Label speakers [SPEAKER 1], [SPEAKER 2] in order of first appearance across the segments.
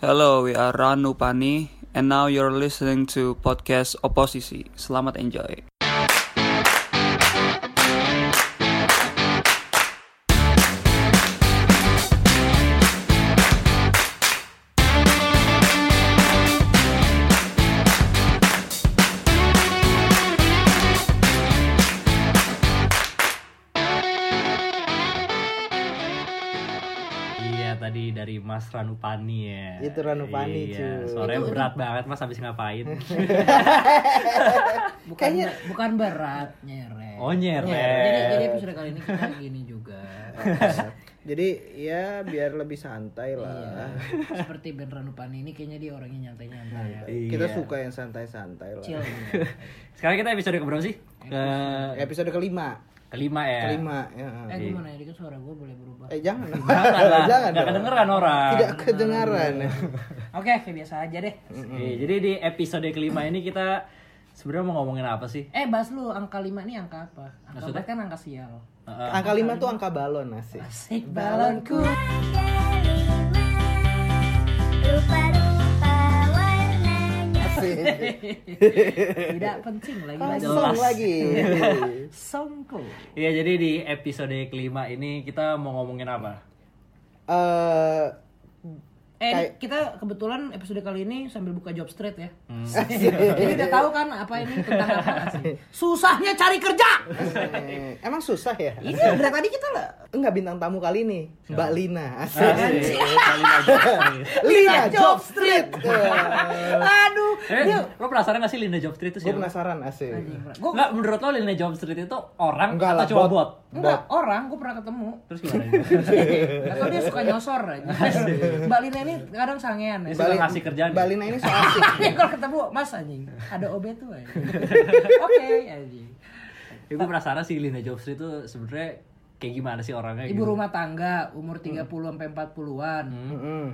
[SPEAKER 1] Hello, we are Ranu Pani, and now you're listening to podcast Oposisi. Selamat enjoy.
[SPEAKER 2] Iya tadi dari Mas Ranupani ya.
[SPEAKER 3] Itu Ranupani,
[SPEAKER 2] iya.
[SPEAKER 3] cuy.
[SPEAKER 2] Sore berat banget Mas habis ngapain?
[SPEAKER 4] bukan
[SPEAKER 3] Kayaknya-
[SPEAKER 4] bukan berat nyeret.
[SPEAKER 2] Oh, nyeret.
[SPEAKER 4] Jadi jadi episode kali ini kita gini juga.
[SPEAKER 3] Jadi ya biar lebih santai
[SPEAKER 4] Iya.
[SPEAKER 3] lah.
[SPEAKER 4] Seperti Ben Ranupani ini kayaknya dia orangnya nyantai-nyantai. ya.
[SPEAKER 3] Kita
[SPEAKER 2] Iya.
[SPEAKER 3] suka yang santai-santai lah.
[SPEAKER 4] Chill.
[SPEAKER 2] Sekarang kita episode keberapa sih? Ke
[SPEAKER 3] Episode kelima,
[SPEAKER 2] kelima ya.
[SPEAKER 3] kelima. Ya.
[SPEAKER 4] Eh gimana ya? Kan suara gue boleh berubah.
[SPEAKER 3] Eh jangan,
[SPEAKER 2] Jangan lah, nggak
[SPEAKER 3] jangan. dong.
[SPEAKER 2] kedengeran orang.
[SPEAKER 3] Tidak kedengaran.
[SPEAKER 4] Oke, kayak biasa aja deh.
[SPEAKER 2] Iya, jadi di episode kelima ini kita sebenarnya mau ngomongin apa sih?
[SPEAKER 4] Eh, bahas lu angka 5 ini angka apa? Angka
[SPEAKER 2] Maksudnya?
[SPEAKER 4] empat kan angka sial.
[SPEAKER 2] Heeh.
[SPEAKER 3] Angka lima tuh angka balon asik.
[SPEAKER 4] Asik balonku.
[SPEAKER 5] Rupa-rupa warnanya
[SPEAKER 3] Asik.
[SPEAKER 4] Tidak penting lagi lagi.
[SPEAKER 3] Langsung lagi.
[SPEAKER 4] Songko.
[SPEAKER 2] Iya, jadi di episode kelima ini kita mau ngomongin apa?
[SPEAKER 3] Eh
[SPEAKER 4] Eh,
[SPEAKER 3] Kayak-
[SPEAKER 4] kita kebetulan episode kali ini sambil buka job street ya.
[SPEAKER 2] Hmm.
[SPEAKER 4] Jadi udah tahu kan apa ini tentang apa. Susahnya cari kerja.
[SPEAKER 3] eh, emang susah ya?
[SPEAKER 2] Iya.
[SPEAKER 4] Ini dari tadi kita lah.
[SPEAKER 3] Enggak bintang tamu kali ini, Mbak Lina. Asik.
[SPEAKER 2] Asik, kelima aja.
[SPEAKER 3] Lina Job Street.
[SPEAKER 4] Aduh.
[SPEAKER 2] Eh, lo penasaran gak sih Linda Jobstreet itu
[SPEAKER 3] Gue
[SPEAKER 2] siapa?
[SPEAKER 3] penasaran asik.
[SPEAKER 4] Gue
[SPEAKER 2] Enggak, menurut lo Linda Jobstreet itu orang
[SPEAKER 3] Enggak lah,
[SPEAKER 2] atau cuma
[SPEAKER 3] bot.
[SPEAKER 2] bot?
[SPEAKER 4] enggak orang gue pernah ketemu.
[SPEAKER 2] Terus gimana?
[SPEAKER 4] Atau dia suka nyosor aja. Mbak Lina ini kadang sangean
[SPEAKER 2] Mbak-
[SPEAKER 4] ya.
[SPEAKER 2] Suka ngasih kerjaan
[SPEAKER 3] Mbak
[SPEAKER 2] ya?
[SPEAKER 3] Lina ini so asik.
[SPEAKER 4] Dia kalau ketemu Mas anjing, ada OB tuh anjing. Oke anjing.
[SPEAKER 2] ya, gue penasaran sih Linda Jobstreet itu sebenarnya kayak gimana sih orangnya
[SPEAKER 4] Ibu
[SPEAKER 2] gitu.
[SPEAKER 4] rumah tangga
[SPEAKER 3] Hmm.
[SPEAKER 4] umur 30 sampai 40-an.
[SPEAKER 3] Mm-mm.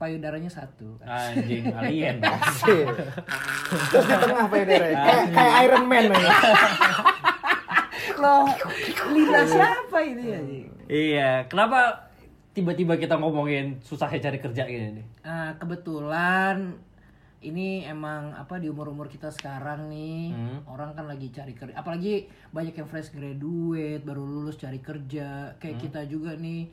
[SPEAKER 4] Payudaranya satu.
[SPEAKER 3] Ah.
[SPEAKER 2] anjing alien
[SPEAKER 3] Asik. Terus di tengah Pak Yudara. Kayak kayak Iron Man. ya.
[SPEAKER 4] Loh, Lina siapa ini anjing?
[SPEAKER 2] iya kenapa tiba-tiba kita ngomongin susahnya cari kerja gini nih
[SPEAKER 4] Nah, kebetulan ini emang apa di umur-umur kita sekarang nih orang kan lagi cari kerja apalagi banyak yang fresh graduate baru lulus cari kerja kayak kita juga nih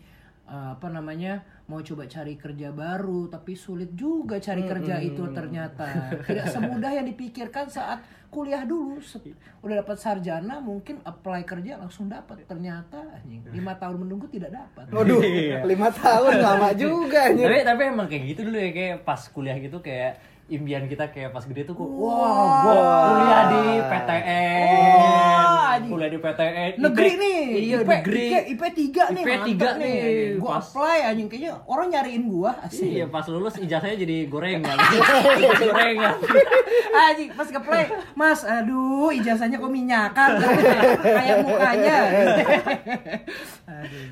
[SPEAKER 4] eh, apa namanya mau coba cari kerja baru tapi sulit juga cari kerja itu ternyata tidak semudah yang dipikirkan saat kuliah dulu Se- udah dapat sarjana mungkin apply kerja langsung dapat ternyata anjing lima tahun menunggu tidak dapat
[SPEAKER 3] Waduh, lima tahun lama juga anjir.
[SPEAKER 2] tapi tapi emang kayak gitu dulu ya kayak pas kuliah gitu kayak impian kita kayak pas gede tuh kok wah gua kuliah di PTN kuliah di PTN
[SPEAKER 4] negeri
[SPEAKER 2] IP,
[SPEAKER 4] nih
[SPEAKER 2] iya
[SPEAKER 4] IP,
[SPEAKER 2] negeri IP
[SPEAKER 4] IP, 3 nih mantep
[SPEAKER 2] tiga nih,
[SPEAKER 4] gua
[SPEAKER 2] pas.
[SPEAKER 4] apply anjing kayaknya orang nyariin gua asik
[SPEAKER 2] Iya pas lulus ijazahnya jadi gorengan, gorengan.
[SPEAKER 4] anjing pas ke play mas aduh ijazahnya kok minyakan kayak mukanya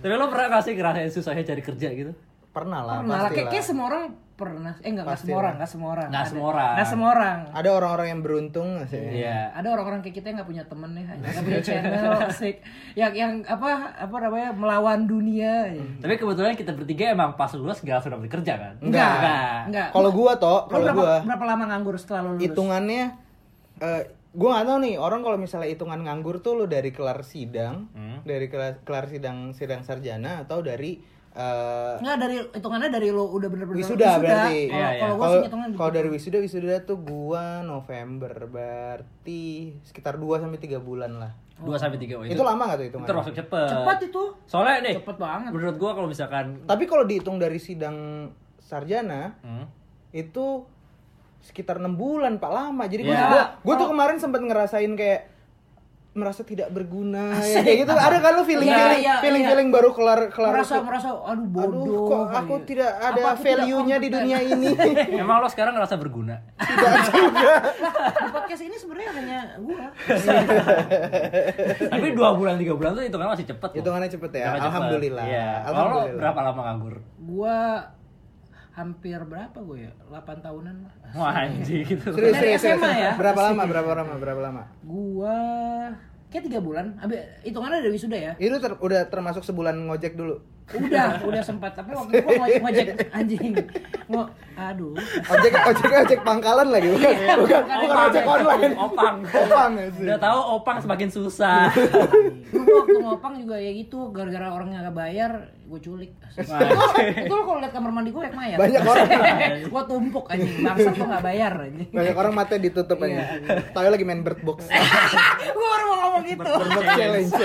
[SPEAKER 2] Tapi lo pernah gak sih ngerasain susahnya cari kerja gitu?
[SPEAKER 3] Pernah lah,
[SPEAKER 4] malah
[SPEAKER 3] pasti
[SPEAKER 4] kayak, kayak
[SPEAKER 3] lah.
[SPEAKER 4] semua orang pernah eh enggak enggak
[SPEAKER 3] Pasti
[SPEAKER 4] semua
[SPEAKER 3] lah.
[SPEAKER 4] orang enggak semua orang
[SPEAKER 2] Nggak
[SPEAKER 4] Ada-
[SPEAKER 2] semua orang.
[SPEAKER 4] nggak semua orang
[SPEAKER 3] Ada orang-orang yang beruntung sih.
[SPEAKER 2] Iya.
[SPEAKER 4] ada orang-orang kayak kita yang nggak punya temen ya, anjing. nggak punya channel, asik. Yang yang apa apa namanya melawan dunia. ya.
[SPEAKER 2] Tapi kebetulan kita bertiga emang pas lulus gak langsung dapet kerja kan?
[SPEAKER 3] Enggak.
[SPEAKER 4] enggak.
[SPEAKER 3] Kalau gua toh,
[SPEAKER 4] Lo
[SPEAKER 3] kalau
[SPEAKER 4] berapa,
[SPEAKER 3] gua
[SPEAKER 4] berapa lama nganggur setelah lo lulus?
[SPEAKER 3] hitungannya eh gua nggak tahu nih orang kalau misalnya hitungan nganggur tuh lu dari kelar sidang, dari kelar, kelar sidang sidang sarjana atau dari eh,
[SPEAKER 4] Enggak dari hitungannya dari lo udah bener-bener
[SPEAKER 3] wisuda berarti.
[SPEAKER 4] Kalau
[SPEAKER 2] Iya, iya.
[SPEAKER 4] kalau gua sih gitu.
[SPEAKER 3] Kalau-
[SPEAKER 4] hitungan
[SPEAKER 3] Kalau dari wisuda wisuda tuh gua November berarti sekitar 2 sampai 3 bulan lah.
[SPEAKER 2] Dua sampai tiga oh,
[SPEAKER 3] Itu, lama gak tuh
[SPEAKER 2] itu
[SPEAKER 3] hitungannya?
[SPEAKER 2] termasuk cepet.
[SPEAKER 4] cepat itu.
[SPEAKER 2] Soalnya nih,
[SPEAKER 4] Cepet banget.
[SPEAKER 2] menurut gua kalau misalkan
[SPEAKER 3] Tapi kalau dihitung dari sidang sarjana itu sekitar enam bulan pak lama. Jadi gue
[SPEAKER 2] Ya.
[SPEAKER 3] gue tuh kemarin sempat ngerasain kayak merasa tidak berguna ya kayak gitu. Ada kan lu feeling
[SPEAKER 4] Iya,
[SPEAKER 3] feeling
[SPEAKER 4] iya,
[SPEAKER 3] feeling
[SPEAKER 4] iya.
[SPEAKER 3] feeling baru kelar kelar
[SPEAKER 4] merasa
[SPEAKER 3] aku-
[SPEAKER 4] merasa aduh bodoh.
[SPEAKER 3] Aduh, kok aku
[SPEAKER 4] gitu.
[SPEAKER 3] tidak ada
[SPEAKER 4] Apa aku tidak
[SPEAKER 3] value-nya di
[SPEAKER 4] kompeten?
[SPEAKER 3] dunia ini.
[SPEAKER 2] emang lo sekarang ngerasa berguna.
[SPEAKER 4] Di podcast ini sebenarnya hanya gua.
[SPEAKER 2] Tapi dua bulan tiga bulan tuh hitungannya masih cepet. loh.
[SPEAKER 3] Hitungannya cepet ya.
[SPEAKER 2] Hitungannya cepet.
[SPEAKER 3] Alhamdulillah.
[SPEAKER 2] Iya. Kalau lo
[SPEAKER 3] Alhamdulillah.
[SPEAKER 2] berapa lama nganggur?
[SPEAKER 4] gua hampir berapa gua ya? 8 tahunan lah.
[SPEAKER 2] Wah anjing gitu.
[SPEAKER 3] Serius,
[SPEAKER 4] Dari
[SPEAKER 3] serius, serius.
[SPEAKER 4] SMA ya?
[SPEAKER 3] Berapa lama? Berapa lama? Berapa lama?
[SPEAKER 4] Gua kayak tiga bulan abis hitungannya dari wisuda ya
[SPEAKER 3] Itu ter- udah termasuk sebulan ngojek dulu.
[SPEAKER 4] udah udah sempat tapi waktu itu gua ngojek ngojek anjing mau aduh
[SPEAKER 3] Ojek ojek ojek pangkalan lagi bukan bukan, bukan ojek online.
[SPEAKER 2] Opang.
[SPEAKER 3] Opang ya sih.
[SPEAKER 2] Udah tahu opang semakin susah.
[SPEAKER 4] Dulu waktu ngopang juga ya gitu gara-gara orang nggak bayar gue culik itu lo kalau lihat kamar mandi gue kayak mayat
[SPEAKER 3] Banyak orang.
[SPEAKER 4] gue tumpuk anjing bangsat lo nggak bayar anjing
[SPEAKER 3] Banyak orang mata ditutup aja. Tahu lagi main bird box.
[SPEAKER 4] gue baru mau ngomong gitu
[SPEAKER 3] Bird box challenge.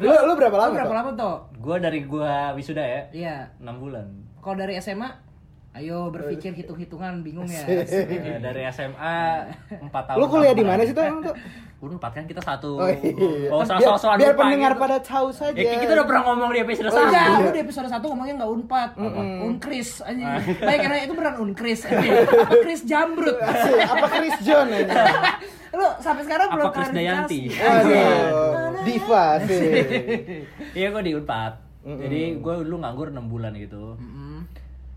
[SPEAKER 3] lu, lu berapa
[SPEAKER 4] lo
[SPEAKER 3] lama?
[SPEAKER 4] berapa
[SPEAKER 3] Tok?
[SPEAKER 4] lama tuh
[SPEAKER 2] gua dari gua wisuda ya.
[SPEAKER 4] iya
[SPEAKER 2] 6 bulan.
[SPEAKER 4] kalau dari SMA ayo berpikir hitung-hitungan bingung ya
[SPEAKER 2] Ya, dari SMA 4 tahun.
[SPEAKER 3] Eh. Lu kuliah di mana sih tuh emang tuh?
[SPEAKER 2] Gua empat kan kita satu.
[SPEAKER 3] Oh, iya.
[SPEAKER 2] Gak usah
[SPEAKER 3] Biar-
[SPEAKER 2] sok-sokan
[SPEAKER 3] biar
[SPEAKER 2] lupa
[SPEAKER 3] pendengar
[SPEAKER 2] gitu.
[SPEAKER 3] pada tahu saja.
[SPEAKER 2] Ya, kita udah pernah ngomong di episode
[SPEAKER 4] Oh,
[SPEAKER 2] satu.
[SPEAKER 4] iya, lu di episode 1 ngomongnya nggak unpad, unkris, anjing. Baik karena itu beneran unkris, anjing. Apa kris jambrut.
[SPEAKER 3] Asik, apa Chris John ini?
[SPEAKER 4] lu sampai sekarang belum
[SPEAKER 2] Apa Chris Dayanti?
[SPEAKER 4] klarifikasi.
[SPEAKER 3] Eh. Aduh, diva sih.
[SPEAKER 2] Iya gua di Unpad. Jadi gua dulu nganggur 6 bulan gitu.
[SPEAKER 4] Mm.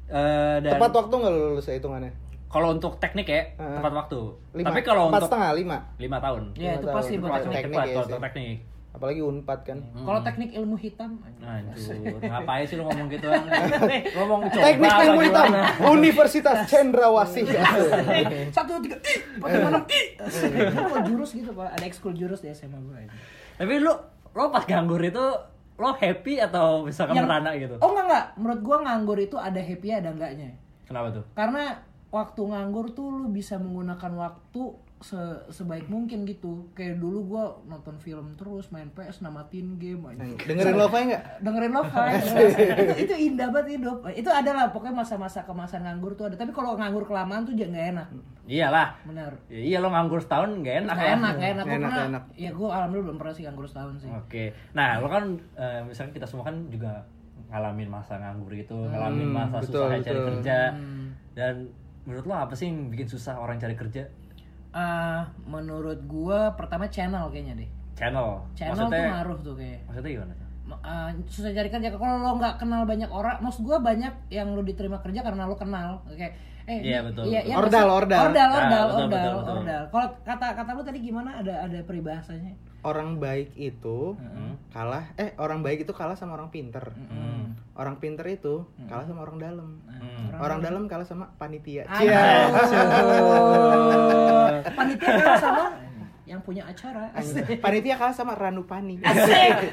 [SPEAKER 2] Eh, dan
[SPEAKER 3] Tepat waktu nggak lu lulus hitungannya?
[SPEAKER 2] kalau untuk teknik ya
[SPEAKER 3] Heeh.
[SPEAKER 2] tepat waktu.
[SPEAKER 3] Lima.
[SPEAKER 2] Tapi kalau
[SPEAKER 3] empat
[SPEAKER 2] untuk
[SPEAKER 3] setengah lima,
[SPEAKER 2] lima tahun.
[SPEAKER 4] Ya itu
[SPEAKER 3] Lima
[SPEAKER 4] pasti
[SPEAKER 3] tahun.
[SPEAKER 4] buat
[SPEAKER 3] Pasti.
[SPEAKER 4] teknik.
[SPEAKER 3] teknik
[SPEAKER 2] tepat
[SPEAKER 3] ya
[SPEAKER 2] kalau
[SPEAKER 3] sih.
[SPEAKER 2] untuk teknik.
[SPEAKER 3] apalagi unpad kan.
[SPEAKER 2] Hmm.
[SPEAKER 4] Kalau teknik ilmu hitam,
[SPEAKER 3] Iya
[SPEAKER 2] Nah. Hancur, ngapain sih lu ngomong gitu? ngomong coba
[SPEAKER 3] Teknik
[SPEAKER 2] apa
[SPEAKER 3] ilmu hitam,
[SPEAKER 2] gimana?
[SPEAKER 3] Universitas Cendrawasih.
[SPEAKER 4] satu tiga i, bagaimana i?
[SPEAKER 2] Eh.
[SPEAKER 4] Kalau jurus gitu pak, ada ekskul jurus di SMA gue.
[SPEAKER 2] Tapi lu lo pas nganggur itu lo happy atau misalkan merana gitu?
[SPEAKER 4] Oh enggak enggak, menurut gue nganggur itu ada happy ada enggaknya.
[SPEAKER 2] Kenapa tuh?
[SPEAKER 4] Karena waktu nganggur tuh lu bisa menggunakan waktu se- sebaik mungkin gitu. Kayak dulu gue nonton film terus, main PS, namatin game. anjing.
[SPEAKER 3] Dengerin lo-fi nggak?
[SPEAKER 4] dengerin lo itu, itu indah banget hidup itu adalah pokoknya masa-masa kemasan nganggur tuh ada tapi kalau nganggur kelamaan tuh jangan enak
[SPEAKER 2] Iyalah.
[SPEAKER 4] benar
[SPEAKER 2] Ya, iya lo nganggur setahun gak enak
[SPEAKER 4] Gak
[SPEAKER 2] ya?
[SPEAKER 4] enak, gak enak. Gua
[SPEAKER 3] Enak,
[SPEAKER 4] pernah,
[SPEAKER 3] enak.
[SPEAKER 4] ya gue alhamdulillah belum pernah sih nganggur setahun sih.
[SPEAKER 2] Oke. Nah, lo kan eh, misalkan kita semua kan juga ngalamin masa nganggur gitu,
[SPEAKER 4] Hmm,
[SPEAKER 2] ngalamin masa
[SPEAKER 3] betul,
[SPEAKER 2] susah cari
[SPEAKER 3] betul.
[SPEAKER 2] kerja. Dan menurut lo apa sih yang bikin susah orang cari kerja?
[SPEAKER 4] Ah, menurut gua pertama channel kayaknya deh.
[SPEAKER 2] Channel.
[SPEAKER 4] Channel
[SPEAKER 2] maksudnya
[SPEAKER 4] tuh ngaruh tuh kayak.
[SPEAKER 2] maksudnya gimana?
[SPEAKER 4] Ma- ah, susah cari kerja kalau lo nggak kenal banyak orang maksud gua banyak yang lo diterima kerja karena lo kenal kayak eh
[SPEAKER 2] Iya,
[SPEAKER 4] ini-
[SPEAKER 2] betul,
[SPEAKER 4] iya,
[SPEAKER 2] betul.
[SPEAKER 4] iya,
[SPEAKER 3] Ordal,
[SPEAKER 4] maksud-
[SPEAKER 3] ordal.
[SPEAKER 4] ordal
[SPEAKER 2] Ah,
[SPEAKER 4] ordal
[SPEAKER 2] betul,
[SPEAKER 4] ordal
[SPEAKER 2] betul, betul.
[SPEAKER 4] ordal. kalau kata kata lo tadi gimana ada ada peribahasanya
[SPEAKER 3] Orang baik itu
[SPEAKER 2] Hmm.
[SPEAKER 3] kalah, eh orang baik itu kalah sama orang pinter. Orang pinter itu
[SPEAKER 2] Hmm.
[SPEAKER 3] kalah sama orang dalam. Orang dalam kalah sama panitia.
[SPEAKER 2] Ah,
[SPEAKER 3] Cia.
[SPEAKER 4] Aduh. Panitia kalah sama yang punya acara. Asik.
[SPEAKER 3] Panitia kalah sama Ranupani.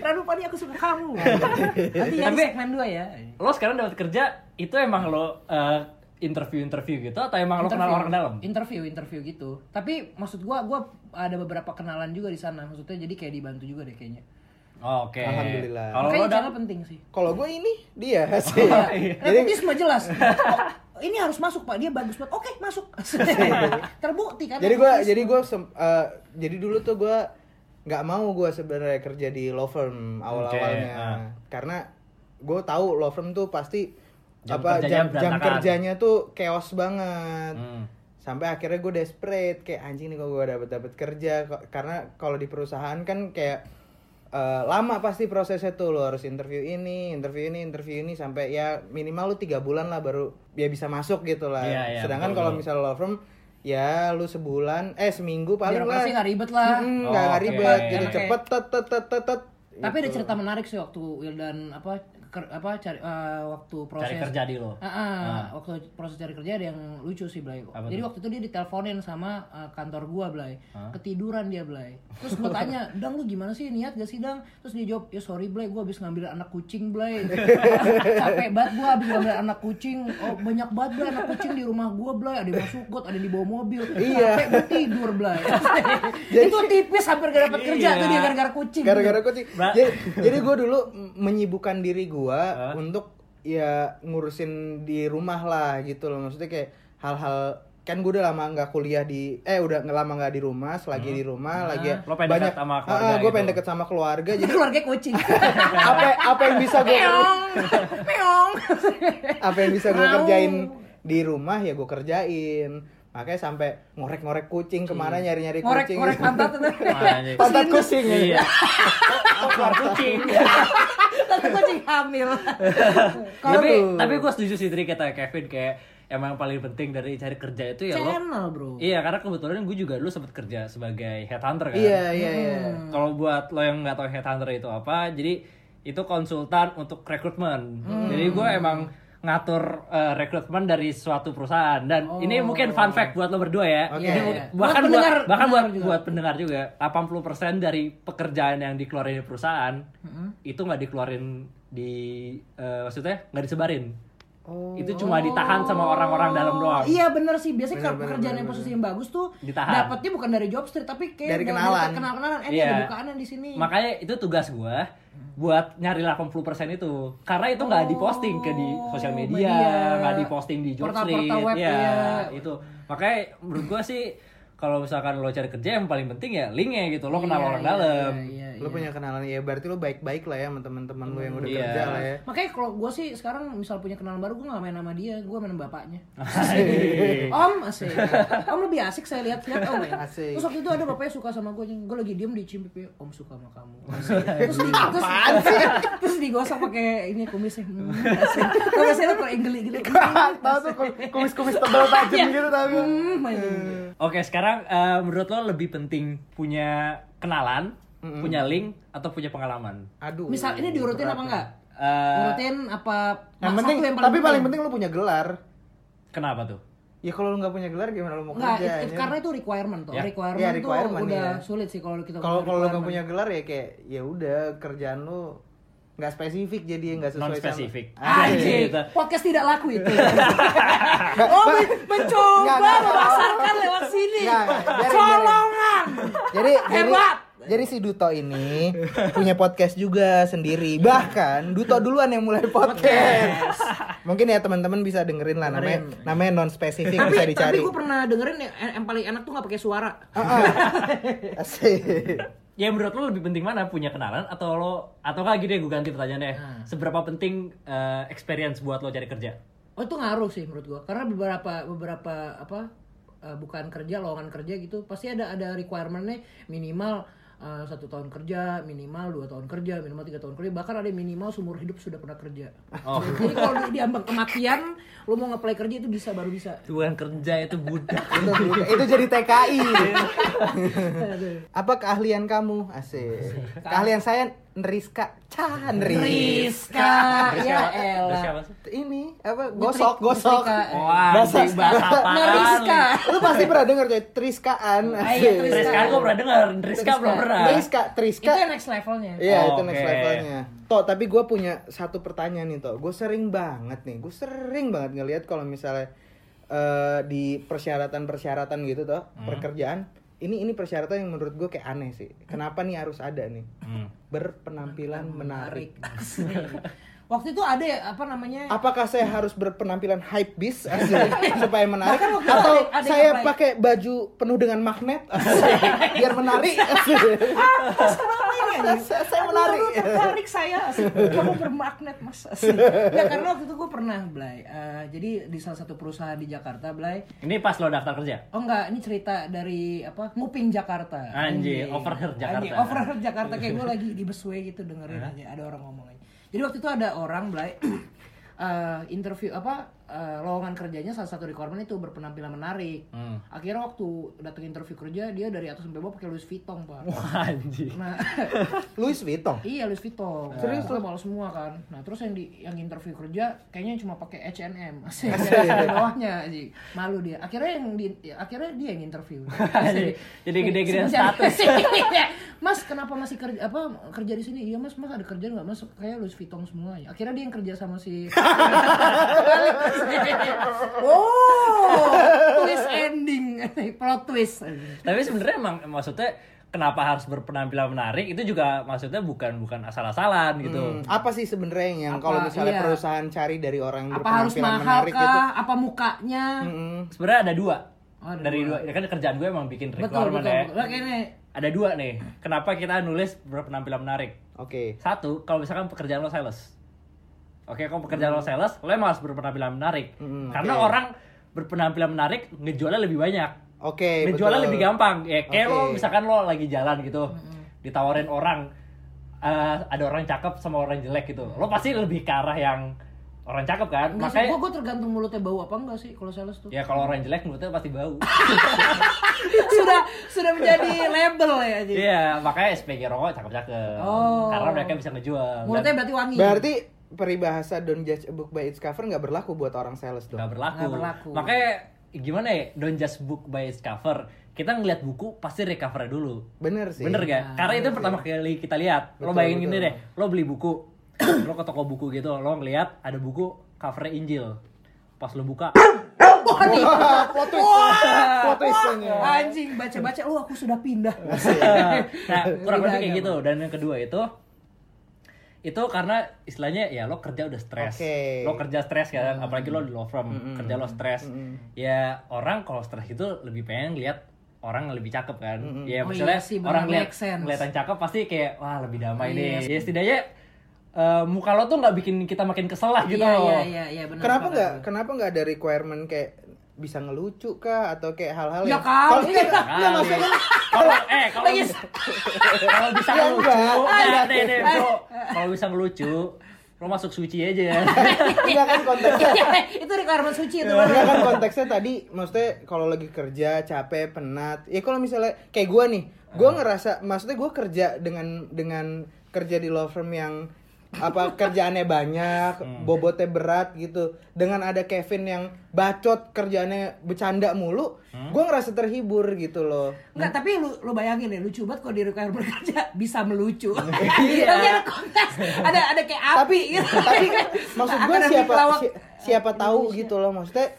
[SPEAKER 4] Ranu Pani aku suka kamu. Nanti yang
[SPEAKER 2] Tapi-
[SPEAKER 4] segmen 2 ya.
[SPEAKER 2] Lo sekarang dapat kerja itu emang lo interview interview gitu atau emang lo kenal orang dalam?
[SPEAKER 4] Interview, interview gitu. Tapi maksud gua gua ada beberapa kenalan juga di sana. Maksudnya jadi kayak dibantu juga deh kayaknya.
[SPEAKER 2] Oh, Oke.
[SPEAKER 3] Alhamdulillah.
[SPEAKER 2] Kalau lo iya.
[SPEAKER 4] Kayaknya
[SPEAKER 2] dalam
[SPEAKER 4] channel penting sih. Iya.
[SPEAKER 3] Kalau gue ini dia
[SPEAKER 2] Oh,
[SPEAKER 3] sih. Jadi
[SPEAKER 4] Nepotisme jelas. Oh, ini harus masuk Pak, dia bagus banget. Oke, masuk. Terbukti kan.
[SPEAKER 3] jadi gue
[SPEAKER 4] nepotisme.
[SPEAKER 3] jadi gue jadi dulu tuh gue nggak mau gue sebenarnya kerja di law firm awal awalnya
[SPEAKER 2] Oke, ah.
[SPEAKER 3] karena gue tahu law firm tuh pasti
[SPEAKER 2] Jam
[SPEAKER 3] apa
[SPEAKER 2] kerjanya
[SPEAKER 3] jam jam
[SPEAKER 2] berantakan.
[SPEAKER 3] kerjanya tuh chaos banget
[SPEAKER 2] Hmm.
[SPEAKER 3] sampai akhirnya gue desperate kayak anjing nih kok gue dapet dapet kerja Ko- karena kalau di perusahaan kan kayak eh, lama pasti prosesnya tuh lo harus interview ini interview ini interview ini sampai ya minimal lu tiga bulan lah baru ya bisa masuk gitu lah
[SPEAKER 2] Iya, iya,
[SPEAKER 3] sedangkan
[SPEAKER 2] betul,
[SPEAKER 3] kalau
[SPEAKER 2] betul.
[SPEAKER 3] misalnya law firm ya lu sebulan eh seminggu paling
[SPEAKER 4] birokrasi
[SPEAKER 3] lah
[SPEAKER 4] nggak ribet lah.
[SPEAKER 2] Oh,
[SPEAKER 3] Mm, nggak nggak
[SPEAKER 2] oke.
[SPEAKER 3] ribet jadi
[SPEAKER 4] Oke.
[SPEAKER 3] cepet tet tet tet tet tet.
[SPEAKER 4] Tapi ada cerita menarik sih waktu Wildan apa ker- apa cari eh, waktu proses
[SPEAKER 2] cari kerja di lo.
[SPEAKER 4] Ah, ah, waktu proses cari kerja ada yang lucu sih Blay.
[SPEAKER 2] Apa
[SPEAKER 4] Jadi
[SPEAKER 2] tuh?
[SPEAKER 4] waktu itu dia diteleponin sama eh, kantor gua Blay. Ketiduran dia Blay. Terus gua tanya, "Dang lu gimana sih niat gak sih Dang?" Terus dia jawab, "Ya sorry Blay, gua habis ngambil anak kucing Blay. Capek banget gua habis ngambil anak kucing. Oh, banyak banget Blay anak kucing di rumah gua Blay. Ada yang masuk got, ada yang dibawa mobil.
[SPEAKER 3] Iya.
[SPEAKER 4] Capek gua tidur Blay." itu tipis hampir gak dapat kerja tuh dia gara-gara kucing.
[SPEAKER 3] gara-gara gue
[SPEAKER 2] Ba-
[SPEAKER 3] jadi, jadi gue dulu m- menyibukkan diri gue untuk ya ngurusin di rumah lah gitu loh maksudnya kayak hal-hal kan gue udah lama nggak kuliah di eh udah nggak lama nggak di rumah selagi di rumah lagi ya
[SPEAKER 2] Lo pengen dekat sama keluarga
[SPEAKER 3] gue
[SPEAKER 2] gitu.
[SPEAKER 3] pengen deket sama keluarga jadi
[SPEAKER 4] keluarga kucing.
[SPEAKER 3] apa apa yang bisa gue
[SPEAKER 4] Meong. Meong.
[SPEAKER 3] apa yang bisa gue
[SPEAKER 4] Mau.
[SPEAKER 3] kerjain di rumah ya gue kerjain makanya sampai ngorek-ngorek kucing kemana
[SPEAKER 2] Iya.
[SPEAKER 3] nyari-nyari
[SPEAKER 4] ngorek
[SPEAKER 3] kucing
[SPEAKER 4] ngorek pantat
[SPEAKER 2] Anjing.
[SPEAKER 3] pantat kucing
[SPEAKER 2] Iya. Oh, keluar kucing.
[SPEAKER 4] tapi kucing hamil kalau
[SPEAKER 2] tapi tapi gue setuju sih tadi kata Kevin kayak emang yang paling penting dari cari kerja itu ya lo
[SPEAKER 4] channel bro
[SPEAKER 2] iya karena kebetulan gue juga dulu sempat kerja sebagai headhunter kan
[SPEAKER 3] Iya, iya, iya.
[SPEAKER 2] kalau buat lo yang nggak tahu headhunter itu apa jadi itu konsultan untuk rekrutmen jadi gue emang ngatur eh, rekrutmen dari suatu perusahaan dan ini mungkin fun fact buat lo berdua ya
[SPEAKER 3] Oke.
[SPEAKER 2] Ini
[SPEAKER 3] Iya,
[SPEAKER 2] mungkin- bahkan
[SPEAKER 4] iya. Buat
[SPEAKER 2] buat,
[SPEAKER 4] pendengar-
[SPEAKER 2] bahkan buat
[SPEAKER 4] pendengar
[SPEAKER 2] buat pendengar juga 80% dari pekerjaan yang dikeluarin di perusahaan itu nggak dikeluarin di eh, maksudnya nggak disebarin itu cuma ditahan sama orang-orang dalam doang
[SPEAKER 4] Iya bener sih, biasanya kalau pekerjaan yang posisi yang bagus tuh
[SPEAKER 2] Ditahan.
[SPEAKER 4] dapatnya bukan dari job street tapi kayak
[SPEAKER 3] Dari kenalan.
[SPEAKER 4] kenalan Eh, ini
[SPEAKER 2] Iya.
[SPEAKER 4] ada bukaan di sini.
[SPEAKER 2] Makanya itu tugas gua buat nyari 80% itu. Karena itu nggak diposting ke di sosial media,
[SPEAKER 4] Oh, media.
[SPEAKER 2] nggak diposting di Jobstreet.
[SPEAKER 4] Portal-portal web,
[SPEAKER 2] ya,
[SPEAKER 4] iya.
[SPEAKER 2] itu. Makanya menurut gua sih kalau misalkan lo cari kerja yang paling penting ya linknya gitu. Lo kenal
[SPEAKER 4] Iya,
[SPEAKER 2] orang
[SPEAKER 4] iya,
[SPEAKER 2] dalam.
[SPEAKER 4] iya, iya.
[SPEAKER 3] Lu punya kenalan ya, berarti lu baik-baik lah ya sama teman-teman lu yang udah
[SPEAKER 2] Iya.
[SPEAKER 3] kerja lah ya.
[SPEAKER 4] Makanya kalau gue sih sekarang misal punya kenalan baru gue gak main sama dia, gue main sama bapaknya.
[SPEAKER 2] Asik.
[SPEAKER 4] Om asik. Om lebih asik saya lihat-lihat Om ya.
[SPEAKER 3] Asik.
[SPEAKER 4] Terus waktu itu ada bapaknya suka sama gue, gue lagi diem di cimpipi, Om suka sama kamu. Asik.
[SPEAKER 2] Iya.
[SPEAKER 4] Terus
[SPEAKER 3] Iya.
[SPEAKER 4] di terus, terus digosok pakai ini kumisnya. Hmm, asik. Kumisnya tuh kayak enggeli gitu.
[SPEAKER 3] Tahu tuh kumis-kumis tebal tajam gitu tapi.
[SPEAKER 4] Hmm, main enggeli.
[SPEAKER 2] Oke, sekarang eh, menurut lo lebih penting punya kenalan, punya link atau punya pengalaman?
[SPEAKER 3] Aduh.
[SPEAKER 4] Misal ini diurutin apa enggak?
[SPEAKER 2] Eh,
[SPEAKER 4] Urutin apa
[SPEAKER 3] ya. Yang
[SPEAKER 4] satu
[SPEAKER 3] penting, tapi paling penting lu punya gelar.
[SPEAKER 2] kenapa tuh?
[SPEAKER 3] Ya kalau lu nggak punya gelar gimana lu mau
[SPEAKER 4] Enggak,
[SPEAKER 3] kerja?
[SPEAKER 4] it- it-
[SPEAKER 3] anjing?
[SPEAKER 4] karena itu requirement tuh.
[SPEAKER 2] Ya.
[SPEAKER 4] Requirement,
[SPEAKER 3] Ya, requirement,
[SPEAKER 4] tuh udah
[SPEAKER 3] iya.
[SPEAKER 4] sulit sih kalau kita
[SPEAKER 3] Kalau kalau lu nggak
[SPEAKER 4] requirement.
[SPEAKER 3] punya gelar ya kayak ya udah kerjaan lu nggak spesifik jadi nggak sesuai sama-
[SPEAKER 2] Non-spesifik.
[SPEAKER 3] Ah,
[SPEAKER 2] Anjing.
[SPEAKER 3] iya.
[SPEAKER 4] Anjing,
[SPEAKER 2] Gitu.
[SPEAKER 4] podcast tidak laku itu. oh, men-
[SPEAKER 3] Enggak,
[SPEAKER 4] mencoba
[SPEAKER 3] enggak.
[SPEAKER 4] memasarkan lewat sini.
[SPEAKER 3] Enggak, biarin,
[SPEAKER 4] Colongan.
[SPEAKER 3] Jadi jadi-
[SPEAKER 4] Hebat.
[SPEAKER 3] Jadi si Duto ini punya podcast juga sendiri. Bahkan Duto duluan yang mulai podcast. Mungkin ya teman-teman bisa dengerin lah namanya namanya non spesifik
[SPEAKER 4] Tapi,
[SPEAKER 3] bisa
[SPEAKER 4] tapi
[SPEAKER 3] dicari.
[SPEAKER 4] gue pernah dengerin yang, yang paling enak tuh nggak pakai suara.
[SPEAKER 3] Asik.
[SPEAKER 2] Ya menurut lo lebih penting mana punya kenalan atau lo atau nggak gini deh gue ganti pertanyaannya seberapa penting eh, experience buat lo cari kerja?
[SPEAKER 4] Oh itu ngaruh sih menurut gua karena beberapa beberapa apa eh, bukan kerja lowongan kerja gitu pasti ada ada requirementnya minimal eh, satu tahun kerja minimal dua tahun kerja minimal tiga tahun kerja bahkan ada yang minimal seumur hidup sudah pernah kerja
[SPEAKER 2] Oh.
[SPEAKER 4] jadi kalau di- di ambang kematian lu mau ngeplay kerja itu bisa baru bisa
[SPEAKER 2] Tuhan kerja itu budak.
[SPEAKER 3] Itu, itu jadi TKI. Apa keahlian kamu? Asik. Keahlian saya Neriska. Cah, Neris.
[SPEAKER 4] Rizka ya
[SPEAKER 2] Terus
[SPEAKER 4] elah Eh,
[SPEAKER 2] siapa sih?
[SPEAKER 3] Ini apa gosok gosok.
[SPEAKER 2] Wah, anjing, bahasa
[SPEAKER 4] Nah,
[SPEAKER 2] apaan?
[SPEAKER 4] Neriska
[SPEAKER 3] Lu pasti pernah denger coy, Triskaan.
[SPEAKER 4] Ah, iya,
[SPEAKER 3] Asik.
[SPEAKER 2] Triska gue pernah denger, Triska belum pernah.
[SPEAKER 3] Triska,
[SPEAKER 4] itu
[SPEAKER 3] Triska.
[SPEAKER 4] yang next levelnya
[SPEAKER 3] Iya,
[SPEAKER 2] Oh,
[SPEAKER 3] itu next
[SPEAKER 2] oke.
[SPEAKER 3] levelnya. Toh, tapi gue punya satu pertanyaan nih, Toh. Gue sering banget nih, gue sering banget ngelihat kalau misalnya eh, di persyaratan-persyaratan gitu, Toh, pekerjaan. Ini ini persyaratan yang menurut gue kayak aneh sih. Kenapa nih harus ada nih?
[SPEAKER 2] Hmm.
[SPEAKER 3] Berpenampilan menarik.
[SPEAKER 4] waktu itu ada ya, apa namanya
[SPEAKER 3] Apakah saya
[SPEAKER 4] Hmm.
[SPEAKER 3] harus berpenampilan hype bis supaya menarik
[SPEAKER 4] Bahkan kan waktu itu
[SPEAKER 3] atau
[SPEAKER 4] ada- ada yang
[SPEAKER 3] saya
[SPEAKER 4] apply.
[SPEAKER 3] pakai baju penuh dengan magnet asik, biar menarik? asik. Saya saya menarik.
[SPEAKER 4] Aduh, tertarik saya asik. Kamu bermagnet mas asik. Ya karena waktu itu gue pernah Blay. Eh, jadi di salah satu perusahaan di Jakarta Blay.
[SPEAKER 2] Ini pas lo daftar kerja.
[SPEAKER 4] Oh enggak, ini cerita dari apa? Nguping Jakarta.
[SPEAKER 2] Anjir, overheard Jakarta.
[SPEAKER 4] Anjir, overheard Jakarta kayak gue lagi di busway gitu dengerin aja ada orang ngomong aja. Jadi waktu itu ada orang Blay eh, interview apa eh, lowongan kerjanya salah satu requirement itu berpenampilan menarik.
[SPEAKER 2] Hmm.
[SPEAKER 4] Akhirnya waktu datang interview kerja dia dari atas sampai bawah pakai Louis Vuitton, Pak.
[SPEAKER 2] Wah, anjir.
[SPEAKER 4] Nah,
[SPEAKER 3] Louis Vuitton.
[SPEAKER 4] Iya Louis Vuitton.
[SPEAKER 2] Nah.
[SPEAKER 3] Serius
[SPEAKER 4] Pokoknya mahal semua kan. Nah terus yang di yang interview kerja kayaknya cuma pakai H&M. Asik. Di bawahnya sih. Malu dia. Akhirnya yang di ya, akhirnya dia yang interview.
[SPEAKER 2] Jadi- jadi gede-gedean status.
[SPEAKER 4] Iya. mas kenapa masih kerja apa kerja di sini? Iya mas mas ada kerja nggak mas? Kayak Louis Vuitton semua ya. Akhirnya dia yang kerja sama si. oh twist ending plot twist.
[SPEAKER 2] Tapi sebenarnya emang maksudnya kenapa harus berpenampilan menarik itu juga maksudnya bukan bukan asal-asalan gitu.
[SPEAKER 3] Hmm, apa sih sebenarnya yang
[SPEAKER 4] Apa,
[SPEAKER 3] kalau misalnya
[SPEAKER 4] iya.
[SPEAKER 3] perusahaan cari dari orang yang
[SPEAKER 4] Apa harus
[SPEAKER 3] berpenampilan
[SPEAKER 4] mahal
[SPEAKER 3] menarik
[SPEAKER 4] kah?
[SPEAKER 3] gitu? Hmm.
[SPEAKER 4] Apa mukanya?
[SPEAKER 2] Hmm.
[SPEAKER 3] Mm-mm.
[SPEAKER 2] Sebenarnya ada dua.
[SPEAKER 4] Oh, ada
[SPEAKER 2] Dari dua.
[SPEAKER 4] dua.
[SPEAKER 2] Ya kan kerjaan gue emang bikin
[SPEAKER 4] betul
[SPEAKER 2] requirement
[SPEAKER 4] betul,
[SPEAKER 2] ya.
[SPEAKER 4] betul. Nah, Lah, kayaknya
[SPEAKER 2] Ada dua nih. Kenapa kita nulis berpenampilan menarik?
[SPEAKER 3] Oke.
[SPEAKER 2] Satu, kalau misalkan pekerjaan lo sales. Oke, kalau pekerjaan lo sales, lo emang harus berpenampilan menarik.
[SPEAKER 3] Hmm,
[SPEAKER 2] Karena
[SPEAKER 3] oke.
[SPEAKER 2] orang berpenampilan menarik ngejualnya lebih banyak.
[SPEAKER 3] Oke,
[SPEAKER 2] ngejualnya
[SPEAKER 3] betul. Hmm,
[SPEAKER 2] lebih gampang. Ya, kayak lo
[SPEAKER 3] Oke.
[SPEAKER 2] misalkan lo lagi jalan gitu, ditawarin orang eh, ada orang cakep sama orang jelek gitu. Lo pasti lebih ke arah yang orang cakep kan?
[SPEAKER 4] Enggak sih,
[SPEAKER 2] Makanya
[SPEAKER 4] gua, gua tergantung mulutnya bau apa enggak sih kalau sales tuh.
[SPEAKER 2] ya kalau orang jelek menurutnya pasti bau.
[SPEAKER 4] sudah sudah menjadi label ya jadi.
[SPEAKER 2] Iya, makanya SPG rokok cakep-cakep.
[SPEAKER 4] Oh.
[SPEAKER 2] Karena mereka bisa ngejual.
[SPEAKER 4] Mulutnya
[SPEAKER 2] Dan
[SPEAKER 4] berarti wangi.
[SPEAKER 3] Berarti peribahasa don't judge a book by its cover nggak berlaku buat orang sales dong.
[SPEAKER 2] nggak berlaku.
[SPEAKER 4] Nggak berlaku.
[SPEAKER 2] Makanya gimana ya? Don't just book by its cover. Kita ngeliat buku pasti recover dulu.
[SPEAKER 3] Bener sih.
[SPEAKER 2] Bener kan? gak?
[SPEAKER 4] Nah,
[SPEAKER 2] Karena itu pertama kali kita lihat. lo
[SPEAKER 3] Betul,
[SPEAKER 2] bayangin
[SPEAKER 3] betul.
[SPEAKER 2] gini deh, lo beli buku, lo ke toko buku gitu, lo ngeliat ada buku covernya Injil. Pas lo buka,
[SPEAKER 3] Wah, plot twist. Plot twist ini.
[SPEAKER 4] Anjing baca-baca lu aku sudah pindah.
[SPEAKER 2] nah kurang lebih kayak
[SPEAKER 4] agama.
[SPEAKER 2] gitu. Dan yang kedua itu, itu karena istilahnya ya lo kerja udah stres,
[SPEAKER 3] Oke.
[SPEAKER 2] lo kerja stres kan,
[SPEAKER 4] Hmm.
[SPEAKER 2] apalagi lo di law firm, kerja lo stres, ya orang kalau stres itu lebih pengen lihat orang yang lebih cakep kan, ya
[SPEAKER 4] Oh
[SPEAKER 2] maksudnya
[SPEAKER 4] iya sih, bener,
[SPEAKER 2] orang lihat
[SPEAKER 4] make sense. Oh iya
[SPEAKER 2] kelihatan cakep pasti kayak wah lebih damai nih, ya setidaknya eh, muka lo tuh nggak bikin kita makin kesel lah gitu
[SPEAKER 4] Iya
[SPEAKER 2] loh.
[SPEAKER 4] iya iya iya benar.
[SPEAKER 3] Kenapa
[SPEAKER 4] sepakat
[SPEAKER 3] nggak?
[SPEAKER 4] gua.
[SPEAKER 3] Kenapa nggak ada requirement kayak bisa ngelucu kah atau kayak hal-hal
[SPEAKER 4] Ya
[SPEAKER 3] yang
[SPEAKER 4] kali.
[SPEAKER 3] kalau nggak
[SPEAKER 2] Kali.
[SPEAKER 4] Iya,
[SPEAKER 3] nggak maksudnya
[SPEAKER 2] Nah, Kalau eh kalau bisa kalau bisa
[SPEAKER 3] Ya
[SPEAKER 2] ngelucu,
[SPEAKER 3] enggak.
[SPEAKER 2] nah,
[SPEAKER 3] iya.
[SPEAKER 2] deh, deh, bro. Kalau bisa ngelucu, lo masuk suci
[SPEAKER 3] Iya,
[SPEAKER 2] aja.
[SPEAKER 3] nggak kan
[SPEAKER 4] Iya,
[SPEAKER 3] konteksnya
[SPEAKER 4] itu requirement suci itu.
[SPEAKER 3] nggak kan konteksnya tadi maksudnya kalau lagi kerja capek penat ya kalau misalnya kayak gua nih gua ngerasa maksudnya gua kerja dengan dengan kerja di law firm yang apa kerjaannya banyak bobotnya berat gitu dengan ada Kevin yang bacot kerjaannya bercanda mulu gua ngerasa terhibur gitu loh
[SPEAKER 4] Enggak, tapi lu lu bayangin deh, lucu banget kalau di requirement kerja bisa melucu. Iya. Tapi ada kontes, ada ada kayak api gitu.
[SPEAKER 3] Iya. tapi kan, maksud
[SPEAKER 4] Akan
[SPEAKER 3] gue
[SPEAKER 4] ada
[SPEAKER 3] siapa
[SPEAKER 4] pelawak.
[SPEAKER 3] si- siapa tahu gitu loh maksudnya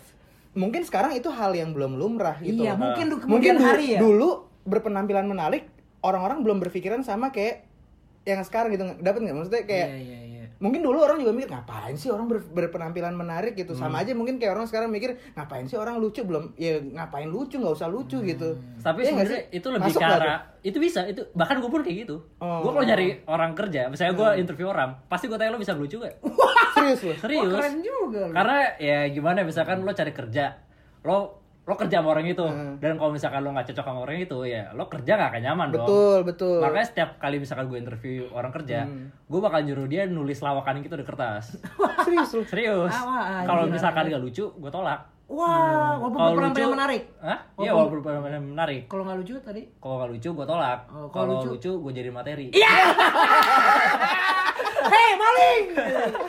[SPEAKER 3] mungkin sekarang itu hal yang belum lumrah gitu
[SPEAKER 4] Iya,
[SPEAKER 3] loh.
[SPEAKER 4] mungkin du-
[SPEAKER 3] mungkin
[SPEAKER 4] kemudian
[SPEAKER 3] du-
[SPEAKER 4] hari ya.
[SPEAKER 3] dulu berpenampilan menarik orang-orang belum berpikiran sama kayak yang sekarang gitu dapat nggak maksudnya kayak
[SPEAKER 4] Iya, iya, iya.
[SPEAKER 3] mungkin dulu orang juga mikir ngapain sih orang ber- berpenampilan menarik gitu
[SPEAKER 4] Hmm.
[SPEAKER 3] sama aja mungkin kayak orang sekarang mikir ngapain sih orang lucu belum ya ngapain lucu nggak usah lucu
[SPEAKER 4] Hmm.
[SPEAKER 3] gitu
[SPEAKER 2] Tapi
[SPEAKER 3] Iya nggak
[SPEAKER 2] sebenarnya
[SPEAKER 3] sih?
[SPEAKER 2] itu lebih ke
[SPEAKER 3] Masuk nggak
[SPEAKER 2] arah itu bisa, itu bahkan gue pun kayak gitu.
[SPEAKER 3] Oh. Hmm.
[SPEAKER 2] Gue kalau nyari orang kerja, misalnya gue interview orang, pasti gue tanya lo bisa ngelucu gak?
[SPEAKER 3] tuh? serius loh
[SPEAKER 2] Serius.
[SPEAKER 4] Wah, keren juga lu.
[SPEAKER 2] Karena ya gimana misalkan lo cari kerja, lo lo kerja sama orang itu
[SPEAKER 3] Hmm.
[SPEAKER 2] dan kalau misalkan lo nggak cocok sama orang itu ya lo kerja nggak akan nyaman dong.
[SPEAKER 3] betul betul
[SPEAKER 2] Makanya setiap kali misalkan gue interview orang kerja,
[SPEAKER 4] Hmm.
[SPEAKER 2] gue bakal nyuruh dia nulis lawakan gitu di kertas.
[SPEAKER 3] serius loh
[SPEAKER 2] Serius.
[SPEAKER 4] Awaan.
[SPEAKER 2] Kalau misalkan gak lucu, gue tolak.
[SPEAKER 4] Wah, walaupun
[SPEAKER 2] Kalau
[SPEAKER 4] berpenampilan
[SPEAKER 2] lucu-
[SPEAKER 4] Oh, menarik. Oh,
[SPEAKER 2] Hah? Iya, walaupun penampilan menarik.
[SPEAKER 4] Kalau nggak lucu tadi
[SPEAKER 2] Kalau gak lucu, gue tolak.
[SPEAKER 4] Oh, kalau
[SPEAKER 2] Kalau
[SPEAKER 4] lucu- Iya.
[SPEAKER 2] lucu, gue jadi materi.
[SPEAKER 4] Hei maling,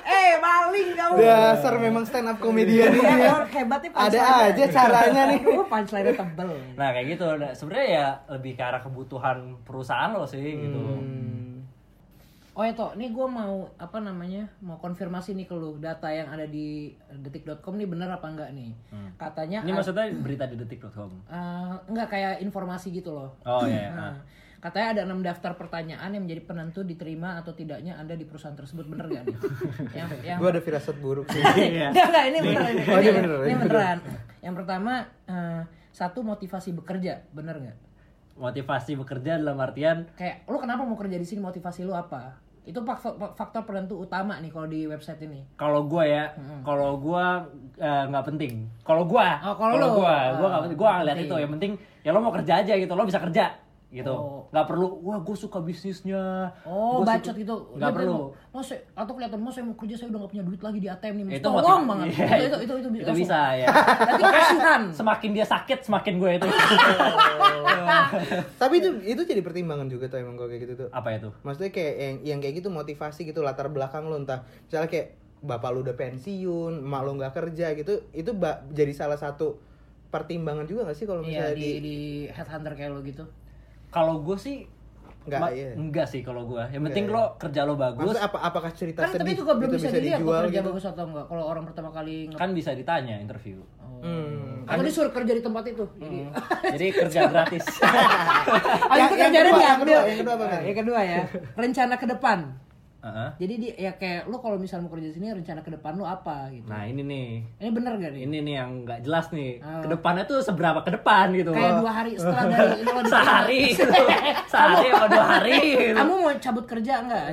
[SPEAKER 4] eh maling kamu.
[SPEAKER 3] dasar memang stand up comedian ini
[SPEAKER 4] Ya,
[SPEAKER 3] ya.
[SPEAKER 4] orang hebat nih
[SPEAKER 3] ada
[SPEAKER 4] punchline-nya.
[SPEAKER 3] aja caranya nih
[SPEAKER 4] Aduh, punchline-nya tebel.
[SPEAKER 2] Nah, kayak gitu. Nah, sebenarnya ya lebih ke arah kebutuhan perusahaan lo sih gitu.
[SPEAKER 4] Hmm. Oh ya toh, nih gue mau apa namanya mau konfirmasi nih ke lu data yang ada di detik.com nih bener apa enggak nih? Katanya
[SPEAKER 2] Ini maksudnya berita di detik.com.
[SPEAKER 4] eh, enggak kayak informasi gitu loh.
[SPEAKER 2] Oh iya. ah.
[SPEAKER 4] Nah, katanya ada enam daftar pertanyaan yang menjadi penentu diterima atau tidaknya anda di perusahaan tersebut bener gak nih? yang, yang
[SPEAKER 3] gue ada firasat buruk sih
[SPEAKER 2] Iya.
[SPEAKER 4] Enggak, enggak, ini beneran.
[SPEAKER 3] Oh, ini
[SPEAKER 4] Ini, ini
[SPEAKER 3] beneran.
[SPEAKER 4] ini beneran. Yang pertama, eh, satu motivasi bekerja, bener nggak?
[SPEAKER 2] Motivasi bekerja dalam artian
[SPEAKER 4] Kayak, lu kenapa mau kerja di sini? Motivasi lu apa? Itu faktor, faktor penentu utama nih kalau di website ini.
[SPEAKER 2] kalau gue ya, kalau gue eh, nggak penting. Kalau gue,
[SPEAKER 4] Oh, kalau lu.
[SPEAKER 2] gue, gue
[SPEAKER 4] Ah,
[SPEAKER 2] nggak penting. Gue ngeliat
[SPEAKER 4] penting.
[SPEAKER 2] itu. Yang penting ya lo mau kerja aja gitu, lo bisa kerja gitu.
[SPEAKER 4] Oh.
[SPEAKER 2] Nggak perlu. Wah, gue suka bisnisnya.
[SPEAKER 4] Oh,
[SPEAKER 2] Gua
[SPEAKER 4] bacot
[SPEAKER 2] suka-"
[SPEAKER 4] gitu.
[SPEAKER 2] Nggak
[SPEAKER 4] Dia
[SPEAKER 2] perlu.
[SPEAKER 4] bilang, Mau saya, atau kelihatan mau saya mau kerja saya udah nggak punya duit lagi di ATM nih. Mas."
[SPEAKER 2] Itu
[SPEAKER 4] Tolong
[SPEAKER 2] motiv-
[SPEAKER 4] banget.
[SPEAKER 2] Iya,
[SPEAKER 4] Itu itu kan? itu,
[SPEAKER 2] itu bisa ya.
[SPEAKER 4] Nanti kasihan. Iya,
[SPEAKER 2] semakin dia sakit, semakin gue itu.
[SPEAKER 3] tapi itu itu jadi pertimbangan juga tuh emang kalau kayak gitu tuh
[SPEAKER 2] Apa itu?
[SPEAKER 3] maksudnya kayak yang, yang kayak gitu motivasi gitu latar belakang lo entah misalnya kayak bapak lu udah pensiun emak lu nggak kerja gitu itu ba- jadi salah satu pertimbangan juga gak sih kalau
[SPEAKER 4] Iya
[SPEAKER 3] misalnya
[SPEAKER 4] di
[SPEAKER 3] di
[SPEAKER 4] di headhunter kayak lo gitu.
[SPEAKER 2] Kalau gue sih
[SPEAKER 3] Nggak,
[SPEAKER 2] ma-
[SPEAKER 3] iya.
[SPEAKER 2] nggak sih kalau gue. Yang penting
[SPEAKER 3] Nggak, iya.
[SPEAKER 2] lo kerja lo bagus,
[SPEAKER 3] maksudnya apa apakah cerita
[SPEAKER 4] Kan tapi
[SPEAKER 3] sedih
[SPEAKER 4] juga belum
[SPEAKER 3] itu
[SPEAKER 4] bisa,
[SPEAKER 3] bisa
[SPEAKER 4] dilihat kok
[SPEAKER 3] dijual
[SPEAKER 4] kerja
[SPEAKER 3] gitu
[SPEAKER 4] bagus atau enggak. Kalau orang pertama kali nge-
[SPEAKER 2] kan bisa ditanya interview.
[SPEAKER 4] Oh.
[SPEAKER 3] hmm.
[SPEAKER 4] Aku disuruh kerja di tempat itu. Jadi
[SPEAKER 2] Hmm. Jadi kerja gratis.
[SPEAKER 4] Oh,
[SPEAKER 3] Yang-
[SPEAKER 4] itu
[SPEAKER 3] yang kedua,
[SPEAKER 4] kerjanya
[SPEAKER 3] yang
[SPEAKER 4] diambil.
[SPEAKER 3] kedua, yang kedua apa, Kang?
[SPEAKER 4] Nah, Yang kedua ya, rencana ke depan.
[SPEAKER 2] Heeh.
[SPEAKER 4] Jadi di, ya kayak lu kalau misalnya mau kerja di sini rencana ke depan lu apa gitu.
[SPEAKER 2] Nah ini nih,
[SPEAKER 4] Ini bener gak nih?
[SPEAKER 2] ini nih yang nggak jelas nih. Kedepannya tuh seberapa ke depan gitu.
[SPEAKER 4] Ah. Kayak dua hari setelah dari ini lo diterima.
[SPEAKER 2] sehari gitu. sehari apa dua hari gitu.
[SPEAKER 4] Kamu mau cabut kerja enggak?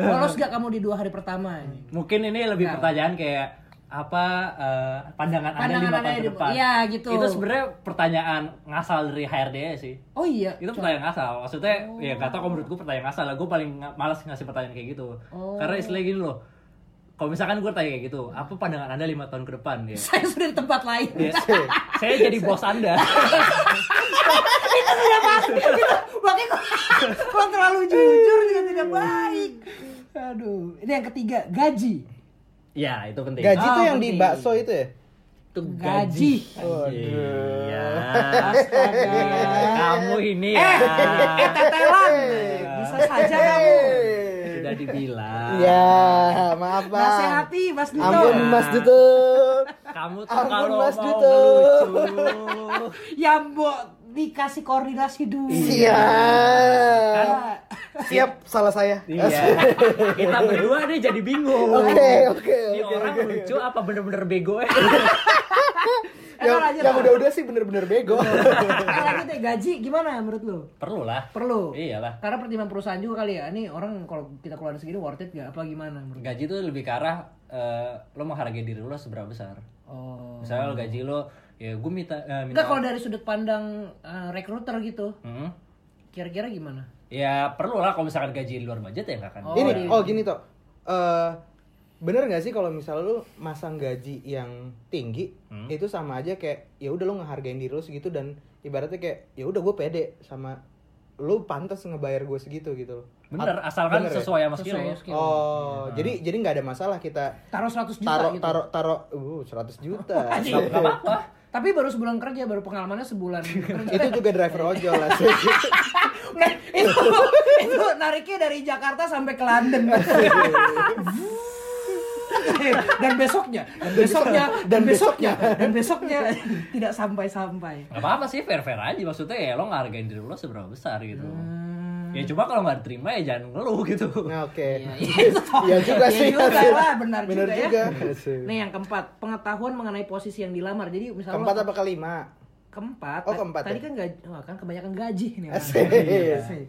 [SPEAKER 4] Lolos gak kamu di dua hari pertama? Nah.
[SPEAKER 2] mungkin ini lebih pertanyaan kayak apa eh, pandangan,
[SPEAKER 4] Pandangan
[SPEAKER 2] anda lima
[SPEAKER 4] Anda
[SPEAKER 2] tahun ke
[SPEAKER 4] di-
[SPEAKER 2] depan?
[SPEAKER 4] iya, gitu.
[SPEAKER 2] Itu sebenarnya pertanyaan ngasal dari HRD sih.
[SPEAKER 4] Oh iya.
[SPEAKER 2] Itu pertanyaan ngasal. Maksudnya
[SPEAKER 4] Oh.
[SPEAKER 2] ya gak tau kalau menurut gue pertanyaan ngasal lah. Gue paling nga- malas ngasih pertanyaan kayak gitu.
[SPEAKER 4] Oh.
[SPEAKER 2] Karena istilahnya gini loh. Kalau misalkan gue tanya kayak gitu, apa pandangan anda lima tahun ke depan? Ya.
[SPEAKER 4] Saya sudah di tempat lain.
[SPEAKER 2] Ya, saya jadi bos anda.
[SPEAKER 4] itu tidak pasti. Itu makanya kok, kok terlalu jujur juga tidak baik. Aduh. Ini yang ketiga, gaji.
[SPEAKER 2] ya itu penting.
[SPEAKER 3] Gaji
[SPEAKER 4] Ah,
[SPEAKER 3] tuh yang di
[SPEAKER 4] penting.
[SPEAKER 3] bakso itu ya?
[SPEAKER 2] itu
[SPEAKER 4] Gaji.
[SPEAKER 2] Iya.
[SPEAKER 4] Astaga.
[SPEAKER 2] Kamu ini ya.
[SPEAKER 4] Eh, eh tetelan. Bisa saja kamu.
[SPEAKER 2] Sudah dibilang.
[SPEAKER 4] Iya.
[SPEAKER 3] Ya, maaf Bang.
[SPEAKER 4] Nasihati gitu. Ya. Mas Dito.
[SPEAKER 3] Ampun Mas Duto.
[SPEAKER 2] Kamu tuh
[SPEAKER 3] Ampun,
[SPEAKER 2] kalau
[SPEAKER 3] Mas
[SPEAKER 2] mau
[SPEAKER 3] Duto.
[SPEAKER 2] ngelucu.
[SPEAKER 4] Ya mbok dikasih koordinasi dulu. Nah,
[SPEAKER 3] Siap. Iya.
[SPEAKER 4] Kan,
[SPEAKER 3] Siap salah saya.
[SPEAKER 2] Iya. Kita berdua nih jadi bingung.
[SPEAKER 3] Oke, oke,
[SPEAKER 2] Ini
[SPEAKER 3] oke.
[SPEAKER 2] orang lucu apa bener-bener bego ya?
[SPEAKER 3] Yang,
[SPEAKER 4] Enak aja,
[SPEAKER 3] yang
[SPEAKER 4] Bang.
[SPEAKER 3] udah-udah sih bener-bener bego.
[SPEAKER 4] Apalagi teh gaji gimana menurut lo?
[SPEAKER 2] Perlu lah.
[SPEAKER 4] Perlu.
[SPEAKER 2] Iyalah.
[SPEAKER 4] Karena pertimbangan perusahaan juga kali ya. Ini orang kalau kita keluarin segini worth it gak? Apa gimana menurut? lo?
[SPEAKER 2] Gaji tuh lebih ke arah eh, lo menghargai diri lo seberapa besar.
[SPEAKER 4] Oh.
[SPEAKER 2] Misalnya lo gaji lo ya gue minta eh, minta
[SPEAKER 4] Enggak kalau dari sudut pandang eh, recruiter gitu.
[SPEAKER 2] Hmm.
[SPEAKER 4] Kira-kira gimana?
[SPEAKER 2] Ya perlu lah kalau misalkan gaji di luar budget ya nggak akan.
[SPEAKER 4] Oh,
[SPEAKER 3] Ini,
[SPEAKER 4] iya.
[SPEAKER 3] oh gini toh. Eh, bener nggak sih kalau misal lu masang gaji yang tinggi
[SPEAKER 4] Hmm.
[SPEAKER 3] itu sama aja kayak ya udah lu ngehargain diri lu segitu dan ibaratnya kayak ya udah gue pede sama lu pantas ngebayar gue segitu gitu loh.
[SPEAKER 2] Bener, asalkan
[SPEAKER 3] bener ya?
[SPEAKER 2] sesuai sama skill
[SPEAKER 4] Sesuai
[SPEAKER 2] lo.
[SPEAKER 4] skill.
[SPEAKER 3] Oh, jadi jadi nggak ada masalah kita
[SPEAKER 4] Taruh 100 juta
[SPEAKER 3] taruh
[SPEAKER 4] gitu.
[SPEAKER 3] taruh taruh uh 100 juta.
[SPEAKER 2] Nggak nggak apa-apa.
[SPEAKER 4] Tapi baru sebulan kerja, baru pengalamannya sebulan kerja.
[SPEAKER 3] itu juga driver ojol lah sih.
[SPEAKER 4] Nah, itu, itu nariknya dari Jakarta sampai ke London.
[SPEAKER 3] Iya,
[SPEAKER 4] Eh, dan besoknya, dan besoknya, dan besoknya, dan besoknya tidak sampai-sampai.
[SPEAKER 2] Gak apa-apa sih, fair-fair aja. Maksudnya ya lo ngehargain diri lo seberapa besar gitu. Ya coba kalau nggak diterima ya jangan ngeluh gitu.
[SPEAKER 3] Hmm. Nah, oke.
[SPEAKER 4] Iya
[SPEAKER 3] Iya juga sih.
[SPEAKER 4] juga lah, benar,
[SPEAKER 3] Benar
[SPEAKER 4] juga.
[SPEAKER 3] juga.
[SPEAKER 4] ya. Nih yang keempat, pengetahuan mengenai posisi yang dilamar. Jadi misalnya
[SPEAKER 3] Keempat
[SPEAKER 4] lo-
[SPEAKER 3] apa kelima?
[SPEAKER 4] keempat.
[SPEAKER 3] Oh, keempat ya?
[SPEAKER 4] Tadi kan gaji, wah, kan kebanyakan gaji nih. orang.
[SPEAKER 3] Asik.
[SPEAKER 4] Iya sih.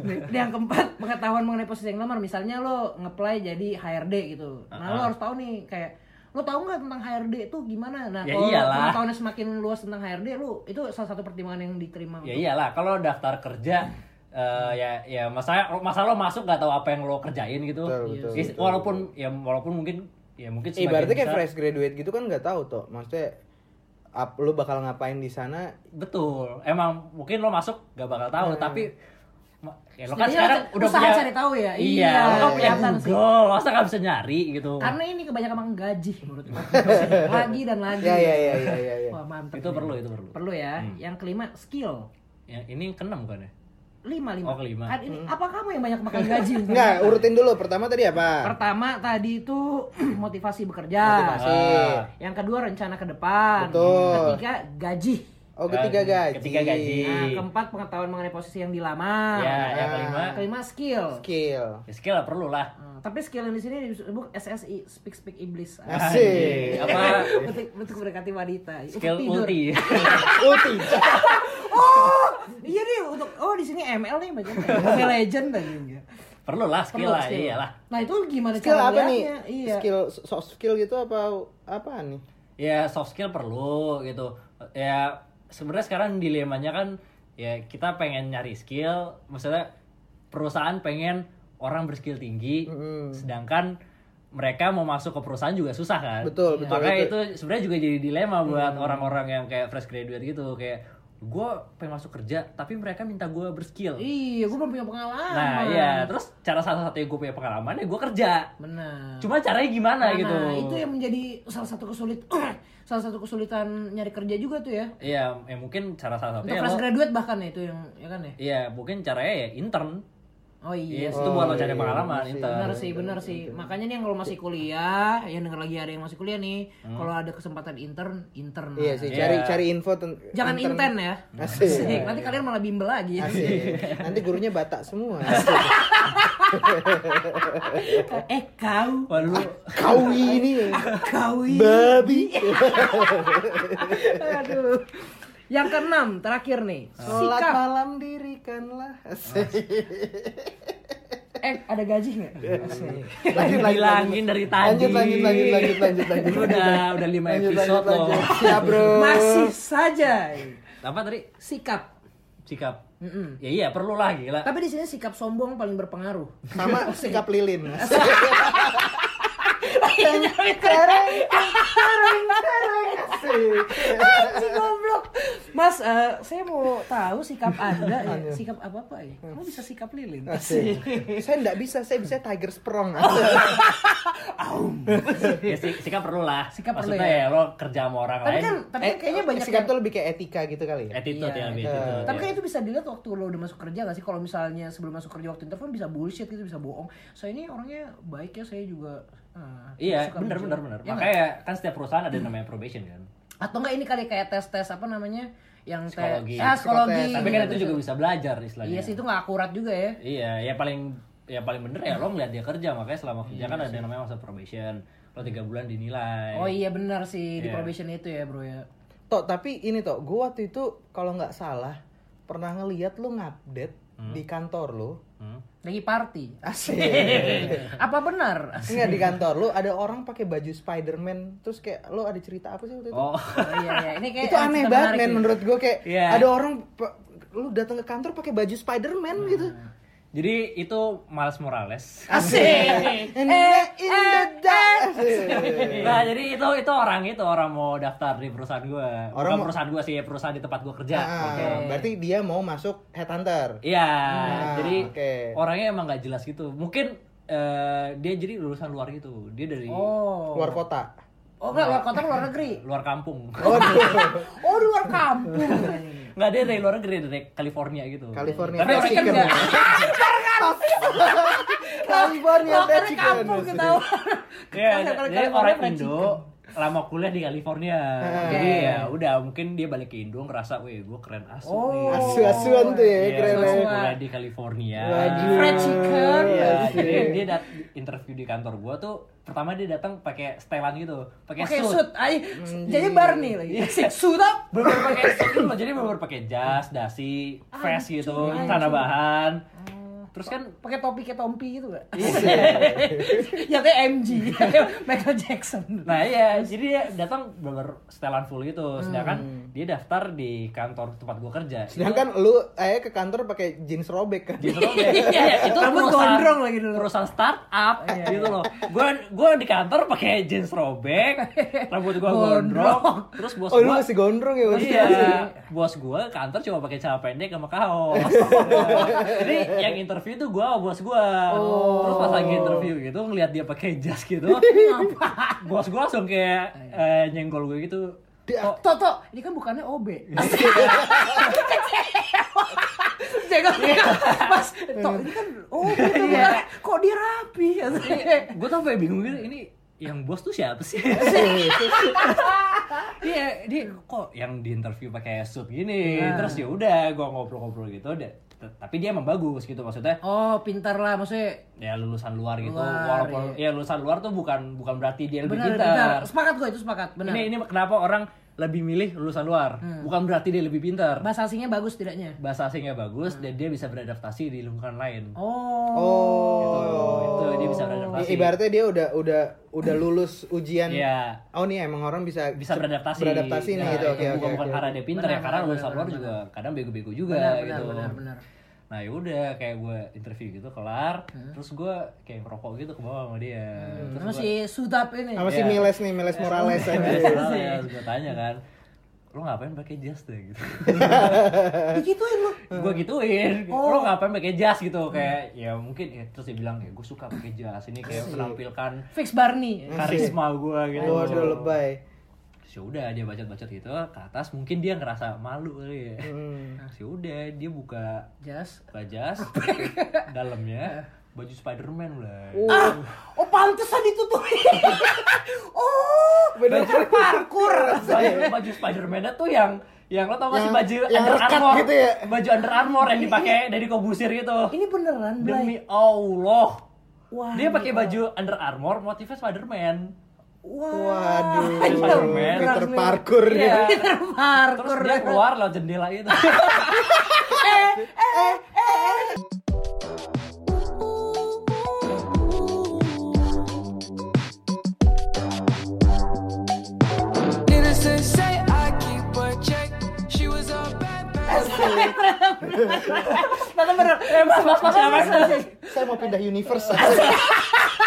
[SPEAKER 4] Nih, nih, yang keempat, pengetahuan mengenai posisi yang lamar. Misalnya lo ngeplay jadi HRD gitu. Nah, lo harus tahu nih kayak lo tahu nggak tentang HRD itu gimana? Nah,
[SPEAKER 2] Ya
[SPEAKER 4] kalau lo
[SPEAKER 2] iyalah.
[SPEAKER 4] pengetahuannya semakin luas tentang HRD, lo itu salah satu pertimbangan yang diterima.
[SPEAKER 2] Ya iyalah, kalau daftar kerja eh, ya ya masa masa lo masuk nggak tahu apa yang lo kerjain gitu.
[SPEAKER 3] Betul, betul,
[SPEAKER 2] Ya, walaupun ya walaupun mungkin ya mungkin
[SPEAKER 3] Ibaratnya kayak
[SPEAKER 2] besar-
[SPEAKER 3] fresh graduate gitu kan nggak tahu toh. Maksudnya ap, lu bakal ngapain di sana?
[SPEAKER 2] Betul. Emang mungkin lo masuk gak bakal tahu,
[SPEAKER 3] Nah.
[SPEAKER 2] tapi ma- ya lo kan
[SPEAKER 4] Setidaknya
[SPEAKER 2] sekarang
[SPEAKER 4] lo
[SPEAKER 2] udah
[SPEAKER 4] usaha
[SPEAKER 2] punya
[SPEAKER 4] cari tahu ya.
[SPEAKER 2] Iya,
[SPEAKER 4] Iya,
[SPEAKER 2] lo kan punya
[SPEAKER 4] kelihatan sih.
[SPEAKER 2] Google, masa gak bisa nyari gitu.
[SPEAKER 4] Karena ini kebanyakan makan gaji menurut gue. lagi dan lagi.
[SPEAKER 3] Ya ya ya ya ya. ya.
[SPEAKER 4] Wah, mantep.
[SPEAKER 2] Itu Hmm.
[SPEAKER 4] nih.
[SPEAKER 2] perlu, itu perlu.
[SPEAKER 4] Perlu ya. Yang kelima, skill.
[SPEAKER 2] Ya, ini yang keenam kan ya?
[SPEAKER 4] Lima, lima.
[SPEAKER 2] Oh, kelima.
[SPEAKER 4] Kan
[SPEAKER 3] Hmm.
[SPEAKER 4] ini, apa kamu yang banyak makan gaji?
[SPEAKER 3] Nggak, urutin dulu. Pertama tadi apa?
[SPEAKER 4] Pertama tadi itu motivasi bekerja.
[SPEAKER 3] Motivasi.
[SPEAKER 2] Ah.
[SPEAKER 4] Yang kedua rencana ke depan.
[SPEAKER 3] Betul.
[SPEAKER 4] Ketiga gaji.
[SPEAKER 3] Oh, ketiga
[SPEAKER 2] Eh,
[SPEAKER 3] gaji.
[SPEAKER 2] ketiga gaji.
[SPEAKER 4] Nah, keempat pengetahuan mengenai posisi yang dilamar.
[SPEAKER 2] Ya, yang
[SPEAKER 3] Ah.
[SPEAKER 2] kelima.
[SPEAKER 4] Kelima skill.
[SPEAKER 3] Skill.
[SPEAKER 2] Ya, skill lah, perlu lah.
[SPEAKER 4] Hmm, Tapi skill yang di sini disebut SSI, Speak Speak Iblis.
[SPEAKER 3] Asik.
[SPEAKER 2] Apa
[SPEAKER 4] Bentuk, bentuk mendekati wanita. Untuk
[SPEAKER 2] skill
[SPEAKER 4] tidur.
[SPEAKER 2] ulti?
[SPEAKER 3] Ulti.
[SPEAKER 4] Oh, iya nih untuk oh di sini ML nih bagian ML Legend tadi.
[SPEAKER 2] perlu lah skill lah, iyalah.
[SPEAKER 4] Nah, itu gimana
[SPEAKER 3] Skill
[SPEAKER 4] cara
[SPEAKER 3] apa nih?
[SPEAKER 4] ngeliatnya? Iya.
[SPEAKER 3] Skill soft skill gitu apa apaan nih?
[SPEAKER 2] ya soft skill perlu gitu ya sebenarnya sekarang dilemanya kan ya kita pengen nyari skill maksudnya perusahaan pengen orang berskill tinggi sedangkan mereka mau masuk ke perusahaan juga susah kan
[SPEAKER 3] Betul, betul,
[SPEAKER 2] makanya
[SPEAKER 3] betul.
[SPEAKER 2] itu sebenarnya juga jadi dilema buat orang-orang yang kayak fresh graduate gitu kayak gue pengen masuk kerja tapi mereka minta gue berskill
[SPEAKER 4] Iya, gue belum punya pengalaman.
[SPEAKER 2] gitu. nah iya terus cara satu-satunya gue punya pengalaman ya gue kerja
[SPEAKER 4] Benar.
[SPEAKER 2] cuma caranya gimana
[SPEAKER 4] Nah,
[SPEAKER 2] gitu
[SPEAKER 4] itu yang menjadi salah satu kesulit salah satu kesulitan nyari kerja juga tuh ya.
[SPEAKER 2] Iya, ya mungkin cara salah
[SPEAKER 4] Untuk
[SPEAKER 2] satunya
[SPEAKER 4] fresh
[SPEAKER 2] lo-
[SPEAKER 4] graduate bahkan ya itu yang ya kan ya.
[SPEAKER 2] Iya, mungkin caranya ya intern.
[SPEAKER 4] Oh iya.
[SPEAKER 2] Iya, itu buat lo cari pengalaman intern.
[SPEAKER 4] Bener sih, bener sih. Makanya nih yang kalau masih kuliah, yang denger lagi ada yang masih kuliah nih, kalau ada kesempatan intern, intern.
[SPEAKER 3] Iya
[SPEAKER 4] lah.
[SPEAKER 3] sih,
[SPEAKER 2] Iya.
[SPEAKER 3] cari cari info ten-
[SPEAKER 4] Jangan
[SPEAKER 3] intern.
[SPEAKER 4] inten ya.
[SPEAKER 3] Asik.
[SPEAKER 4] Asik. Nanti kalian malah bimbel lagi.
[SPEAKER 3] Asik. Nanti gurunya batak semua. Asik.
[SPEAKER 4] eh kau,
[SPEAKER 2] Wah, lu
[SPEAKER 3] Kau ini
[SPEAKER 4] kau ini.
[SPEAKER 3] babi.
[SPEAKER 4] Aduh. Yang keenam, terakhir nih.
[SPEAKER 3] Sholat
[SPEAKER 4] Sikap.
[SPEAKER 3] malam dirikanlah. Asik.
[SPEAKER 4] eh ada gaji nggak?
[SPEAKER 3] Lanjut, lanjut,
[SPEAKER 2] Bilangin dari tadi.
[SPEAKER 3] lanjut, lanjut, lanjut, lanjut, lanjut, lanjut.
[SPEAKER 2] Lu udah udah 5
[SPEAKER 3] Lanjut,
[SPEAKER 2] episode
[SPEAKER 3] lanjut,
[SPEAKER 2] loh.
[SPEAKER 3] lanjut. Siap, Ya, bro.
[SPEAKER 4] Masih saja
[SPEAKER 2] Apa tadi?
[SPEAKER 4] sikap.
[SPEAKER 2] Sikap.
[SPEAKER 4] Mm-mm.
[SPEAKER 2] Ya iya, perlu lah gila.
[SPEAKER 4] Tapi di sini sikap sombong paling berpengaruh.
[SPEAKER 3] Sama sikap lilin. Asik.
[SPEAKER 4] Anjing goblok. Mas, eh, saya mau tahu sikap Anda ya. sikap apa apa ya? Kamu bisa sikap lilin.
[SPEAKER 3] Asik. Saya nggak bisa, saya bisa tiger sprong.
[SPEAKER 2] Ya, si- sikap perlu lah.
[SPEAKER 4] Sikap perlu
[SPEAKER 2] Maksudnya
[SPEAKER 4] ya.
[SPEAKER 2] ya lo kerja sama orang
[SPEAKER 4] Tapi
[SPEAKER 2] lain.
[SPEAKER 4] kan tapi kan kayaknya banyak
[SPEAKER 3] Eh, sikap
[SPEAKER 4] yang-
[SPEAKER 3] tuh lebih kayak etika gitu kali ya.
[SPEAKER 2] attitude
[SPEAKER 4] Iya,
[SPEAKER 2] ya, lebih
[SPEAKER 3] iya.
[SPEAKER 2] attitude,
[SPEAKER 4] Tapi
[SPEAKER 2] ya.
[SPEAKER 4] kan itu bisa dilihat waktu lo udah masuk kerja gak sih? Kalau misalnya sebelum masuk kerja waktu interview bisa bullshit gitu, bisa bohong. Saya ini orangnya baik ya, saya juga ah,
[SPEAKER 2] Iya,
[SPEAKER 4] suka
[SPEAKER 2] benar
[SPEAKER 4] lucu.
[SPEAKER 2] benar benar.
[SPEAKER 4] Iya nggak?
[SPEAKER 2] Makanya kan setiap perusahaan ada yang namanya probation kan.
[SPEAKER 4] Atau enggak ini kali kayak tes-tes apa namanya? Yang tes
[SPEAKER 2] Psikologi.
[SPEAKER 4] Ah, psikologi.
[SPEAKER 3] Psikotes.
[SPEAKER 2] Tapi kan itu juga bisa belajar istilahnya.
[SPEAKER 4] Iya sih itu nggak akurat juga ya.
[SPEAKER 2] Iya, ya paling ya paling bener ya lo ngeliat dia kerja makanya selama
[SPEAKER 3] Iya
[SPEAKER 2] kerja kan ada yang namanya masa probation. Lo tiga bulan dinilai.
[SPEAKER 4] Oh iya benar sih di
[SPEAKER 2] Iya.
[SPEAKER 4] probation itu ya, Bro ya.
[SPEAKER 3] Tok, tapi ini tok, gua waktu itu kalau nggak salah pernah ngeliat lu ngupdate di kantor lu.
[SPEAKER 2] Hmm?
[SPEAKER 4] Lagi party.
[SPEAKER 3] Asik.
[SPEAKER 4] Apa benar?
[SPEAKER 3] Enggak di kantor lu ada orang pakai baju Spider-Man terus kayak lu ada cerita apa sih waktu itu?
[SPEAKER 2] Oh.
[SPEAKER 4] Oh, iya, iya. Ini kayak
[SPEAKER 3] itu
[SPEAKER 4] cerita
[SPEAKER 3] aneh
[SPEAKER 4] menarik ya.
[SPEAKER 3] banget men
[SPEAKER 4] nih.
[SPEAKER 3] menurut gue kayak
[SPEAKER 2] Iya.
[SPEAKER 3] ada orang pa- lu datang ke kantor pakai baju Spider-Man
[SPEAKER 2] Hmm.
[SPEAKER 3] gitu.
[SPEAKER 2] Jadi itu Miles Morales.
[SPEAKER 4] Asik.
[SPEAKER 3] And we're
[SPEAKER 4] eh,
[SPEAKER 3] in the dark. Iya,
[SPEAKER 2] Nah, jadi itu itu orang itu orang mau daftar di perusahaan gua.
[SPEAKER 3] Orang
[SPEAKER 2] Orang Bukan
[SPEAKER 3] mau-
[SPEAKER 2] perusahaan gua sih, perusahaan di tempat gua kerja.
[SPEAKER 3] Ah,
[SPEAKER 2] Oke.
[SPEAKER 3] berarti dia mau masuk headhunter.
[SPEAKER 2] Iya, jadi
[SPEAKER 3] Ah, oke.
[SPEAKER 2] orangnya emang nggak jelas gitu. Mungkin eh, dia jadi lulusan luar gitu. Dia dari
[SPEAKER 4] Oh.
[SPEAKER 3] Keluar kota.
[SPEAKER 4] Oh enggak luar kota luar negeri.
[SPEAKER 2] luar kampung.
[SPEAKER 3] Waduh.
[SPEAKER 4] Oh di luar kampung.
[SPEAKER 2] Nggak dia dari luar negeri dari California gitu.
[SPEAKER 3] California kan.
[SPEAKER 2] Tapi
[SPEAKER 3] fried
[SPEAKER 2] orang
[SPEAKER 4] Mexican
[SPEAKER 3] chicken.
[SPEAKER 4] nggak?
[SPEAKER 3] California fried
[SPEAKER 4] Lokernya
[SPEAKER 3] chicken.
[SPEAKER 4] kampung ketawa.
[SPEAKER 2] Iya,
[SPEAKER 4] Kalau
[SPEAKER 2] jadi
[SPEAKER 4] California
[SPEAKER 2] orang
[SPEAKER 4] fried
[SPEAKER 2] Indo lama kuliah di California. Jadi ya udah mungkin dia balik ke Indo ngerasa, "Weh, gua keren asu nih."
[SPEAKER 4] Oh.
[SPEAKER 3] Asu-asuan tuh ya,
[SPEAKER 2] Iya,
[SPEAKER 3] keren.
[SPEAKER 2] gua
[SPEAKER 3] ya.
[SPEAKER 2] kuliah di California.
[SPEAKER 3] Waduh.
[SPEAKER 4] Fried chicken.
[SPEAKER 2] Iya,
[SPEAKER 3] Asik.
[SPEAKER 2] jadi dia dat interview di kantor gua tuh pertama dia datang pakai setelan gitu, pakai
[SPEAKER 4] Oke,
[SPEAKER 2] suit.
[SPEAKER 4] suit. Ay, jadi bar nih lagi. Suit up.
[SPEAKER 2] Bener-bener pakai suit gitu loh, jadi bener-bener pakai jas, dasi, vest gitu, celana bahan. Terus kan
[SPEAKER 4] Pakai topi kayak tompi gitu gak?
[SPEAKER 2] Iya.
[SPEAKER 4] ya kayak MG. Michael Jackson.
[SPEAKER 2] Nah iya, jadi dia datang bener setelan full gitu, sedangkan dia daftar di kantor tempat gua kerja. Itu-
[SPEAKER 3] Sedangkan lu eh ke kantor pakai jeans robek kan.
[SPEAKER 2] gitu loh iya, itu
[SPEAKER 4] Rambut
[SPEAKER 2] perusahaan-
[SPEAKER 4] gondrong lagi dulu.
[SPEAKER 2] perusahaan startup
[SPEAKER 3] Oh, iya,
[SPEAKER 2] gitu loh gue gue di kantor pakai jeans robek rambut gue gondrong terus bos
[SPEAKER 3] Oh, lu
[SPEAKER 2] gue
[SPEAKER 3] masih gondrong ya. Bos?
[SPEAKER 2] iya bos gue kantor cuma pakai celana pendek sama kaos jadi yang interview tuh gue sama bos gue
[SPEAKER 3] Oh.
[SPEAKER 2] terus pas lagi interview gitu ngeliat dia pakai jas gitu bos gue langsung kayak
[SPEAKER 3] Oh,
[SPEAKER 2] eh,
[SPEAKER 3] iya.
[SPEAKER 2] nyenggol gue gitu
[SPEAKER 3] Dia-
[SPEAKER 4] Toto, ini kan bukannya OB. Jangan Mas, Toto, ini kan OB tuh bukan. Kok dia rapi?
[SPEAKER 2] gue tuh sampai bingung gitu ini yang bos tuh siapa sih Gitu,
[SPEAKER 4] Iya,
[SPEAKER 2] dia dia kok yang di interview pakai suit gini
[SPEAKER 3] Iya.
[SPEAKER 2] terus ya udah gue ngobrol-ngobrol gitu dia- t- tapi dia emang bagus gitu maksudnya
[SPEAKER 4] Oh, pintar lah maksudnya.
[SPEAKER 2] ya lulusan luar gitu
[SPEAKER 4] Luar, iya.
[SPEAKER 2] walaupun ya lulusan luar tuh bukan bukan berarti dia lebih
[SPEAKER 4] Benar,
[SPEAKER 2] pintar
[SPEAKER 4] pintar. Sepakat gue itu sepakat, benar. Hmm.
[SPEAKER 2] ini ini kenapa orang lebih milih lulusan luar bukan berarti dia lebih pintar
[SPEAKER 4] Bahasa asingnya bagus tidaknya?
[SPEAKER 2] bahasa asingnya bagus
[SPEAKER 4] Hmm.
[SPEAKER 2] dan dia bisa beradaptasi di lingkungan lain
[SPEAKER 3] Oh.
[SPEAKER 2] Gitu, dia bisa beradaptasi.
[SPEAKER 3] I- Ibaratnya dia udah udah udah lulus ujian.
[SPEAKER 2] Iya.
[SPEAKER 3] Oh nih emang orang bisa
[SPEAKER 2] bisa
[SPEAKER 3] cep-
[SPEAKER 2] beradaptasi
[SPEAKER 3] Beradaptasi nih
[SPEAKER 2] Nah,
[SPEAKER 3] gitu. Oke
[SPEAKER 2] bukan,
[SPEAKER 3] oke.
[SPEAKER 2] bukan
[SPEAKER 3] oke.
[SPEAKER 2] karena dia pintar ya
[SPEAKER 4] Benar,
[SPEAKER 2] karena
[SPEAKER 4] benar,
[SPEAKER 2] lulusan
[SPEAKER 4] benar,
[SPEAKER 2] luar
[SPEAKER 4] benar.
[SPEAKER 2] juga kadang bego-bego juga
[SPEAKER 4] Benar, benar,
[SPEAKER 2] gitu
[SPEAKER 4] benar, benar.
[SPEAKER 2] nah yaudah kayak gue interview gitu kelar
[SPEAKER 4] Hmm.
[SPEAKER 2] terus gue kayak ngerokok gitu ke bawah sama dia terus
[SPEAKER 4] Sama si Sudap ini.
[SPEAKER 3] Sama si
[SPEAKER 2] Iya.
[SPEAKER 3] Miles nih, Miles Morales aja.
[SPEAKER 4] iya.
[SPEAKER 2] gue tanya kan lo ngapain pakai jas deh gitu
[SPEAKER 4] Digituin lu.
[SPEAKER 2] gue
[SPEAKER 3] Eh.
[SPEAKER 2] gituin
[SPEAKER 4] Oh.
[SPEAKER 2] lo ngapain pakai jas gitu kayak ya mungkin ya terus dia bilang ya gue suka pakai jas ini kayak menampilkan
[SPEAKER 4] Fix Barney.
[SPEAKER 2] karisma gue gitu
[SPEAKER 3] Waduh lebay.
[SPEAKER 2] Terus yaudah dia bacot-bacot gitu ke atas mungkin dia ngerasa malu kali ya.
[SPEAKER 3] Hmm.
[SPEAKER 2] Terus yaudah dia buka
[SPEAKER 4] Jas.
[SPEAKER 2] buka jas dalamnya baju Spiderman lah.
[SPEAKER 4] Ah, oh pantesan ditutupin. oh,
[SPEAKER 3] Bener.
[SPEAKER 4] baju parkur.
[SPEAKER 2] Baju, baju Spiderman tuh yang yang lo tau gak sih
[SPEAKER 3] Yang-
[SPEAKER 2] baju
[SPEAKER 3] yang
[SPEAKER 2] Under
[SPEAKER 3] rekat
[SPEAKER 2] Armour
[SPEAKER 3] gitu ya?
[SPEAKER 2] baju Under Armour yang dipakai dari Kobusir gitu
[SPEAKER 4] Ini beneran, Blay.
[SPEAKER 2] demi Allah
[SPEAKER 4] Wah,
[SPEAKER 2] dia pakai baju Under Armour motifnya Spiderman
[SPEAKER 4] Wah.
[SPEAKER 3] Waduh.
[SPEAKER 2] Aduh, Spider-Man.
[SPEAKER 3] Peter Parkour dia.
[SPEAKER 2] Iya.
[SPEAKER 4] Peter
[SPEAKER 2] terus
[SPEAKER 4] parkur.
[SPEAKER 2] dia keluar lewat jendela itu
[SPEAKER 5] ooh
[SPEAKER 6] to say I keep a check. She was a bad
[SPEAKER 4] Ternyata bener. Eh, mas, mas, mas, mas, mas.
[SPEAKER 3] Saya mau pindah universe.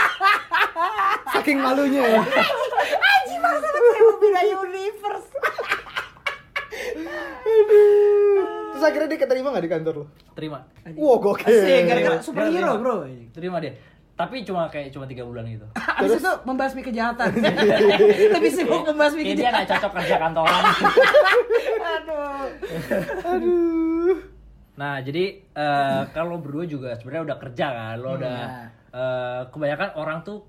[SPEAKER 3] Saking malunya ya.
[SPEAKER 4] Anjing mas, saya mau pindah universe.
[SPEAKER 3] Terus akhirnya dia keterima nggak di kantor lo?
[SPEAKER 2] Terima.
[SPEAKER 3] Wow gokil.
[SPEAKER 4] Asik, gara-gara superhero
[SPEAKER 2] Terima.
[SPEAKER 4] bro.
[SPEAKER 2] Terima dia. Tapi cuma kayak cuma tiga bulan gitu.
[SPEAKER 4] Abis itu membasmi kejahatan. Lebih sibuk membasmi
[SPEAKER 2] Kayak dia
[SPEAKER 4] kejahatan.
[SPEAKER 2] nggak cocok kerja kantoran.
[SPEAKER 4] Aduh.
[SPEAKER 2] nah jadi eh, kalau berdua juga sebenarnya udah kerja kan, lo udah
[SPEAKER 4] Iya.
[SPEAKER 2] eh, kebanyakan orang tuh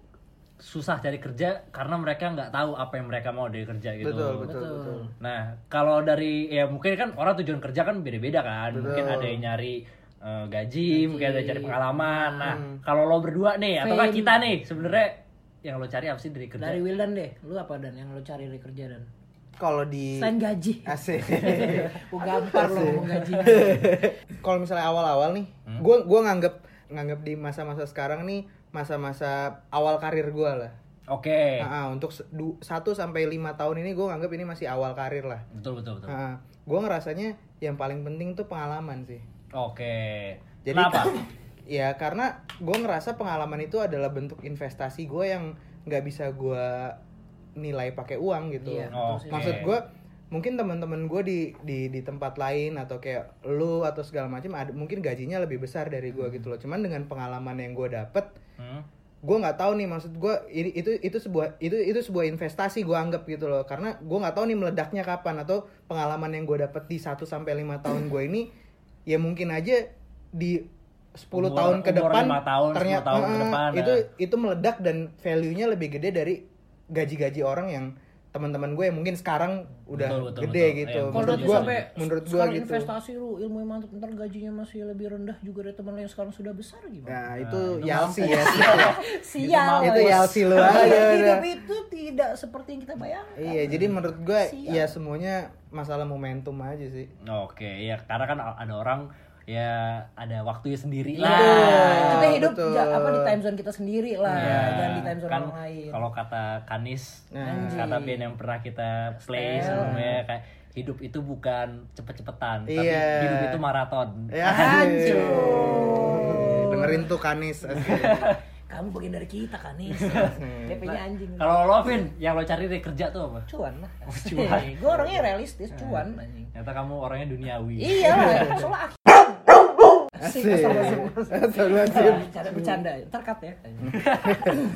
[SPEAKER 2] susah cari kerja karena mereka nggak tahu apa yang mereka mau dari kerja gitu.
[SPEAKER 3] Betul, betul, betul.
[SPEAKER 2] Nah, kalau dari ya mungkin kan orang tujuan kerja kan beda-beda kan. Mungkin ada yang nyari eh, gaji, mungkin ada yang cari pengalaman. Nah, kalau lo berdua nih atau nggak
[SPEAKER 4] Fame.
[SPEAKER 2] kita nih sebenarnya yang lo cari apa sih dari kerja?
[SPEAKER 4] Dari Wildan deh, lu apa dan yang lu cari dari kerja dan?
[SPEAKER 3] Kalau di
[SPEAKER 4] Selain gaji.
[SPEAKER 3] Asik. Eh.
[SPEAKER 4] Gue gampar lo ngomong gaji.
[SPEAKER 3] Kalau misalnya awal-awal nih, gua gua nganggep nganggep di masa-masa sekarang nih masa-masa awal karir gua lah.
[SPEAKER 2] Oke.
[SPEAKER 3] Ah, ah, untuk 1 sampai 5 tahun ini gua nganggep ini masih awal karir lah.
[SPEAKER 2] Betul betul betul.
[SPEAKER 3] Heeh. Gue ngerasanya yang paling penting tuh pengalaman sih.
[SPEAKER 2] Oke.
[SPEAKER 3] Jadi-
[SPEAKER 2] Kenapa?
[SPEAKER 3] Ya karena gue ngerasa pengalaman itu adalah bentuk investasi gue yang nggak bisa gue nilai pakai uang gitu.
[SPEAKER 4] Iya.
[SPEAKER 2] Oh, Oke.
[SPEAKER 3] Maksud gue mungkin teman-teman gue di, di di tempat lain atau kayak lu atau segala macam ada mungkin gajinya lebih besar dari gue gitu loh. Cuman dengan pengalaman yang gue dapet
[SPEAKER 2] Hmm?
[SPEAKER 3] gue nggak tahu nih maksud gue ini itu itu sebuah itu itu sebuah investasi gue anggap gitu loh karena gue nggak tahu nih meledaknya kapan atau pengalaman yang gue dapet di 1 sampai lima tahun gue ini ya mungkin aja di 10
[SPEAKER 2] Umur-
[SPEAKER 3] tahun ke
[SPEAKER 2] umur
[SPEAKER 3] depan
[SPEAKER 2] lima tahun,
[SPEAKER 3] ternyata
[SPEAKER 2] 10 tahun ke
[SPEAKER 3] eh,
[SPEAKER 2] depan,
[SPEAKER 3] itu
[SPEAKER 2] ya.
[SPEAKER 3] itu meledak dan value-nya lebih gede dari gaji-gaji orang yang teman-teman gue yang mungkin sekarang udah
[SPEAKER 2] Betul, betul,
[SPEAKER 3] gede
[SPEAKER 2] betul. Iya,
[SPEAKER 3] gitu
[SPEAKER 4] Kalau
[SPEAKER 3] menurut
[SPEAKER 4] lu
[SPEAKER 2] setuju,
[SPEAKER 3] gue
[SPEAKER 4] sampai
[SPEAKER 3] menurut gue
[SPEAKER 4] sekarang
[SPEAKER 3] gitu
[SPEAKER 4] investasi lu ilmu yang mantap ntar gajinya masih lebih rendah juga dari teman lu yang sekarang sudah besar gimana?
[SPEAKER 3] nah itu yalsi ya
[SPEAKER 4] Sial.
[SPEAKER 3] itu yalsi lu aja udah.
[SPEAKER 4] Hidup itu tidak seperti yang kita bayangkan.
[SPEAKER 3] Iya, jadi menurut gue
[SPEAKER 4] Siap.
[SPEAKER 3] ya semuanya masalah momentum aja sih.
[SPEAKER 2] Oke, ya karena kan ada orang ya ada waktunya sendiri lah.
[SPEAKER 3] Betul.
[SPEAKER 4] Kita hidup
[SPEAKER 3] betul.
[SPEAKER 4] ja- apa di time zone kita sendiri lah,
[SPEAKER 2] Ya,
[SPEAKER 4] jangan di time zone
[SPEAKER 2] kan
[SPEAKER 4] orang lain.
[SPEAKER 2] Kalau kata Kanis,
[SPEAKER 3] Nah.
[SPEAKER 2] kata band yang pernah kita play
[SPEAKER 4] Setel.
[SPEAKER 2] sebelumnya kayak hidup itu bukan cepet-cepetan, tapi
[SPEAKER 3] Iya.
[SPEAKER 2] hidup itu maraton.
[SPEAKER 3] Ya,
[SPEAKER 4] Iya. Hancur.
[SPEAKER 3] Dengerin tuh Kanis. asik.
[SPEAKER 4] Kamu bagian dari kita kan nih. DP-nya anjing.
[SPEAKER 2] Kalau lo Vin, yang lo cari dari kerja tuh apa?
[SPEAKER 4] cuan lah.
[SPEAKER 2] cuan.
[SPEAKER 4] Gue orangnya realistis, cuan anjing.
[SPEAKER 2] Ternyata kamu orangnya duniawi.
[SPEAKER 4] Iya lah, soalnya akhir.
[SPEAKER 3] Asik.
[SPEAKER 4] Asik, astagfirullahaladzim.
[SPEAKER 3] Astagfirullahaladzim.
[SPEAKER 4] Cara bercanda, ntar cut ya.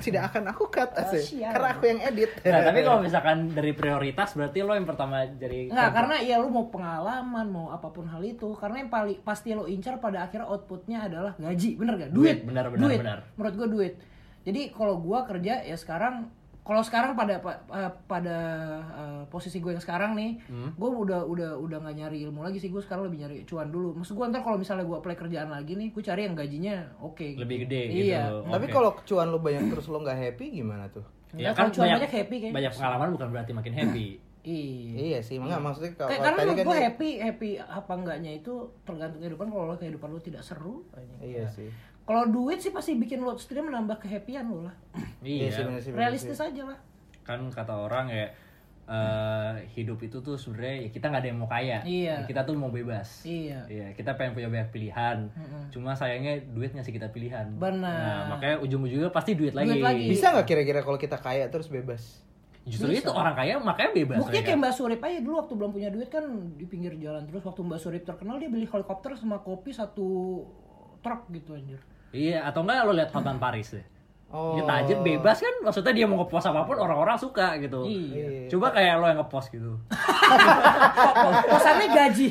[SPEAKER 3] Tidak akan aku cut asik.
[SPEAKER 4] sial.
[SPEAKER 3] Karena aku yang edit.
[SPEAKER 2] Nah, tapi kalau misalkan dari prioritas berarti lo yang pertama jadi
[SPEAKER 4] Enggak,
[SPEAKER 2] kerja.
[SPEAKER 4] karena ya lu mau pengalaman, mau apapun hal itu. Karena yang paling pasti lo incar pada akhirnya outputnya adalah gaji, bener gak? Duit,
[SPEAKER 2] Duit, benar, benar,
[SPEAKER 4] duit.
[SPEAKER 2] benar.
[SPEAKER 4] Menurut gue duit. Jadi kalau gua kerja ya sekarang, kalau sekarang pada pa- eh, pada eh, posisi gue yang sekarang nih,
[SPEAKER 2] Hmm.
[SPEAKER 4] gua udah udah udah nggak nyari ilmu lagi sih. Gue sekarang lebih nyari cuan dulu. Maksud gue ntar kalau misalnya gua apply kerjaan lagi nih, gue cari yang gajinya oke.
[SPEAKER 2] lebih gede
[SPEAKER 4] Iya.
[SPEAKER 2] gitu.
[SPEAKER 3] Tapi
[SPEAKER 2] Oke.
[SPEAKER 3] kalau cuan lu banyak terus lu nggak happy gimana tuh?
[SPEAKER 2] ya
[SPEAKER 4] Enggak,
[SPEAKER 2] kan
[SPEAKER 4] kalau cuan
[SPEAKER 2] banyak,
[SPEAKER 4] banyak happy kayaknya.
[SPEAKER 2] banyak pengalaman bukan berarti makin happy.
[SPEAKER 4] Iya.
[SPEAKER 3] Iya sih, enggak maksudnya kalau
[SPEAKER 4] Kayak
[SPEAKER 3] kalau
[SPEAKER 4] karena
[SPEAKER 3] tadi
[SPEAKER 4] menurut ya.
[SPEAKER 3] kan
[SPEAKER 4] gue
[SPEAKER 3] dia-
[SPEAKER 4] happy happy apa enggaknya itu tergantung kehidupan kalau kehidupan lu tidak seru kayaknya.
[SPEAKER 3] Iya sih.
[SPEAKER 4] kalau duit sih pasti bikin lu setidaknya menambah kehappian lu lah
[SPEAKER 2] iya.
[SPEAKER 3] sih, bener sih, bener
[SPEAKER 4] realistis aja lah
[SPEAKER 2] kan kata orang ya eh, hidup itu tuh sebenarnya ya kita nggak ada yang mau kaya
[SPEAKER 4] Iya.
[SPEAKER 2] kita tuh mau bebas
[SPEAKER 4] Iya.
[SPEAKER 2] kita pengen punya banyak pilihan cuma sayangnya duit ngasih kita pilihan
[SPEAKER 4] Benar.
[SPEAKER 2] nah, makanya ujung-ujungnya pasti duit lagi,
[SPEAKER 4] Duit lagi.
[SPEAKER 3] Bisa nggak kira-kira kalau kita kaya terus bebas?
[SPEAKER 2] justru itu orang kaya makanya bebas
[SPEAKER 4] buktinya
[SPEAKER 2] mereka.
[SPEAKER 4] kayak Mbak Surip aja dulu waktu belum punya duit kan di pinggir jalan terus waktu Mbak Surip terkenal dia beli helikopter sama kopi satu truk gitu anjir
[SPEAKER 2] iya atau enggak lo lihat Hotman Paris deh
[SPEAKER 3] Oh.
[SPEAKER 2] Dia tajir bebas kan maksudnya dia mau ngepost apapun orang-orang suka gitu.
[SPEAKER 4] Iya.
[SPEAKER 2] Coba kayak lo yang ngepost gitu.
[SPEAKER 4] kosannya gaji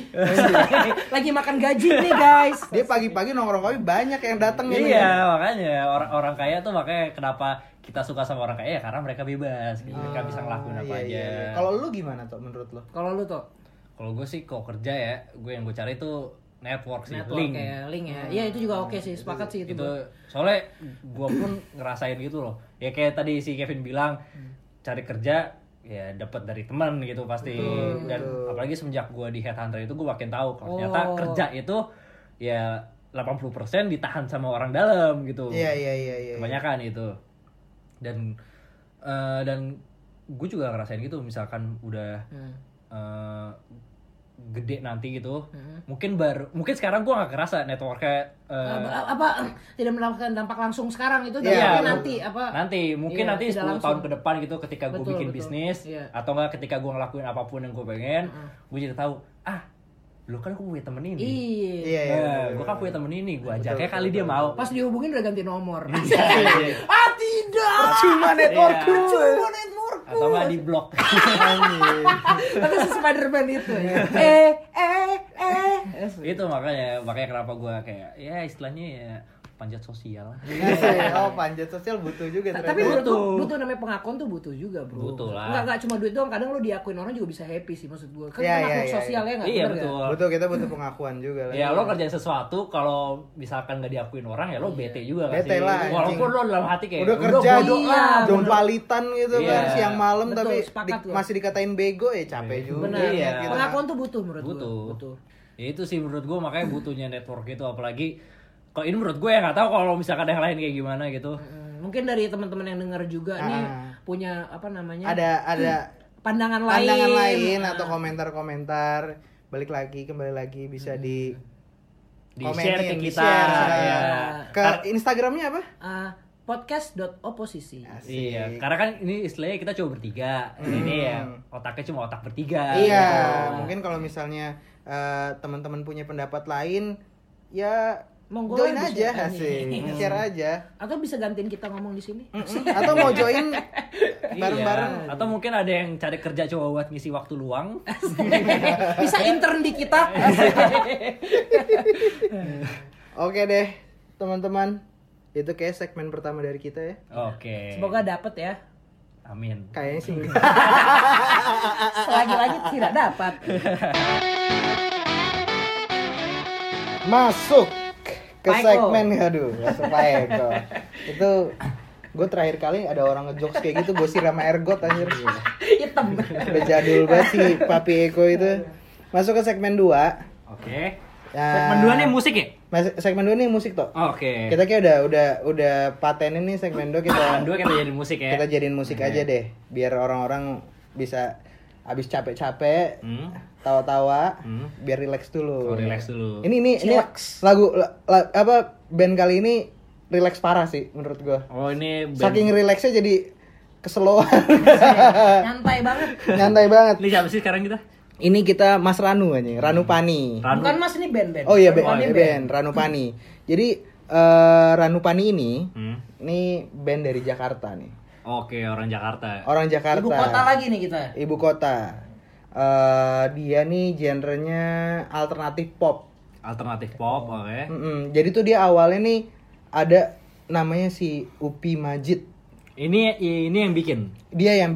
[SPEAKER 4] lagi makan gaji nih guys
[SPEAKER 3] Dia pagi-pagi nongkrong kopi banyak yang dateng ya, ini.
[SPEAKER 2] Iya, makanya orang orang kaya tuh makanya kenapa kita suka sama orang kaya ya karena mereka bebas, gitu. mereka bisa ngelakuin apa
[SPEAKER 3] Iya,
[SPEAKER 2] aja.
[SPEAKER 3] iya, iya. Kalau lu gimana tuh menurut lo?
[SPEAKER 4] kalau lu tuh
[SPEAKER 2] Kalau gue sih kalau kerja ya, gue yang gue cari tuh network sih,
[SPEAKER 4] network
[SPEAKER 2] Iya, link.
[SPEAKER 4] ya link ya iya itu juga oke sih sepakat sih itu,
[SPEAKER 2] Itu soalnya gue pun ngerasain gitu loh. Ya kayak tadi si Kevin bilang cari kerja ya dapat dari teman gitu pasti dan apalagi semenjak gue di headhunter itu gue makin tahu kalau ternyata
[SPEAKER 4] Oh.
[SPEAKER 2] kerja itu ya 80% ditahan sama orang dalam gitu.
[SPEAKER 3] Iya, iya, iya, iya.
[SPEAKER 2] kebanyakan itu dan eh, dan gue juga ngerasain gitu misalkan udah eh, gede nanti gitu
[SPEAKER 4] Hmm.
[SPEAKER 2] mungkin baru mungkin sekarang gue nggak kerasa networknya eh,
[SPEAKER 4] Apa, apa tidak mendapatkan dampak langsung sekarang itu
[SPEAKER 3] Iya,
[SPEAKER 4] dampaknya
[SPEAKER 3] bu-
[SPEAKER 4] nanti apa
[SPEAKER 2] nanti mungkin
[SPEAKER 4] Iya,
[SPEAKER 2] nanti 10 tahun
[SPEAKER 4] tidak langsung.
[SPEAKER 2] ke depan gitu ketika gue
[SPEAKER 4] Betul,
[SPEAKER 2] bikin
[SPEAKER 4] betul.
[SPEAKER 2] bisnis
[SPEAKER 4] Iya. Hmm.
[SPEAKER 2] atau enggak ketika gue ngelakuin apapun yang gue pengen gue jadi tahu ah lu kan gue punya temen ini
[SPEAKER 4] iya
[SPEAKER 3] Iya, iya.
[SPEAKER 2] gue kan punya temen ini gue ajaknya
[SPEAKER 3] Betul,
[SPEAKER 2] kali
[SPEAKER 3] betul,
[SPEAKER 2] dia mau
[SPEAKER 4] pas dihubungin udah ganti nomor
[SPEAKER 2] Iya.
[SPEAKER 4] ah tidak
[SPEAKER 3] Cuma network
[SPEAKER 2] Iya.
[SPEAKER 3] gue.
[SPEAKER 4] Cuma network
[SPEAKER 2] atau enggak di blok
[SPEAKER 4] tapi si Spiderman itu ya. eh eh eh
[SPEAKER 2] Iya. itu makanya makanya kenapa gue kayak ya istilahnya ya panjat sosial lah
[SPEAKER 3] Iya, Oh, panjat sosial butuh juga
[SPEAKER 4] Nah,
[SPEAKER 3] ternyata.
[SPEAKER 4] tapi butuh.
[SPEAKER 2] Butuh.
[SPEAKER 4] butuh namanya pengakuan tuh butuh juga bro
[SPEAKER 2] Butuh lah.
[SPEAKER 4] nggak nggak cuma duit doang kadang lu diakuin orang juga bisa happy sih maksud gua kan
[SPEAKER 3] Iya,
[SPEAKER 4] yeah,
[SPEAKER 3] iya, iya,
[SPEAKER 4] sosialnya nggak
[SPEAKER 2] iya
[SPEAKER 4] bener ya? nggak?
[SPEAKER 2] betul
[SPEAKER 3] butuh kita butuh pengakuan juga lah.
[SPEAKER 2] Ya lo kerjain sesuatu kalau misalkan nggak diakuin orang ya lo bete juga kan
[SPEAKER 3] Iya. Bete
[SPEAKER 2] sih.
[SPEAKER 3] lah, anjing.
[SPEAKER 2] Walaupun lo dalam hati kayak
[SPEAKER 3] udah kerja iya.
[SPEAKER 4] bodo lah,
[SPEAKER 3] jompalitan gitu
[SPEAKER 2] Iya.
[SPEAKER 3] kan siang malam
[SPEAKER 4] Betul,
[SPEAKER 3] tapi
[SPEAKER 4] sepakat
[SPEAKER 3] di-
[SPEAKER 4] gua.
[SPEAKER 3] masih dikatain bego ya capek juga
[SPEAKER 4] benar
[SPEAKER 2] Iya.
[SPEAKER 3] gitu kan.
[SPEAKER 4] pengakuan tuh butuh menurut
[SPEAKER 2] butuh.
[SPEAKER 4] gua butuh
[SPEAKER 2] Ya itu sih menurut gue makanya butuhnya network itu apalagi kalau ini menurut gue ya nggak tahu kalau misalkan yang lain kayak gimana gitu.
[SPEAKER 4] Hmm, mungkin dari teman-teman yang denger juga nih
[SPEAKER 3] Ah.
[SPEAKER 4] punya apa namanya
[SPEAKER 3] ada ada
[SPEAKER 4] pandangan lain
[SPEAKER 3] pandangan lain atau komentar-komentar balik lagi kembali lagi bisa di
[SPEAKER 2] Di
[SPEAKER 3] komenin,
[SPEAKER 2] share ke
[SPEAKER 3] di
[SPEAKER 2] kita.
[SPEAKER 3] share, nah.
[SPEAKER 2] ya.
[SPEAKER 3] ke Instagramnya apa?
[SPEAKER 4] Ah, podcast.oposisi
[SPEAKER 2] Iya, karena kan ini istilahnya kita cuma bertiga. Ini ya otaknya cuma otak bertiga.
[SPEAKER 3] Hmm. Iya,
[SPEAKER 2] gitu.
[SPEAKER 3] mungkin kalau misalnya eh, teman-teman punya pendapat lain, ya
[SPEAKER 4] Monggo
[SPEAKER 3] join
[SPEAKER 4] lah,
[SPEAKER 3] aja,
[SPEAKER 4] di-share aja.
[SPEAKER 3] asik, share aja.
[SPEAKER 4] atau bisa gantiin kita ngomong di sini
[SPEAKER 3] Mm-mm. Atau mau join
[SPEAKER 4] Iya.
[SPEAKER 3] bareng-bareng.
[SPEAKER 2] Iya. Atau mungkin ada yang cari kerja cuma buat ngisi waktu luang.
[SPEAKER 4] bisa intern di kita
[SPEAKER 3] Oke deh, teman-teman, itu kayak segmen pertama dari kita ya.
[SPEAKER 2] Oke.
[SPEAKER 4] semoga dapet ya
[SPEAKER 2] Amin.
[SPEAKER 3] Kayaknya sih. enggak.
[SPEAKER 4] selagi-lagi Eh, tidak dapat
[SPEAKER 3] Masuk ke
[SPEAKER 4] Paiko.
[SPEAKER 3] segmen aduh, masuk Paiko. itu gue terakhir kali ada orang ngejokes kayak gitu gue siram air got anjir
[SPEAKER 4] Iya. hitam
[SPEAKER 3] udah jadul banget si papi Eko itu
[SPEAKER 4] Iya.
[SPEAKER 3] masuk ke segmen 2
[SPEAKER 2] Oke.
[SPEAKER 3] Ya.
[SPEAKER 2] Segmen dua nih musik ya?
[SPEAKER 3] Mas, segmen 2 nih musik toh.
[SPEAKER 2] Oke.
[SPEAKER 3] Kita kayak udah udah udah patenin nih segmen 2
[SPEAKER 2] Segmen
[SPEAKER 3] kita
[SPEAKER 2] dua kita jadi musik ya.
[SPEAKER 3] kita jadiin musik aja deh biar orang-orang bisa abis capek-capek
[SPEAKER 2] Hmm.
[SPEAKER 3] tawa-tawa
[SPEAKER 2] Hmm.
[SPEAKER 3] biar relax
[SPEAKER 2] Oh,
[SPEAKER 3] dulu.
[SPEAKER 2] relax dulu.
[SPEAKER 3] iya. Ini ini ini lagu la- la- apa band kali ini relax parah sih menurut gua.
[SPEAKER 2] Oh ini band.
[SPEAKER 3] Saking relaxnya jadi keseloan
[SPEAKER 4] nyantai banget
[SPEAKER 3] nyantai banget.
[SPEAKER 2] Ini siapa sih sekarang kita?
[SPEAKER 3] Ini kita Mas Ranu aja, Ranu Pani.
[SPEAKER 2] Ranu.
[SPEAKER 4] bukan mas ini band-band
[SPEAKER 3] Oh iya, Ben,
[SPEAKER 4] Bukan ini
[SPEAKER 3] ben Ranu Pani. Jadi eh, Ranu Pani ini
[SPEAKER 2] Hmm.
[SPEAKER 3] ini band dari Jakarta nih.
[SPEAKER 2] Oke orang Jakarta.
[SPEAKER 3] Orang Jakarta.
[SPEAKER 4] ibu kota lagi nih kita
[SPEAKER 3] Ibu kota. Eh, dia nih genrenya alternatif pop.
[SPEAKER 2] Alternatif pop, oke.
[SPEAKER 3] Mm-mm. Jadi tuh dia awalnya nih ada namanya si Upi Majid.
[SPEAKER 2] Ini ini yang bikin.
[SPEAKER 3] Dia yang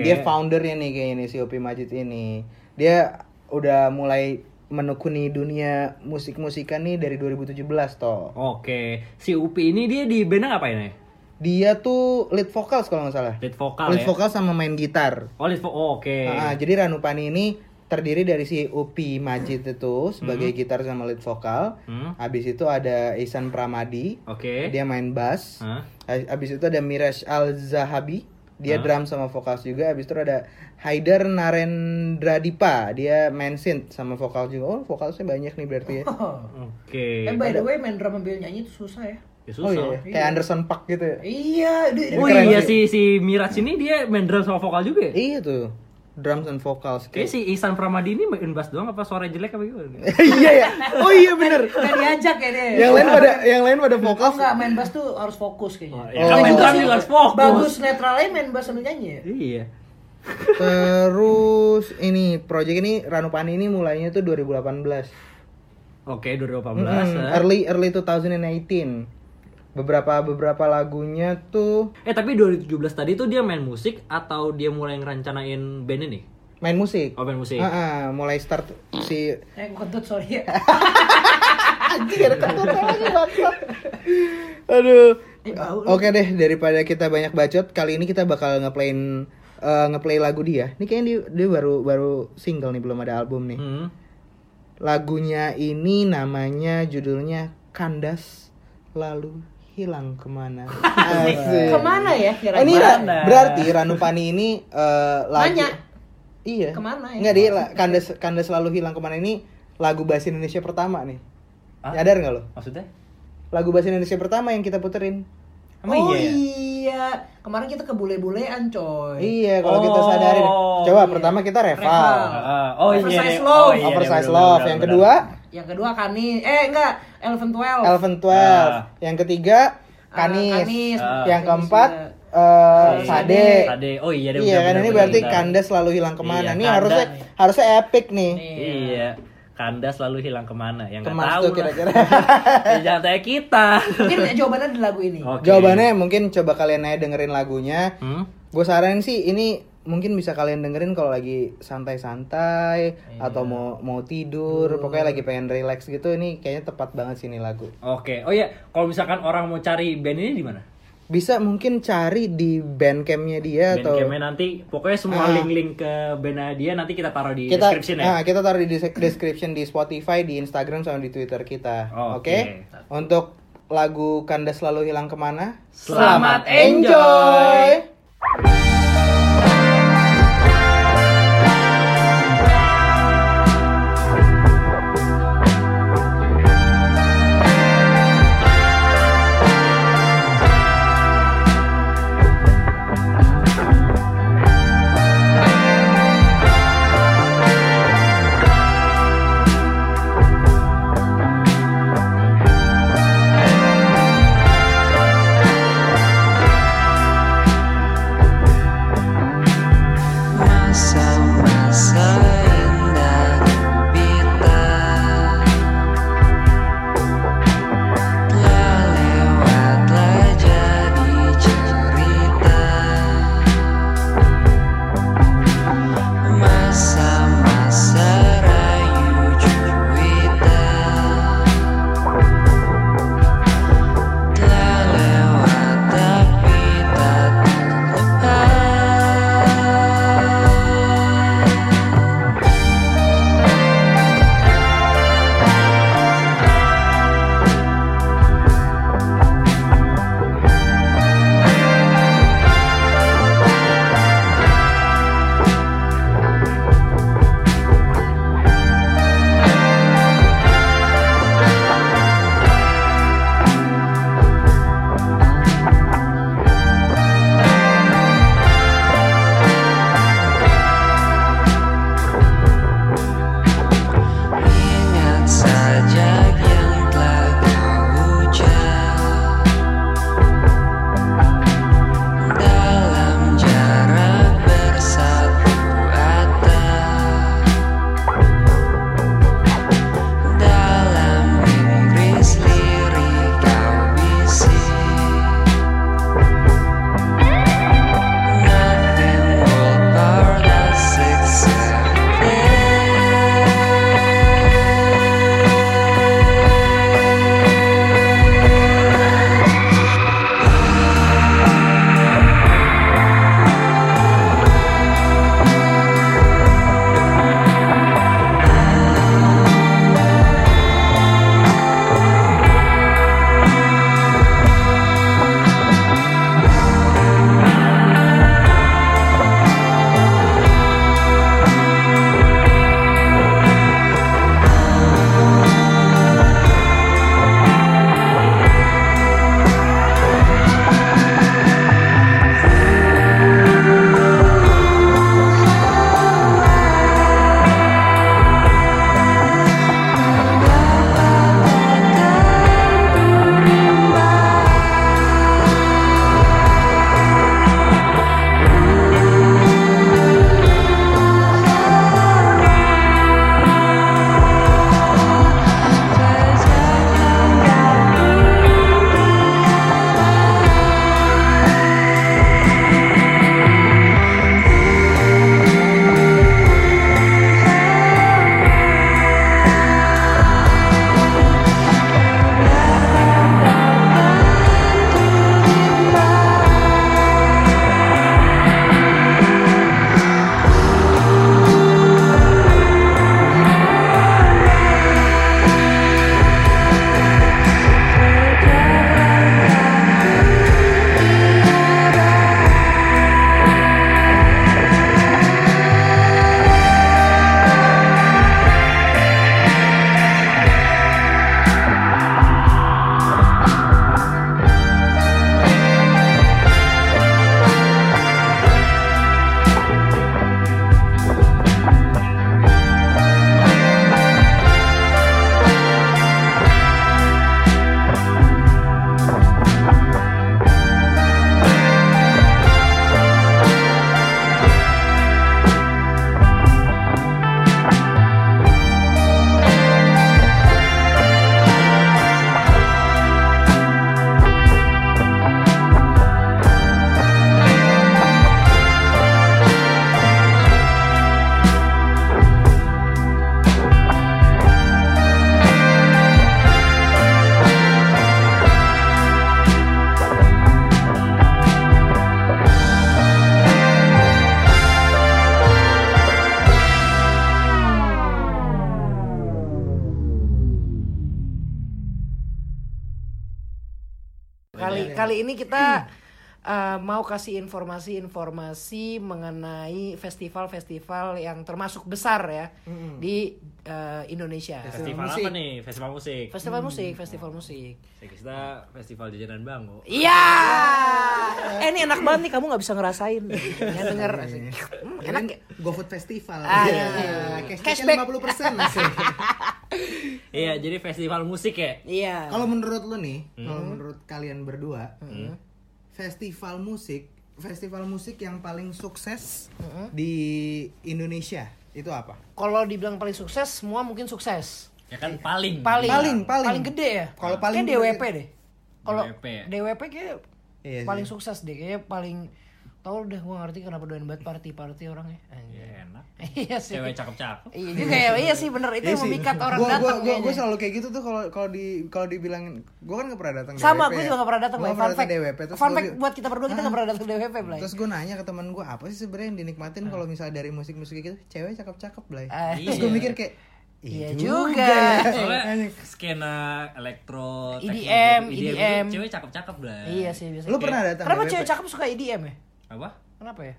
[SPEAKER 2] Oke.
[SPEAKER 3] Dia foundernya nih kayaknya nih, si Upi Majid ini. Dia udah mulai menekuni dunia musik-musikan nih dari 2017 toh.
[SPEAKER 2] Oke. Si Upi ini dia di bandnya ngapain ya?
[SPEAKER 3] Dia tuh lead vocals kalau nggak salah.
[SPEAKER 2] Lead vokal
[SPEAKER 3] lead
[SPEAKER 2] ya.
[SPEAKER 3] vokal sama main gitar.
[SPEAKER 2] Oh lead vo- oh, oke.
[SPEAKER 3] Ah, jadi Ranupani ini terdiri dari si Upi Majid itu sebagai gitar sama lead vokal.
[SPEAKER 2] Hmm.
[SPEAKER 3] Habis itu ada Ihsan Pramadi,
[SPEAKER 2] Oke. Hmm.
[SPEAKER 3] dia main bass.
[SPEAKER 2] Hah?
[SPEAKER 3] Habis itu ada Miraj Al Zahabi, dia
[SPEAKER 2] Hmm.
[SPEAKER 3] drum sama vokal juga. Habis itu ada Haidar Narendra Dipa, dia main synth sama vokal juga. Oh, vokalnya banyak nih berarti
[SPEAKER 2] Oh,
[SPEAKER 3] ya.
[SPEAKER 4] eh
[SPEAKER 2] Oke.
[SPEAKER 4] by the way main drum and band nyanyi itu susah ya
[SPEAKER 2] Ya,
[SPEAKER 3] Kan- Oh iya,
[SPEAKER 2] susah.
[SPEAKER 3] kayak Anderson Park gitu ya.
[SPEAKER 4] iya di-
[SPEAKER 2] Oh
[SPEAKER 3] Keren
[SPEAKER 2] iya
[SPEAKER 3] sih.
[SPEAKER 2] si si Miraj ini dia main drum sama vokal juga ya?
[SPEAKER 3] Iya tuh. Drums and vocals.
[SPEAKER 2] Kayaknya si Ihsan Pramadi ini main bass doang apa suara jelek apa gimana?
[SPEAKER 3] iya ya. Oh iya bener.
[SPEAKER 4] nggak diajak ya deh
[SPEAKER 3] Yang lain pada yang lain pada vokal.
[SPEAKER 4] Oh enggak, main bass tuh harus fokus kayaknya.
[SPEAKER 2] Oh, iya. Kan main
[SPEAKER 4] Bagus
[SPEAKER 2] drum
[SPEAKER 4] sih.
[SPEAKER 2] juga harus fokus.
[SPEAKER 4] Bagus netralnya main bass sambil nyanyi ya.
[SPEAKER 2] Iya.
[SPEAKER 3] Terus ini project ini Ranupani ini mulainya tuh 2018.
[SPEAKER 2] Oke, 2018.
[SPEAKER 3] Hmm,
[SPEAKER 2] eh.
[SPEAKER 3] early early 2018. Beberapa beberapa lagunya tuh
[SPEAKER 2] Eh tapi 2017 tadi tuh dia main musik atau dia mulai ngerencanain band ini?
[SPEAKER 3] main musik.
[SPEAKER 2] Oh main musik.
[SPEAKER 3] Ah, ah, mulai start si
[SPEAKER 4] Eh, kentut sorry ya.
[SPEAKER 3] anjing ada kentut lagi bangsat. Aduh. Oke deh daripada kita banyak bacot kali ini kita bakal ngeplayin eh, ngeplay lagu dia. Ini kayaknya dia, dia baru baru single nih belum ada album nih.
[SPEAKER 2] Hmm.
[SPEAKER 3] Lagunya ini namanya judulnya Kandas Lalu hilang kemana? Asik.
[SPEAKER 7] Kemana ya
[SPEAKER 3] Eh,
[SPEAKER 2] Oh,
[SPEAKER 7] kira-kira?
[SPEAKER 3] Ini Ra-
[SPEAKER 2] Kemana?
[SPEAKER 3] berarti Ranupani ini eh, lagu
[SPEAKER 7] Nanya.
[SPEAKER 3] Iya.
[SPEAKER 7] Kemana ya?
[SPEAKER 3] Enggak dia la- kandas kandas selalu hilang kemana ini lagu bahasa Indonesia pertama nih.
[SPEAKER 2] Hah?
[SPEAKER 3] Nyadar nggak lo?
[SPEAKER 2] Ah, Maksudnya?
[SPEAKER 3] Lagu bahasa Indonesia pertama yang kita puterin.
[SPEAKER 2] Emang
[SPEAKER 7] oh
[SPEAKER 2] iya ya?
[SPEAKER 7] iya, kemarin kita kebule-bulean coy.
[SPEAKER 3] Iya, kalau kita
[SPEAKER 2] Oh,
[SPEAKER 3] sadarin. Coba
[SPEAKER 7] iya.
[SPEAKER 3] pertama kita
[SPEAKER 7] Reval.
[SPEAKER 3] Reval.
[SPEAKER 2] Ah, oh iya.
[SPEAKER 7] Oversize
[SPEAKER 2] deh.
[SPEAKER 7] love.
[SPEAKER 2] Oh, iya deh,
[SPEAKER 3] Oversize
[SPEAKER 2] bener-bener,
[SPEAKER 3] Love.
[SPEAKER 2] bener-bener.
[SPEAKER 3] Yang kedua,
[SPEAKER 7] Yang kedua Kani, eh enggak, Eleven Twelve. Eh,
[SPEAKER 3] Elven 12.
[SPEAKER 2] Ah.
[SPEAKER 3] Yang ketiga, Kanis.
[SPEAKER 7] Kanis.
[SPEAKER 2] Ah.
[SPEAKER 7] Kanis
[SPEAKER 3] Yang keempat,
[SPEAKER 7] juga.
[SPEAKER 3] eh,
[SPEAKER 2] Iya.
[SPEAKER 3] Sade.
[SPEAKER 2] Sade. Oh iya deh.
[SPEAKER 3] Iya kan ini
[SPEAKER 2] bener-bener,
[SPEAKER 3] berarti
[SPEAKER 2] bener-bener.
[SPEAKER 3] Kanda selalu hilang kemana.
[SPEAKER 2] Iya,
[SPEAKER 3] Nih
[SPEAKER 2] Kanda
[SPEAKER 3] harusnya
[SPEAKER 2] nih.
[SPEAKER 3] harusnya epic nih.
[SPEAKER 2] Iya. Kanda selalu hilang kemana? Yang nggak
[SPEAKER 3] Kemas
[SPEAKER 2] tahu
[SPEAKER 3] tuh
[SPEAKER 2] lah.
[SPEAKER 3] kira-kira.
[SPEAKER 2] Ya, Jangan tanya kita.
[SPEAKER 7] Mungkin jawabannya di lagu ini.
[SPEAKER 2] Oke.
[SPEAKER 3] Jawabannya mungkin coba kalian aja dengerin lagunya.
[SPEAKER 2] Hmm?
[SPEAKER 3] Gue saranin sih ini mungkin bisa kalian dengerin kalau lagi santai-santai
[SPEAKER 2] Iya.
[SPEAKER 3] atau mau mau tidur, pokoknya lagi pengen relax gitu. Ini kayaknya tepat banget sih ini lagu.
[SPEAKER 2] Oke. Oh iya, kalau misalkan orang mau cari band ini di mana?
[SPEAKER 3] Bisa mungkin cari di bandcampnya dia atau Ah.
[SPEAKER 2] Bandcampnya nanti pokoknya semua link-link ke bandnya dia nanti kita taruh di
[SPEAKER 3] kita
[SPEAKER 2] description ya.
[SPEAKER 3] nah, kita taruh di des- description di Spotify, di Instagram sama di Twitter kita. Oke.
[SPEAKER 2] Oh, Oke.
[SPEAKER 3] Untuk lagu Kanda selalu hilang kemana?
[SPEAKER 2] Selamat
[SPEAKER 3] enjoy.
[SPEAKER 6] Masa-masa indah kita Telah lewatlah jadi cerita Masa-masa rayu juwita Telah lewat tapi tak terlepas
[SPEAKER 4] Kali kali ini kita eh, mau kasih informasi-informasi mengenai festival-festival yang termasuk besar ya di eh, Indonesia.
[SPEAKER 2] Festival
[SPEAKER 3] musik.
[SPEAKER 2] apa nih? Festival musik. Ya,
[SPEAKER 4] Festival musik, festival musik.
[SPEAKER 2] Kita festival jajanan Bango.
[SPEAKER 4] Iya. Eh ini enak banget nih kamu nggak bisa ngerasain. Ya denger. Hmm, enak ya.
[SPEAKER 3] Iya. GoFood Festival.
[SPEAKER 4] Ah,
[SPEAKER 3] Iya.
[SPEAKER 4] iya.
[SPEAKER 3] Cashback
[SPEAKER 4] Cashback.
[SPEAKER 3] 50% masih.
[SPEAKER 2] Iya, jadi festival musik ya.
[SPEAKER 4] Iya.
[SPEAKER 3] kalau menurut lu nih,
[SPEAKER 2] Hmm?
[SPEAKER 3] kalau menurut kalian berdua, festival musik, festival musik yang paling sukses di Indonesia itu apa?
[SPEAKER 4] Kalau dibilang paling sukses, semua mungkin sukses.
[SPEAKER 2] Ya kan paling.
[SPEAKER 4] Paling
[SPEAKER 3] Paling, Iya. paling.
[SPEAKER 4] gede ya.
[SPEAKER 3] Kalau paling
[SPEAKER 4] Kayaknya DWP deh. Kalau
[SPEAKER 2] DWP ya?
[SPEAKER 4] DWP kayak
[SPEAKER 3] Iya sih.
[SPEAKER 4] paling sukses deh. Kayaknya paling tau udah gua ngerti kenapa doain banget party-party orangnya. Anjir.
[SPEAKER 2] Ya, enak.
[SPEAKER 4] Iya sih.
[SPEAKER 2] Cewek cakep-cakep.
[SPEAKER 4] Iya juga ya. Iya sih bener itu
[SPEAKER 3] Iya
[SPEAKER 4] yang
[SPEAKER 3] sih.
[SPEAKER 4] memikat orang
[SPEAKER 3] gua,
[SPEAKER 4] datang.
[SPEAKER 3] gua, gua,
[SPEAKER 4] kayaknya.
[SPEAKER 3] gua selalu kayak gitu tuh kalau kalau di kalau dibilangin gua kan gak pernah datang
[SPEAKER 4] Sama,
[SPEAKER 3] DWP
[SPEAKER 4] gue
[SPEAKER 3] ya.
[SPEAKER 4] juga gak pernah datang.
[SPEAKER 3] Gua
[SPEAKER 4] Blay.
[SPEAKER 3] nggak
[SPEAKER 4] Fun
[SPEAKER 3] pernah
[SPEAKER 4] fact,
[SPEAKER 3] datang DWP terus
[SPEAKER 4] fun
[SPEAKER 3] gua
[SPEAKER 4] fact
[SPEAKER 3] bi-
[SPEAKER 4] buat eh. kita berdua kita gak pernah datang DWP, Blay.
[SPEAKER 3] Terus gue nanya ke temen gue apa sih sebenarnya yang dinikmatin
[SPEAKER 4] Eh.
[SPEAKER 3] kalau misalnya dari musik-musik itu cewek cakep-cakep Blay.
[SPEAKER 4] Ah,
[SPEAKER 3] Terus gue
[SPEAKER 2] iya.
[SPEAKER 3] mikir kayak iya
[SPEAKER 4] Iya juga.
[SPEAKER 3] eh,
[SPEAKER 2] Soalnya skena elektro, techno
[SPEAKER 4] EDM,
[SPEAKER 2] gitu. itu
[SPEAKER 4] EDM.
[SPEAKER 2] Cewek cakep-cakep lah.
[SPEAKER 4] E Iya sih biasanya.
[SPEAKER 3] Lu pernah datang
[SPEAKER 4] Kenapa
[SPEAKER 3] DWP?
[SPEAKER 4] cewek cakep suka EDM ya?
[SPEAKER 2] Apa?
[SPEAKER 4] Kenapa ya?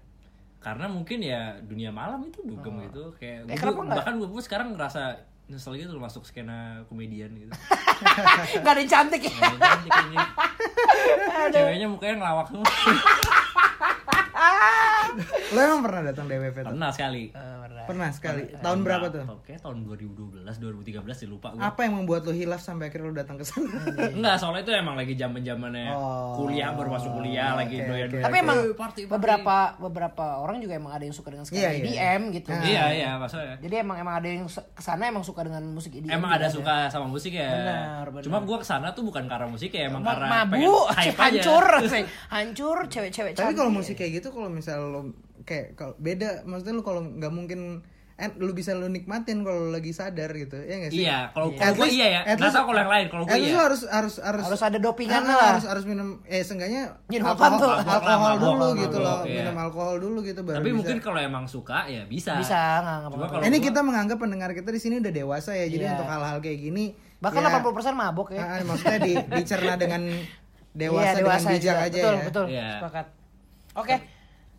[SPEAKER 2] karena mungkin ya dunia malam itu dugem gitu kayak gua
[SPEAKER 4] Eh, kenapa
[SPEAKER 2] tuh-
[SPEAKER 4] nggak?
[SPEAKER 2] bahkan gue pun sekarang ngerasa nyesel gitu loh masuk skena komedian gitu
[SPEAKER 4] Gak ada yang cantik ya?
[SPEAKER 2] Kayak cantik ini. ceweknya mukanya ngelawak semua
[SPEAKER 3] Lo emang pernah datang DWP tuh?
[SPEAKER 2] pernah sekali
[SPEAKER 3] Pernah sekali. Tahun berapa tuh?
[SPEAKER 2] oke tahun 2012 2013 sih lupa gue
[SPEAKER 3] Apa yang membuat lo hilaf sampai akhirnya lo datang ke sana?
[SPEAKER 2] Enggak, soalnya itu emang lagi zaman zamannya
[SPEAKER 3] Oh.
[SPEAKER 2] kuliah baru masuk kuliah lagi
[SPEAKER 3] Oke,
[SPEAKER 2] doyan
[SPEAKER 3] oke,
[SPEAKER 4] Tapi
[SPEAKER 3] oke.
[SPEAKER 4] emang
[SPEAKER 2] Eh, party, party.
[SPEAKER 4] beberapa beberapa orang juga emang ada yang suka dengan skena
[SPEAKER 3] Iya, iya.
[SPEAKER 4] EDM gitu.
[SPEAKER 2] iya iya maksudnya
[SPEAKER 4] Jadi emang emang ada yang se- kesana emang suka dengan musik E EDM.
[SPEAKER 3] iya,
[SPEAKER 2] Emang
[SPEAKER 4] juga
[SPEAKER 2] ada suka sama musik ya.
[SPEAKER 4] Benar, benar.
[SPEAKER 2] Cuma gua kesana tuh bukan karena musik ya, emang
[SPEAKER 4] Ma-
[SPEAKER 2] karena
[SPEAKER 4] mabuk,
[SPEAKER 2] pengen hype aja.
[SPEAKER 4] hancur,
[SPEAKER 3] Iya
[SPEAKER 4] sih. hancur cewek-cewek.
[SPEAKER 3] Tapi
[SPEAKER 4] cantik.
[SPEAKER 3] kalau musik kayak gitu kalau misal lo kayak kalau beda maksudnya lo kalau nggak mungkin eh, lu bisa lu nikmatin kalau lu lagi sadar gitu ya nggak sih
[SPEAKER 2] Iya, kalau
[SPEAKER 3] At
[SPEAKER 2] kalau gua
[SPEAKER 3] least-
[SPEAKER 2] iya ya.
[SPEAKER 3] at
[SPEAKER 2] Nggak
[SPEAKER 3] least-
[SPEAKER 2] tahu kalau yang lain, kalau gua
[SPEAKER 3] Eh, terus
[SPEAKER 2] iya.
[SPEAKER 3] lu harus harus harus
[SPEAKER 4] Harus ada dopingannya
[SPEAKER 3] Ah,
[SPEAKER 4] lah.
[SPEAKER 3] Harus harus minum eh seenggaknya
[SPEAKER 4] Minum
[SPEAKER 3] alkohol,
[SPEAKER 4] apa tuh?
[SPEAKER 2] Mabok,
[SPEAKER 3] alkohol, dulu
[SPEAKER 2] mabok,
[SPEAKER 3] gitu
[SPEAKER 2] mabok,
[SPEAKER 3] loh,
[SPEAKER 2] iya.
[SPEAKER 3] minum alkohol dulu gitu baru
[SPEAKER 2] Tapi
[SPEAKER 3] bisa.
[SPEAKER 2] mungkin kalau emang suka ya bisa.
[SPEAKER 4] bisa nggak ngapa
[SPEAKER 2] Cuma kalau
[SPEAKER 3] ini
[SPEAKER 2] gua-
[SPEAKER 3] kita menganggap pendengar kita di sini udah dewasa ya. Jadi
[SPEAKER 4] Iya.
[SPEAKER 3] untuk hal-hal kayak gini
[SPEAKER 4] Bahkan
[SPEAKER 3] ya,
[SPEAKER 4] 80% mabok ya.
[SPEAKER 3] ah, ah, maksudnya di, dicerna dengan dewasa,
[SPEAKER 4] Iya,
[SPEAKER 3] dengan bijak
[SPEAKER 4] juga.
[SPEAKER 3] aja
[SPEAKER 4] betul,
[SPEAKER 3] ya.
[SPEAKER 4] Betul,
[SPEAKER 2] Iya.
[SPEAKER 4] sepakat. Oke.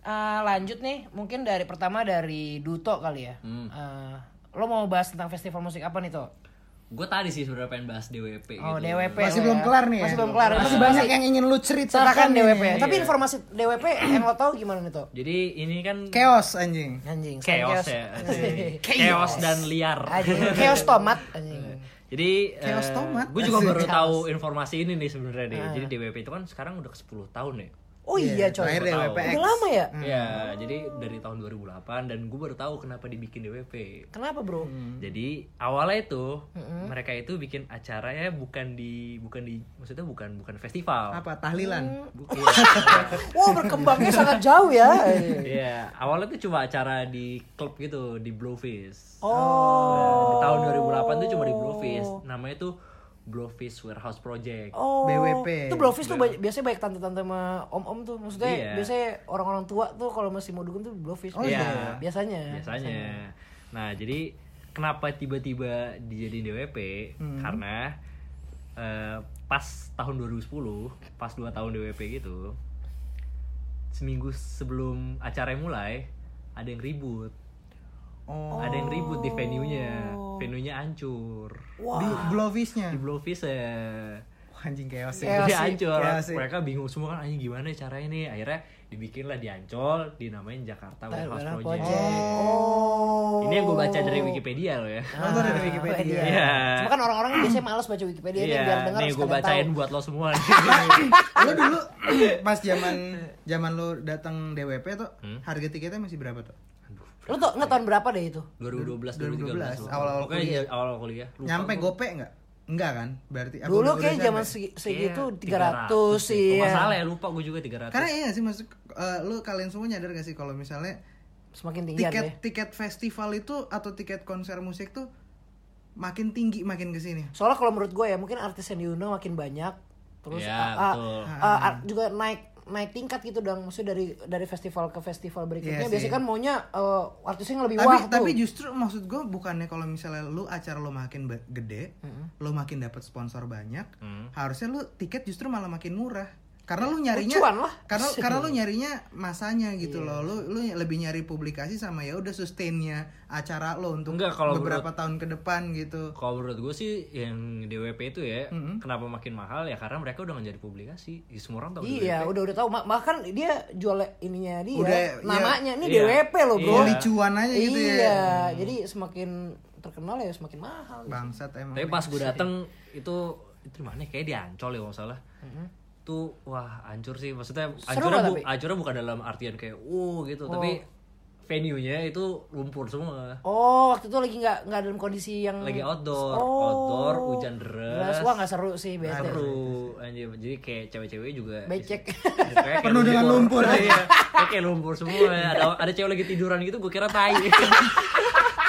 [SPEAKER 4] eh, lanjut nih, mungkin dari pertama dari Duto kali ya.
[SPEAKER 2] Hmm.
[SPEAKER 4] Eh, lo mau bahas tentang festival musik apa nih, Toh?
[SPEAKER 2] gua tadi sih sebenarnya pengen bahas DWP
[SPEAKER 4] Oh,
[SPEAKER 2] gitu.
[SPEAKER 4] DWP.
[SPEAKER 3] Masih
[SPEAKER 4] lo
[SPEAKER 3] belum
[SPEAKER 4] ya.
[SPEAKER 3] kelar nih ya?
[SPEAKER 4] Masih belum kelar.
[SPEAKER 3] Masih banyak yang ingin lu ceritakan
[SPEAKER 4] ceritakan
[SPEAKER 3] nih. Iya.
[SPEAKER 4] DWP. Tapi informasi DWP yang lo tahu gimana nih, Toh?
[SPEAKER 2] Jadi ini kan
[SPEAKER 3] Chaos anjing.
[SPEAKER 4] Anjing, selain
[SPEAKER 2] chaos ya. Chaos dan liar.
[SPEAKER 4] Anjing, chaos tomat
[SPEAKER 2] Iya.
[SPEAKER 4] anjing.
[SPEAKER 2] Jadi
[SPEAKER 3] Chaos tomat. Ah.
[SPEAKER 2] gue juga
[SPEAKER 3] Asik.
[SPEAKER 2] baru
[SPEAKER 4] Chaos.
[SPEAKER 2] tahu informasi ini nih sebenarnya nih. Jadi DWP itu kan sekarang udah ke 10 tahun ya.
[SPEAKER 4] Oh iya, coy.
[SPEAKER 3] Terakhir
[SPEAKER 2] Baru tahu.
[SPEAKER 3] DWP.
[SPEAKER 4] Udah lama ya?
[SPEAKER 3] Hmm.
[SPEAKER 2] Iya, jadi dari tahun 2008 dan gue baru tahu kenapa dibikin DWP.
[SPEAKER 4] Kenapa, Bro?
[SPEAKER 2] Hmm.
[SPEAKER 3] Hmm.
[SPEAKER 2] Jadi awalnya itu mereka itu bikin acaranya bukan di bukan di maksudnya bukan bukan festival.
[SPEAKER 3] Apa tahlilan?
[SPEAKER 4] Hmm.
[SPEAKER 2] Bu- iya.
[SPEAKER 4] Wow, berkembangnya sangat jauh ya.
[SPEAKER 2] Iya, awalnya tuh cuma acara di klub gitu, di Blowfish. Nah,
[SPEAKER 4] Oh.
[SPEAKER 2] Di tahun 2008 tuh cuma di Blowfish. Namanya tuh Blowfish Warehouse Project.
[SPEAKER 4] Oh,
[SPEAKER 3] BWP.
[SPEAKER 4] Itu blowfish tuh banyak- biasanya banyak tante-tante sama om-om tuh. Maksudnya
[SPEAKER 2] Iya.
[SPEAKER 4] biasanya orang-orang tua tuh kalau masih mau dukung tuh blowfish.
[SPEAKER 2] iya.
[SPEAKER 4] Biasanya.
[SPEAKER 2] Biasanya. Nah, jadi kenapa tiba-tiba dijadiin DWP?
[SPEAKER 4] Hmm.
[SPEAKER 2] Karena eh, pas tahun 2010, pas 2 tahun DWP gitu, seminggu sebelum acaranya mulai, ada yang ribut.
[SPEAKER 3] Oh.
[SPEAKER 2] Ada yang ribut di venue-nya.
[SPEAKER 4] Oh.
[SPEAKER 2] Venue-nya hancur.
[SPEAKER 3] Di blowfish-nya.
[SPEAKER 2] di blowfish ya
[SPEAKER 3] Wah, anjing chaos ya.
[SPEAKER 2] jadi
[SPEAKER 4] Chaos sih.
[SPEAKER 2] ancol
[SPEAKER 3] Chaos sih.
[SPEAKER 2] Iya mereka bingung semua kan anjing gimana caranya nih akhirnya dibikinlah di ancol dinamain Jakarta Warehouse
[SPEAKER 4] Warehouse
[SPEAKER 2] Project
[SPEAKER 4] Oh.
[SPEAKER 2] ini yang gue baca dari Wikipedia loh ya
[SPEAKER 3] Oh, itu ada di Wikipedia.
[SPEAKER 2] Iya.
[SPEAKER 4] Cuma kan orang-orang biasanya malas baca Wikipedia nih biar
[SPEAKER 2] Iya,
[SPEAKER 4] dengar
[SPEAKER 2] nih gue
[SPEAKER 4] sekalian
[SPEAKER 2] bacain
[SPEAKER 4] tahu.
[SPEAKER 2] buat lo semua nih.
[SPEAKER 3] lu dulu pas zaman zaman lu datang DWP tuh harga tiketnya masih berapa tuh?
[SPEAKER 4] Lu tuh nggak tahun berapa deh itu?
[SPEAKER 2] 2012 2013
[SPEAKER 3] 2012, awal-awal
[SPEAKER 2] Pokoknya
[SPEAKER 3] kuliah.
[SPEAKER 2] iya, awal-awal kuliah Lupa
[SPEAKER 3] Nyampe
[SPEAKER 2] gua.
[SPEAKER 3] gope nggak? Enggak kan? Berarti apa
[SPEAKER 4] Dulu
[SPEAKER 3] udah- udah
[SPEAKER 4] kayak
[SPEAKER 3] nyampe?
[SPEAKER 4] zaman segi- segitu
[SPEAKER 2] Iya,
[SPEAKER 4] 300 sih.
[SPEAKER 2] Kalau nggak salah
[SPEAKER 4] ya.
[SPEAKER 2] ya lupa gue juga 300
[SPEAKER 3] Karena iya sih masuk lu kalian semua nyadar gak sih kalau misalnya
[SPEAKER 4] Semakin tinggi
[SPEAKER 3] tiket
[SPEAKER 4] harganya.
[SPEAKER 3] tiket festival itu atau tiket konser musik tuh makin tinggi makin kesini.
[SPEAKER 4] Soalnya kalau menurut gue ya mungkin artis yang diundang makin banyak, terus
[SPEAKER 2] Iya,
[SPEAKER 4] ah, ah,
[SPEAKER 2] betul.
[SPEAKER 4] ah, ah, juga naik naik tingkat gitu dong. Maksudnya dari dari festival ke festival berikutnya
[SPEAKER 3] Iya sih.
[SPEAKER 4] biasanya kan maunya eh, artisnya yang lebih
[SPEAKER 3] tapi
[SPEAKER 4] wah
[SPEAKER 3] tapi
[SPEAKER 4] tuh.
[SPEAKER 3] justru maksud gue bukannya kalau misalnya lu acara lu makin
[SPEAKER 2] Mm.
[SPEAKER 3] be- gede, lu makin dapat sponsor banyak, harusnya lu tiket justru malah makin murah. karena lu nyarinya
[SPEAKER 4] Iya, Lucuan lah. Iya.
[SPEAKER 3] karena karena lu nyarinya masanya gitu loh lu lu lebih nyari publikasi sama ya udah sustainnya acara lo untuk
[SPEAKER 2] Enggak, kalau
[SPEAKER 3] beberapa tahun ke depan gitu
[SPEAKER 2] Kalau menurut gue sih yang DWP itu ya kenapa makin mahal ya karena mereka udah menjadi publikasi. Ya, semua orang tahu
[SPEAKER 4] Iya, udah udah tahu. Ma- Bahkan dia jual ininya dia,
[SPEAKER 3] Udah, ya.
[SPEAKER 4] namanya ini
[SPEAKER 2] iya.
[SPEAKER 4] DWP loh,
[SPEAKER 2] Iya.
[SPEAKER 4] Bro.
[SPEAKER 3] licuan aja gitu
[SPEAKER 4] iya,
[SPEAKER 3] ya
[SPEAKER 4] jadi semakin terkenal ya semakin mahal.
[SPEAKER 3] bangsat emang
[SPEAKER 2] Tapi pas gue
[SPEAKER 4] Iya.
[SPEAKER 2] dateng itu itu di mana? ya? Kayak di Ancol ya kalau nggak salah. Tuh wah hancur sih maksudnya hancurnya,
[SPEAKER 4] Mm-hmm. nggak
[SPEAKER 2] bu-
[SPEAKER 4] tapi?
[SPEAKER 2] hancurnya bukan dalam artian kayak wow gitu tapi venue-nya itu lumpur semua.
[SPEAKER 4] Oh, waktu itu lagi nggak nggak dalam kondisi yang
[SPEAKER 2] Lagi outdoor,
[SPEAKER 4] Oh.
[SPEAKER 2] outdoor hujan deras.
[SPEAKER 4] Wah nggak seru sih bete.
[SPEAKER 2] Seru anjir. Jadi kayak cewek-cewek juga
[SPEAKER 4] Becek.
[SPEAKER 2] Mukanya kayak
[SPEAKER 3] Penuh dengan lumpur.
[SPEAKER 2] Iya. Kayak- Kayak lumpur semua. Ada ada cewek lagi tiduran gitu gue kira tai.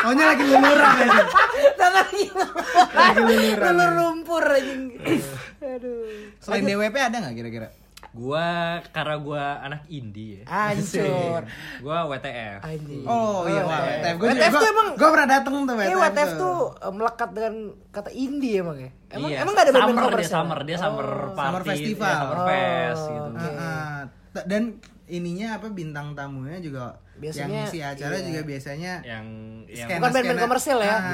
[SPEAKER 3] Taunya lagi luluran ya
[SPEAKER 4] Tangan
[SPEAKER 3] lagi ya. luluran
[SPEAKER 4] Telur lumpur anjing. Aduh.
[SPEAKER 3] selain DWP ada nggak kira-kira
[SPEAKER 2] gua karena gua anak indie ya.
[SPEAKER 4] Hancur.
[SPEAKER 2] Gua WTF.
[SPEAKER 4] Anjing.
[SPEAKER 3] Oh, iya, wah, WTF gue
[SPEAKER 4] WTF tuh emang- Iya,
[SPEAKER 3] gue pernah dateng tuh
[SPEAKER 4] Ini
[SPEAKER 3] WTF.
[SPEAKER 4] WTF tuh eh, melekat dengan kata indie emang ya. Emang
[SPEAKER 2] Iya,
[SPEAKER 4] emang gak ada band-band
[SPEAKER 2] summer,
[SPEAKER 4] cover ya? Oh,
[SPEAKER 2] dia summer, dia summer party,
[SPEAKER 3] Summer festival.
[SPEAKER 2] iya, summer
[SPEAKER 3] Oh,
[SPEAKER 2] fest gitu.
[SPEAKER 3] Heeh. T- Dan ininya apa bintang tamunya juga yang
[SPEAKER 4] Biasanya,
[SPEAKER 3] isi acara
[SPEAKER 4] iya.
[SPEAKER 3] juga biasanya
[SPEAKER 2] Yang yang
[SPEAKER 3] skena-
[SPEAKER 4] Bukan band-band
[SPEAKER 3] skena-
[SPEAKER 4] komersil ya?
[SPEAKER 3] Ah,
[SPEAKER 2] iya. bukan,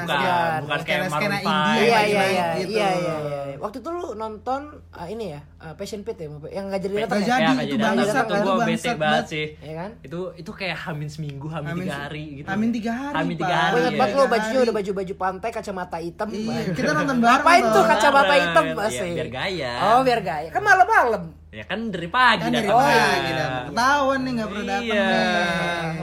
[SPEAKER 3] skena-
[SPEAKER 2] bukan kayak
[SPEAKER 3] skena-
[SPEAKER 2] Maroon
[SPEAKER 3] skena
[SPEAKER 2] 5
[SPEAKER 3] India
[SPEAKER 4] Iya
[SPEAKER 3] yang
[SPEAKER 4] iya
[SPEAKER 3] naik
[SPEAKER 4] iya,
[SPEAKER 3] gitu.
[SPEAKER 4] iya iya iya. Waktu itu lu nonton ah, ini ya, ah, Passion Pit ya, yang nggak jadi datang
[SPEAKER 3] Nggak
[SPEAKER 4] ya?
[SPEAKER 3] jadi,
[SPEAKER 2] Ya,
[SPEAKER 3] itu
[SPEAKER 2] nggak datang.
[SPEAKER 3] bangsat,
[SPEAKER 2] Itu
[SPEAKER 3] itu
[SPEAKER 2] gua
[SPEAKER 3] bangsat
[SPEAKER 2] bete banget
[SPEAKER 3] banget.
[SPEAKER 2] sih.
[SPEAKER 4] Iya kan?
[SPEAKER 2] Itu itu kayak hamin seminggu, hamin,
[SPEAKER 3] Hamin
[SPEAKER 2] tiga
[SPEAKER 3] se-
[SPEAKER 2] hari gitu.
[SPEAKER 3] hamin tiga hari,
[SPEAKER 2] Hamin tiga
[SPEAKER 3] Pak.
[SPEAKER 4] Gua
[SPEAKER 2] hari.
[SPEAKER 4] inget
[SPEAKER 2] iya.
[SPEAKER 4] banget lo bajunya
[SPEAKER 3] Hari.
[SPEAKER 4] udah baju-baju pantai, kacamata hitam.
[SPEAKER 3] Iya,
[SPEAKER 4] Bang.
[SPEAKER 3] kita nonton bareng.
[SPEAKER 4] Ngapain tuh
[SPEAKER 3] tuh.
[SPEAKER 4] kacamata
[SPEAKER 2] Bareng.
[SPEAKER 4] hitam
[SPEAKER 2] Iya,
[SPEAKER 4] pasti?
[SPEAKER 2] biar gaya.
[SPEAKER 4] Oh biar gaya. Kan malam-malam.
[SPEAKER 2] Ya kan dari pagi
[SPEAKER 3] Kan dari
[SPEAKER 2] datang.
[SPEAKER 4] Iya.
[SPEAKER 3] pagi dah. Ketahuan nih nggak pernah datang.
[SPEAKER 2] Iya.
[SPEAKER 3] nih.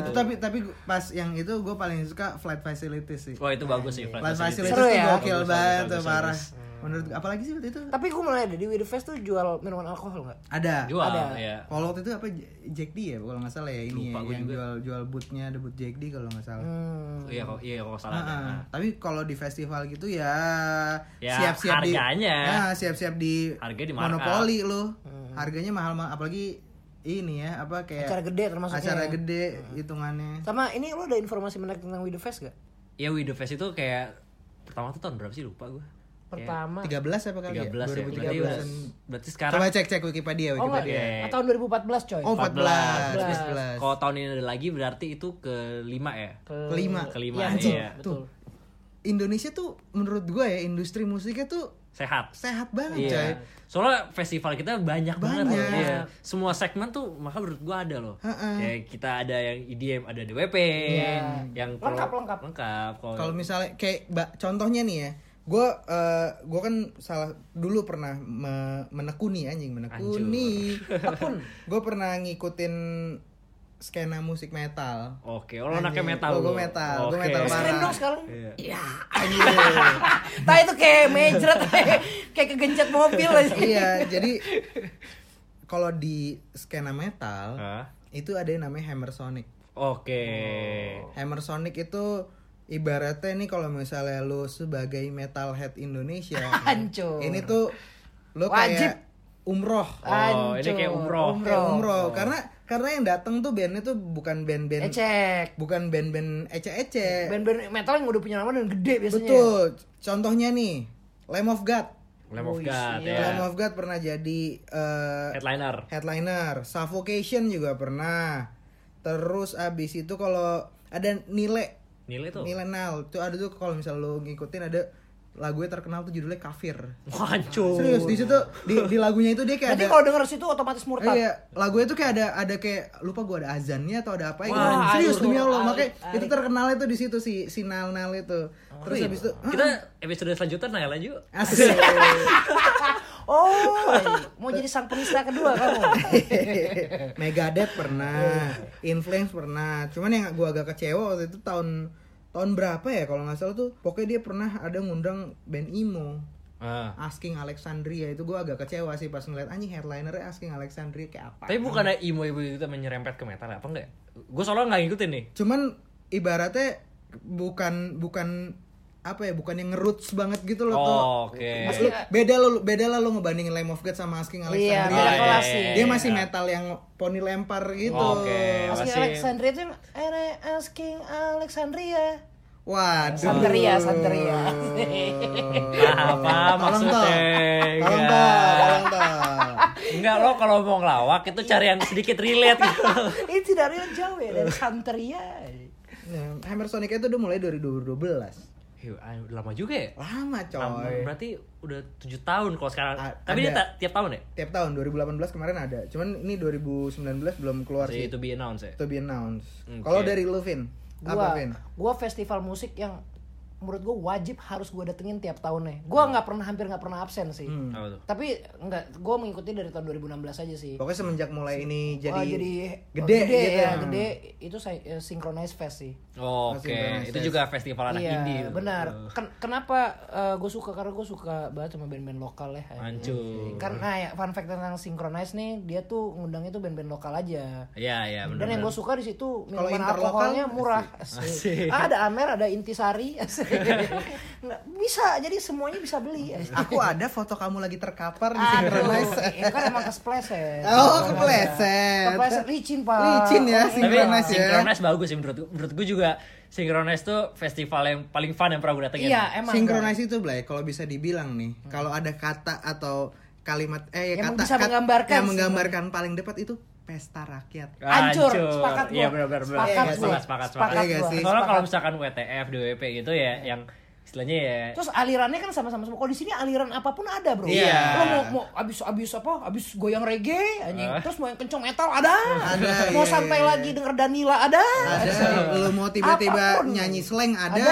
[SPEAKER 3] Itu tapi tapi gua- pas yang itu gue paling suka flight facilities sih.
[SPEAKER 2] Wah, itu bagus sih
[SPEAKER 3] Flight facilities
[SPEAKER 4] Seru
[SPEAKER 3] tuh
[SPEAKER 4] ya?
[SPEAKER 3] gokil
[SPEAKER 2] Bagus,
[SPEAKER 3] banget
[SPEAKER 2] bagus,
[SPEAKER 3] tuh
[SPEAKER 2] bagus. Hmm.
[SPEAKER 3] parah. Menurut gua- apalagi sih waktu itu?
[SPEAKER 4] Tapi gue mulai ada di Weird Fest tuh jual minuman alkohol nggak?
[SPEAKER 3] Ada.
[SPEAKER 2] Jual
[SPEAKER 4] Ada.
[SPEAKER 2] ya.
[SPEAKER 3] Kalau waktu itu apa J- Jack D ya kalau nggak salah ya ini
[SPEAKER 2] Lupa
[SPEAKER 3] ya,
[SPEAKER 2] gua
[SPEAKER 3] yang
[SPEAKER 2] juga.
[SPEAKER 3] jual jual bootnya ada boot Jack D kalau nggak salah.
[SPEAKER 4] Hmm,
[SPEAKER 2] Iya kok iya kok salah.
[SPEAKER 3] Heeh. Tapi kalau di festival gitu ya
[SPEAKER 2] Ya,
[SPEAKER 3] siap-siap
[SPEAKER 2] harganya.
[SPEAKER 3] di ya, siap-siap di
[SPEAKER 2] Harga di markup.
[SPEAKER 3] monopoli lu. Harganya mahal mahal apalagi ini ya apa kayak
[SPEAKER 4] Hmm. Acara gede termasuknya.
[SPEAKER 3] acara gede hitungannya.
[SPEAKER 4] Sama ini lo ada informasi menarik tentang Weird Fest gak?
[SPEAKER 2] Iya, We The Fest itu kayak pertama tuh tahun berapa sih lupa gue.
[SPEAKER 4] Pertama.
[SPEAKER 3] 13 apa kali
[SPEAKER 2] 13 ya.
[SPEAKER 3] ya?
[SPEAKER 2] Berarti,
[SPEAKER 3] 2013.
[SPEAKER 2] berarti
[SPEAKER 3] Coba
[SPEAKER 2] sekarang
[SPEAKER 3] cek cek Wikipedia
[SPEAKER 4] Oh nggak?
[SPEAKER 3] Wikipedia.
[SPEAKER 2] Wikipedia.
[SPEAKER 4] Ah, Tahun 2014 coy.
[SPEAKER 3] Oh, 14.
[SPEAKER 2] 14.
[SPEAKER 3] 14.
[SPEAKER 2] Kalau tahun ini ada lagi berarti itu kelima ya.
[SPEAKER 3] Kelima.
[SPEAKER 2] Kelima
[SPEAKER 4] Iya, betul,
[SPEAKER 2] iya.
[SPEAKER 4] betul.
[SPEAKER 3] Indonesia tuh menurut gua ya industri musiknya tuh
[SPEAKER 2] Sehat.
[SPEAKER 3] sehat banget coy.
[SPEAKER 2] Iya. Soalnya festival kita banyak, banget.
[SPEAKER 3] Banyak.
[SPEAKER 2] Iya. Semua segmen tuh maka menurut gua ada loh.
[SPEAKER 3] Heeh.
[SPEAKER 2] Kayak kita ada yang EDM, ada DWP, yang kalau-
[SPEAKER 4] Lengkap, lengkap.
[SPEAKER 2] Lengkap. Kalau
[SPEAKER 3] Iya. kalau misalnya kayak ba- contohnya nih ya gue gue kan salah dulu pernah me- menekuni anjing menekuni tekun gue pernah ngikutin skena musik metal
[SPEAKER 2] Oke, lo anaknya metal. lo.
[SPEAKER 3] gue metal gue
[SPEAKER 2] Oke.
[SPEAKER 3] metal
[SPEAKER 4] Keren
[SPEAKER 3] parah
[SPEAKER 4] dong sekarang.
[SPEAKER 2] Iya.
[SPEAKER 4] Tah itu kayak mejret, kayak kegencet mobil aja.
[SPEAKER 3] iya jadi kalau di skena metal
[SPEAKER 2] Hah?
[SPEAKER 3] itu ada yang namanya hammer sonic
[SPEAKER 2] Oke.
[SPEAKER 3] hammer sonic itu ibaratnya nih kalau misalnya lu sebagai metalhead Indonesia
[SPEAKER 4] Hancur.
[SPEAKER 3] ini tuh lu
[SPEAKER 4] Wajib.
[SPEAKER 3] kayak umroh
[SPEAKER 2] Oh, ini kayak umroh.
[SPEAKER 3] Kayak umroh karena karena yang datang tuh bandnya tuh bukan band-band
[SPEAKER 4] Ecek.
[SPEAKER 3] bukan band-band ece-ece
[SPEAKER 4] Eh, Band-band metal yang udah punya nama dan gede biasanya.
[SPEAKER 3] betul contohnya nih Lamb of God
[SPEAKER 4] Oh.
[SPEAKER 2] Lamb of God ya.
[SPEAKER 3] Lamb of God pernah jadi eh,
[SPEAKER 2] Headliner.
[SPEAKER 3] headliner Suffocation juga pernah terus abis itu kalau ada nilai
[SPEAKER 2] Nilai tuh.
[SPEAKER 3] Milenal tuh ada tuh kalau misal lo ngikutin ada lagu terkenal tuh judulnya Kafir
[SPEAKER 2] Wancur.
[SPEAKER 3] serius di situ di, di lagunya itu dia kayak
[SPEAKER 4] Berarti
[SPEAKER 3] ada
[SPEAKER 4] kalau denger situ otomatis murtad.
[SPEAKER 3] Iya, lagunya tuh kayak ada ada kayak lupa gua ada azannya atau ada apa gitu.
[SPEAKER 4] Wah,
[SPEAKER 3] Serius
[SPEAKER 4] aduh,
[SPEAKER 3] demi Allah,
[SPEAKER 4] aduh,
[SPEAKER 3] makanya
[SPEAKER 4] aduh. iya.
[SPEAKER 3] itu terkenalnya tuh di situ si si Nal Nal itu. Terus habis itu
[SPEAKER 2] Kita episode selanjutnya Naila yuk.
[SPEAKER 3] asik.
[SPEAKER 4] Oh, mau jadi sang penista kedua kamu.
[SPEAKER 3] Megadeth
[SPEAKER 4] Iya.
[SPEAKER 3] pernah, In Flames pernah. Cuman yang gua agak kecewa waktu itu tahun tahun berapa ya kalau nggak salah tuh pokoknya dia pernah ada ngundang band emo
[SPEAKER 2] Ah.
[SPEAKER 3] Asking Alexandria itu gua agak kecewa sih pas ngeliat anjing headlinernya Asking Alexandria kayak apa
[SPEAKER 2] Tapi bukannya emo ibu itu menyerempet ke metal apa enggak? Gue soalnya nggak ngikutin nih.
[SPEAKER 3] cuman ibaratnya bukan bukan apa ya bukan yang ngeruts banget gitu loh tuh
[SPEAKER 2] Oh, Oke.
[SPEAKER 3] Lu- beda lo beda lah lo ngebandingin Lamb of God sama Asking
[SPEAKER 4] Iya,
[SPEAKER 3] Alexandria
[SPEAKER 4] beda
[SPEAKER 2] iya,
[SPEAKER 4] kelas sih.
[SPEAKER 3] dia masih metal yang poni lempar gitu
[SPEAKER 2] Oke, masih-
[SPEAKER 4] Asking Alexandria itu yang "Ere asking Alexandria.
[SPEAKER 3] waduh
[SPEAKER 4] Santeria, santeria.
[SPEAKER 2] Apa
[SPEAKER 3] Tolong,
[SPEAKER 2] Nah, maksudnya?
[SPEAKER 3] Tol. tolong tol tolong tol
[SPEAKER 2] Enggak lo kalau mau ngelawak itu cari yang sedikit relate gitu.
[SPEAKER 4] Ini tidak real jauh ya dari Santeria.
[SPEAKER 3] Nah, Hammer Sonic itu udah mulai dari 2012.
[SPEAKER 2] Yuh, ah, lama juga ya.
[SPEAKER 3] Lama
[SPEAKER 2] Lama,
[SPEAKER 3] Oh, coy.
[SPEAKER 2] berarti udah tujuh tahun kalau sekarang.
[SPEAKER 3] A-
[SPEAKER 2] Tapi dia
[SPEAKER 3] ada.
[SPEAKER 2] ta- tiap tahun ya?
[SPEAKER 3] Tiap tahun 2018 kemarin ada. Cuman ini 2019 belum keluar
[SPEAKER 2] Masih
[SPEAKER 3] sih.
[SPEAKER 2] itu be announced ya.
[SPEAKER 3] To be announced.
[SPEAKER 2] Oke.
[SPEAKER 3] Kalau dari lu Vin, apa
[SPEAKER 4] Gua,
[SPEAKER 3] Vin?
[SPEAKER 4] gua festival musik yang menurut gua wajib harus gua datengin tiap tahunnya. Gua nggak pernah hampir nggak pernah absen sih.
[SPEAKER 3] Hmm.
[SPEAKER 2] Apa tuh?
[SPEAKER 4] Tapi nggak, gua mengikuti dari tahun 2016 aja sih.
[SPEAKER 3] Pokoknya semenjak mulai ini Oh, jadi,
[SPEAKER 4] Wah, jadi
[SPEAKER 3] gede,
[SPEAKER 4] gede
[SPEAKER 3] gitu.
[SPEAKER 4] ya, gede itu sy- eh, synchronized fest sih.
[SPEAKER 2] Oke,
[SPEAKER 3] Masih Indonesia.
[SPEAKER 2] itu juga festival anak
[SPEAKER 4] Iya,
[SPEAKER 2] indie. gitu. tuh.
[SPEAKER 4] benar. Ken- kenapa gue suka karena gue suka banget sama band-band lokal ya.
[SPEAKER 2] Hancur.
[SPEAKER 4] Karena ya fun fact tentang Synchronize nih, dia tuh ngundangnya tuh band-band lokal aja.
[SPEAKER 2] Iya, iya benar.
[SPEAKER 4] Dan yang gue suka di
[SPEAKER 3] Kalau
[SPEAKER 4] situ minuman
[SPEAKER 3] interlokal,
[SPEAKER 4] alkoholnya murah.
[SPEAKER 2] Asik.
[SPEAKER 4] Asik. Ah, ada Amer, ada Intisari. Asik. Nggak, bisa, jadi semuanya bisa beli. Asik.
[SPEAKER 3] Aku ada foto kamu lagi terkapar di
[SPEAKER 4] Aduh,
[SPEAKER 3] synchronize.
[SPEAKER 4] itu kan emang kespleset.
[SPEAKER 3] Oh, kepleset.
[SPEAKER 4] Kepleset, licin pak.
[SPEAKER 3] Licin ya,
[SPEAKER 4] Orang
[SPEAKER 2] Tapi
[SPEAKER 3] Synchronize ya.
[SPEAKER 2] Synchronize bagus sih menurut menurut gue juga. Synchronize tuh festival yang paling fun yang pernah gue datengin.
[SPEAKER 4] Iya, emang. Hmm.
[SPEAKER 3] Synchronize itu Blay, kalau bisa dibilang nih, kalau ada kata atau kalimat eh
[SPEAKER 4] Yang
[SPEAKER 3] kata
[SPEAKER 4] bisa
[SPEAKER 3] kat-
[SPEAKER 4] menggambarkan
[SPEAKER 3] yang
[SPEAKER 4] sih.
[SPEAKER 3] menggambarkan paling dekat itu pesta rakyat.
[SPEAKER 4] Hancur, sepakat
[SPEAKER 2] Iya,
[SPEAKER 4] gua.
[SPEAKER 2] benar benar. benar.
[SPEAKER 4] Sepakat
[SPEAKER 2] sepakat,
[SPEAKER 3] Iya,
[SPEAKER 4] gua.
[SPEAKER 2] sepakat,
[SPEAKER 4] Sepakat
[SPEAKER 2] sepakat.
[SPEAKER 3] Iya,
[SPEAKER 4] gua.
[SPEAKER 3] sih?
[SPEAKER 2] Soalnya kalau
[SPEAKER 4] Sepakat.
[SPEAKER 2] misalkan WTF, DWP gitu ya, yang istilahnya ya
[SPEAKER 4] Terus alirannya kan sama-sama semua. Kalau di sini aliran apapun ada, Bro.
[SPEAKER 3] Iya.
[SPEAKER 4] Lo mau mau abis abis apa? Abis goyang reggae, anjing.
[SPEAKER 2] Ah.
[SPEAKER 4] Terus mau yang kenceng metal ada.
[SPEAKER 3] Ada,
[SPEAKER 4] Mau
[SPEAKER 3] iya,
[SPEAKER 4] santai
[SPEAKER 3] iya.
[SPEAKER 4] lagi denger Danila ada.
[SPEAKER 3] Ada lu mau tiba-tiba
[SPEAKER 4] Apapun.
[SPEAKER 3] nyanyi slang ada.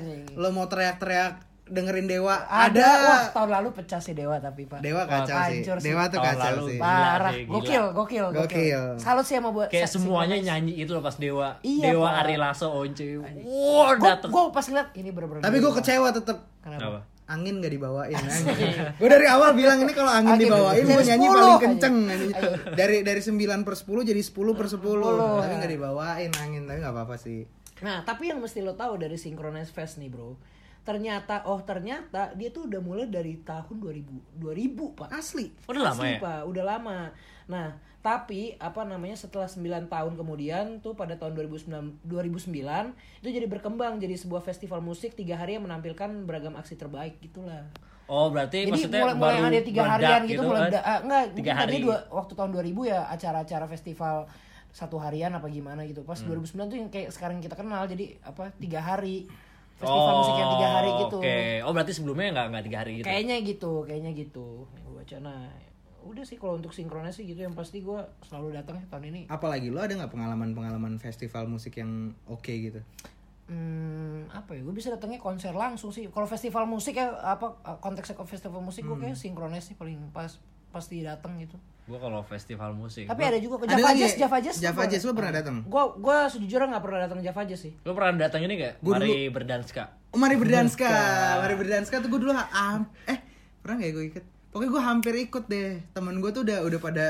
[SPEAKER 4] Ada.
[SPEAKER 3] Lu mau teriak-teriak dengerin Dewa
[SPEAKER 4] Ada.
[SPEAKER 3] ada.
[SPEAKER 4] Wah, tahun lalu pecah sih Dewa tapi, Pak.
[SPEAKER 3] Dewa kan? kacau
[SPEAKER 4] Wah,
[SPEAKER 3] sih.
[SPEAKER 4] hancur sih.
[SPEAKER 3] Dewa tuh
[SPEAKER 2] Tahun
[SPEAKER 3] kacau
[SPEAKER 2] lalu.
[SPEAKER 3] sih.
[SPEAKER 4] Parah.
[SPEAKER 2] Gila sih, gila.
[SPEAKER 4] Gokil, gokil, gokil.
[SPEAKER 3] Gokil.
[SPEAKER 4] Salut sih sama buat
[SPEAKER 2] kayak semuanya nyanyi itu loh pas Dewa.
[SPEAKER 4] Iya,
[SPEAKER 2] Dewa
[SPEAKER 4] Pak. Iya.
[SPEAKER 2] Ari Lasso Once. Wow, dateng.
[SPEAKER 4] Gue pas ngeliat ini bener-bener.
[SPEAKER 3] Tapi gue
[SPEAKER 4] Dewa.
[SPEAKER 3] kecewa tetep
[SPEAKER 2] Apa?
[SPEAKER 3] angin gak dibawain gue dari awal bilang ini kalau angin
[SPEAKER 4] Angin.
[SPEAKER 3] dibawain gue
[SPEAKER 4] Jadi
[SPEAKER 3] nyanyi
[SPEAKER 4] 10.
[SPEAKER 3] paling kenceng anjing. dari dari 9 per 10 jadi 10 per 10 tapi gak dibawain angin tapi gak apa-apa sih
[SPEAKER 4] Nah, tapi yang mesti lo tahu dari Synchronize Fest nih, Bro. Ternyata oh ternyata dia tuh udah mulai dari tahun 2000 2000, Pak.
[SPEAKER 3] asli
[SPEAKER 2] Udah lama
[SPEAKER 4] Asli,
[SPEAKER 2] ya?
[SPEAKER 4] Pak, udah lama. Nah, tapi apa namanya setelah 9 tahun kemudian tuh pada tahun 2009 2009 itu jadi berkembang jadi sebuah festival musik tiga hari yang menampilkan beragam aksi terbaik gitulah.
[SPEAKER 2] Oh, berarti
[SPEAKER 4] Jadi
[SPEAKER 2] maksudnya
[SPEAKER 4] mulai mulai
[SPEAKER 2] baru
[SPEAKER 4] ada tiga
[SPEAKER 2] meledak
[SPEAKER 4] harian gitu, mulai
[SPEAKER 2] kan?
[SPEAKER 4] meledak. Ah, enggak,
[SPEAKER 2] Tiga
[SPEAKER 4] mungkin tadi
[SPEAKER 2] hari.
[SPEAKER 4] dua, waktu tahun 2000 ya acara-acara festival satu harian apa gimana gitu. Pas
[SPEAKER 2] Hmm.
[SPEAKER 4] 2009 tuh yang kayak sekarang kita kenal jadi apa tiga hari festival musik yang tiga hari gitu.
[SPEAKER 2] Oh, Oke. Oh, berarti sebelumnya nggak nggak tiga hari gitu.
[SPEAKER 4] Kayaknya gitu, kayaknya gitu. Gue baca nah udah sih kalau untuk sinkronis sih gitu yang pasti gue selalu datang ya tahun ini.
[SPEAKER 3] apalagi lo ada nggak pengalaman-pengalaman festival musik yang oke gitu
[SPEAKER 4] Hmm, apa ya? Gue bisa datangnya konser langsung sih. Kalau festival musik ya apa konteksnya ke festival musik gue
[SPEAKER 2] Hmm.
[SPEAKER 4] kayak sinkronis sih paling pas pasti datang gitu.
[SPEAKER 2] Gua kalau festival musik.
[SPEAKER 4] Tapi
[SPEAKER 2] gua-
[SPEAKER 4] ada juga ke
[SPEAKER 3] Ada
[SPEAKER 4] Java
[SPEAKER 3] lagi?
[SPEAKER 4] Jazz, Java Jazz.
[SPEAKER 3] Java Jazz, lu pernah datang?
[SPEAKER 4] Gua gua sejujurnya nggak pernah datang Java Jazz sih.
[SPEAKER 2] Lo pernah datang ini gak?
[SPEAKER 3] Gua
[SPEAKER 2] Mari berdanska.
[SPEAKER 3] oh, mari berdanska mari berdanska tuh gue dulu ha- am- eh pernah gak gue ikut pokoknya gue hampir ikut deh temen gue tuh udah udah pada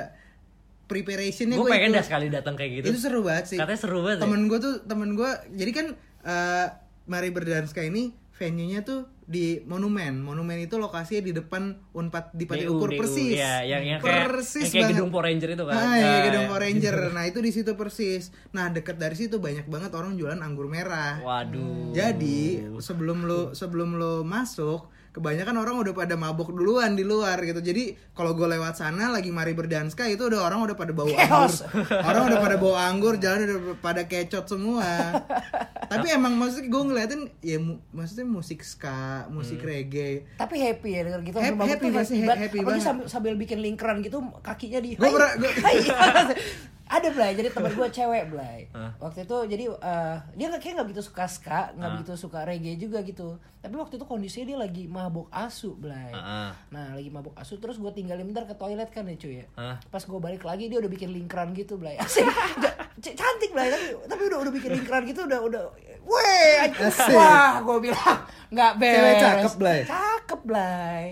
[SPEAKER 3] preparationnya
[SPEAKER 2] Gue
[SPEAKER 3] gue
[SPEAKER 2] pengen
[SPEAKER 3] ikut.
[SPEAKER 2] dah sekali datang kayak gitu.
[SPEAKER 3] itu seru banget sih
[SPEAKER 2] Katanya seru banget. ya?
[SPEAKER 3] temen gue tuh temen gue jadi kan eh, Mari Berdanska ini venue nya tuh di monumen monumen itu lokasinya di depan unpad di Pati
[SPEAKER 2] DU,
[SPEAKER 3] Ukur
[SPEAKER 2] DU,
[SPEAKER 3] persis
[SPEAKER 2] ya, yang- yang kayak- yang kayak gedung Power Ranger itu kan.
[SPEAKER 3] ah, iya,
[SPEAKER 2] Nah,
[SPEAKER 3] gedung Power Ranger nah itu di situ persis nah deket dari situ banyak banget orang jualan anggur merah
[SPEAKER 4] Hmm.
[SPEAKER 2] Waduh.
[SPEAKER 3] jadi sebelum lo sebelum lo masuk kebanyakan orang udah pada mabok duluan di luar gitu. Jadi kalau gue lewat sana lagi mari berdanska itu udah orang udah pada bau
[SPEAKER 4] Chaos.
[SPEAKER 3] anggur. Orang udah pada bau anggur, jalan udah pada kecot semua. Tapi emang maksudnya gue ngeliatin ya mu- maksudnya musik ska, musik
[SPEAKER 4] Hmm.
[SPEAKER 3] reggae.
[SPEAKER 4] Tapi happy ya denger gitu.
[SPEAKER 3] Happy-
[SPEAKER 4] Langsung bangun
[SPEAKER 3] happy
[SPEAKER 4] tuh
[SPEAKER 3] gak sih?
[SPEAKER 4] ibarat-
[SPEAKER 3] Happy
[SPEAKER 4] apalagi
[SPEAKER 3] banget.
[SPEAKER 4] sambil, sambil bikin lingkaran gitu kakinya di.
[SPEAKER 3] Gua
[SPEAKER 4] Hai.
[SPEAKER 3] pernah- gua-
[SPEAKER 4] Hai. Ada Blay, jadi teman gue cewek Blay. Waktu itu jadi eh, dia nggak kayak nggak begitu suka ska, nggak begitu suka reggae juga gitu. Tapi waktu itu kondisinya dia lagi mabok asu Blay.
[SPEAKER 2] Ah.
[SPEAKER 4] Nah lagi mabuk asu terus gue tinggalin bentar ke toilet kan ya cuy ya.
[SPEAKER 2] Hah?
[SPEAKER 4] Pas gue balik lagi dia udah bikin lingkaran gitu Blay. Asik. Ja- c- cantik Blay tapi, tapi udah udah bikin lingkaran gitu udah udah. Weh, anjing.
[SPEAKER 3] Asik.
[SPEAKER 4] wah gue bilang nggak beres.
[SPEAKER 3] Cewek cakep, Blay.
[SPEAKER 4] Cakep Blay.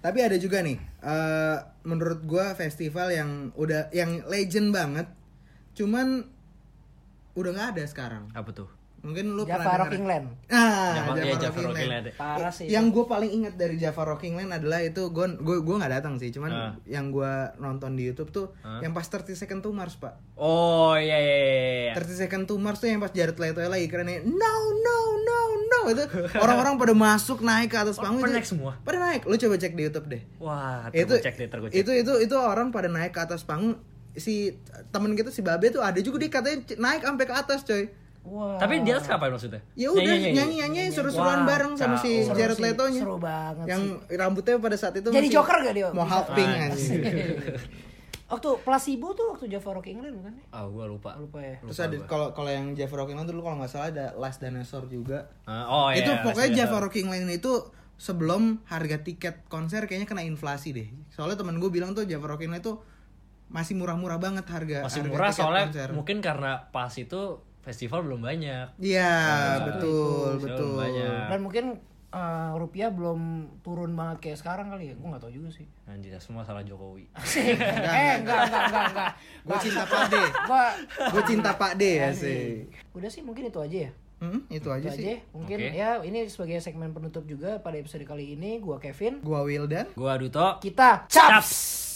[SPEAKER 3] Tapi ada juga nih eh, menurut gue festival yang udah yang legend banget. Cuman udah nggak ada sekarang.
[SPEAKER 2] Apa tuh?
[SPEAKER 3] Mungkin lu pernah ya?
[SPEAKER 4] Java
[SPEAKER 3] denger-
[SPEAKER 4] Rocking Land.
[SPEAKER 3] Ah,
[SPEAKER 2] Java,
[SPEAKER 3] Java
[SPEAKER 2] iya, Java
[SPEAKER 3] Rocking
[SPEAKER 2] Rocking
[SPEAKER 3] Land.
[SPEAKER 2] Land.
[SPEAKER 4] Parah sih.
[SPEAKER 3] yang gue paling ingat dari Java Rocking Land adalah itu gue gue gue nggak datang sih cuman
[SPEAKER 2] Ah.
[SPEAKER 3] yang gue nonton di YouTube tuh
[SPEAKER 2] Ah.
[SPEAKER 3] yang pas 30 Second to Mars pak
[SPEAKER 2] Oh iya iya iya. iya.
[SPEAKER 3] 30 Second to Mars tuh yang pas Jared Leto lagi kerennya no no no no wow itu orang-orang pada masuk naik ke atas panggung
[SPEAKER 2] pada
[SPEAKER 3] itu-
[SPEAKER 2] naik semua?
[SPEAKER 3] pada naik lu coba cek di YouTube deh
[SPEAKER 2] Wah,
[SPEAKER 3] itu
[SPEAKER 2] tergocek deh, tergocek.
[SPEAKER 3] itu itu itu orang pada naik ke atas panggung si temen kita si Babe tuh ada juga dia katanya c- naik sampai ke atas coy
[SPEAKER 2] Tapi di atas ngapain maksudnya?
[SPEAKER 3] ya udah
[SPEAKER 2] Nyanyi-nyanyi.
[SPEAKER 3] nyanyi nyanyi seru-seruan
[SPEAKER 2] Wah,
[SPEAKER 3] bareng sama si
[SPEAKER 2] kacau.
[SPEAKER 3] Jared
[SPEAKER 8] sih,
[SPEAKER 3] Leto nya
[SPEAKER 8] seru banget
[SPEAKER 3] yang rambutnya pada saat itu
[SPEAKER 8] Jadi
[SPEAKER 3] masih
[SPEAKER 8] Joker gak dia? Bisa.
[SPEAKER 3] mau
[SPEAKER 2] Ah,
[SPEAKER 3] half pink
[SPEAKER 2] iya.
[SPEAKER 3] anjing
[SPEAKER 4] Waktu placebo tuh waktu Java Rock England bukan ya?
[SPEAKER 2] Ah, gua lupa.
[SPEAKER 4] Lupa ya.
[SPEAKER 3] terus ada kalau kalau yang Jeff Rockingham dulu kalau nggak salah ada Last Dinosaur juga
[SPEAKER 2] Ah, oh iya.
[SPEAKER 3] itu
[SPEAKER 2] iya,
[SPEAKER 3] pokoknya
[SPEAKER 2] iya,
[SPEAKER 3] Java
[SPEAKER 2] iya.
[SPEAKER 3] Rocking Line itu sebelum harga tiket konser kayaknya kena inflasi deh. Soalnya temen gue bilang tuh Java Rocking Line tuh masih murah-murah banget harga
[SPEAKER 2] Masih
[SPEAKER 3] harga
[SPEAKER 2] murah
[SPEAKER 3] tiket
[SPEAKER 2] soalnya
[SPEAKER 3] konser.
[SPEAKER 2] mungkin karena pas itu festival belum banyak.
[SPEAKER 3] Iya,
[SPEAKER 2] Nah,
[SPEAKER 3] betul,
[SPEAKER 2] itu, belum
[SPEAKER 3] betul.
[SPEAKER 2] Banyak.
[SPEAKER 4] Dan mungkin eh, rupiah belum turun banget kayak sekarang kali ya. Gua nggak tahu juga sih.
[SPEAKER 2] Anjir, semua salah Jokowi.
[SPEAKER 4] eh, enggak, enggak, enggak, enggak.
[SPEAKER 3] Gue cinta Pak D.
[SPEAKER 4] Gua
[SPEAKER 3] Gue cinta Pak D ya sih.
[SPEAKER 4] udah sih mungkin itu aja ya.
[SPEAKER 3] Hmm, itu aja
[SPEAKER 4] Itu
[SPEAKER 3] sih.
[SPEAKER 4] aja. Mungkin
[SPEAKER 2] Oke.
[SPEAKER 4] ya ini sebagai segmen penutup juga pada episode kali ini gua Kevin,
[SPEAKER 3] Gua Wildan.
[SPEAKER 2] Gua Duto.
[SPEAKER 4] kita caps.
[SPEAKER 2] Caps.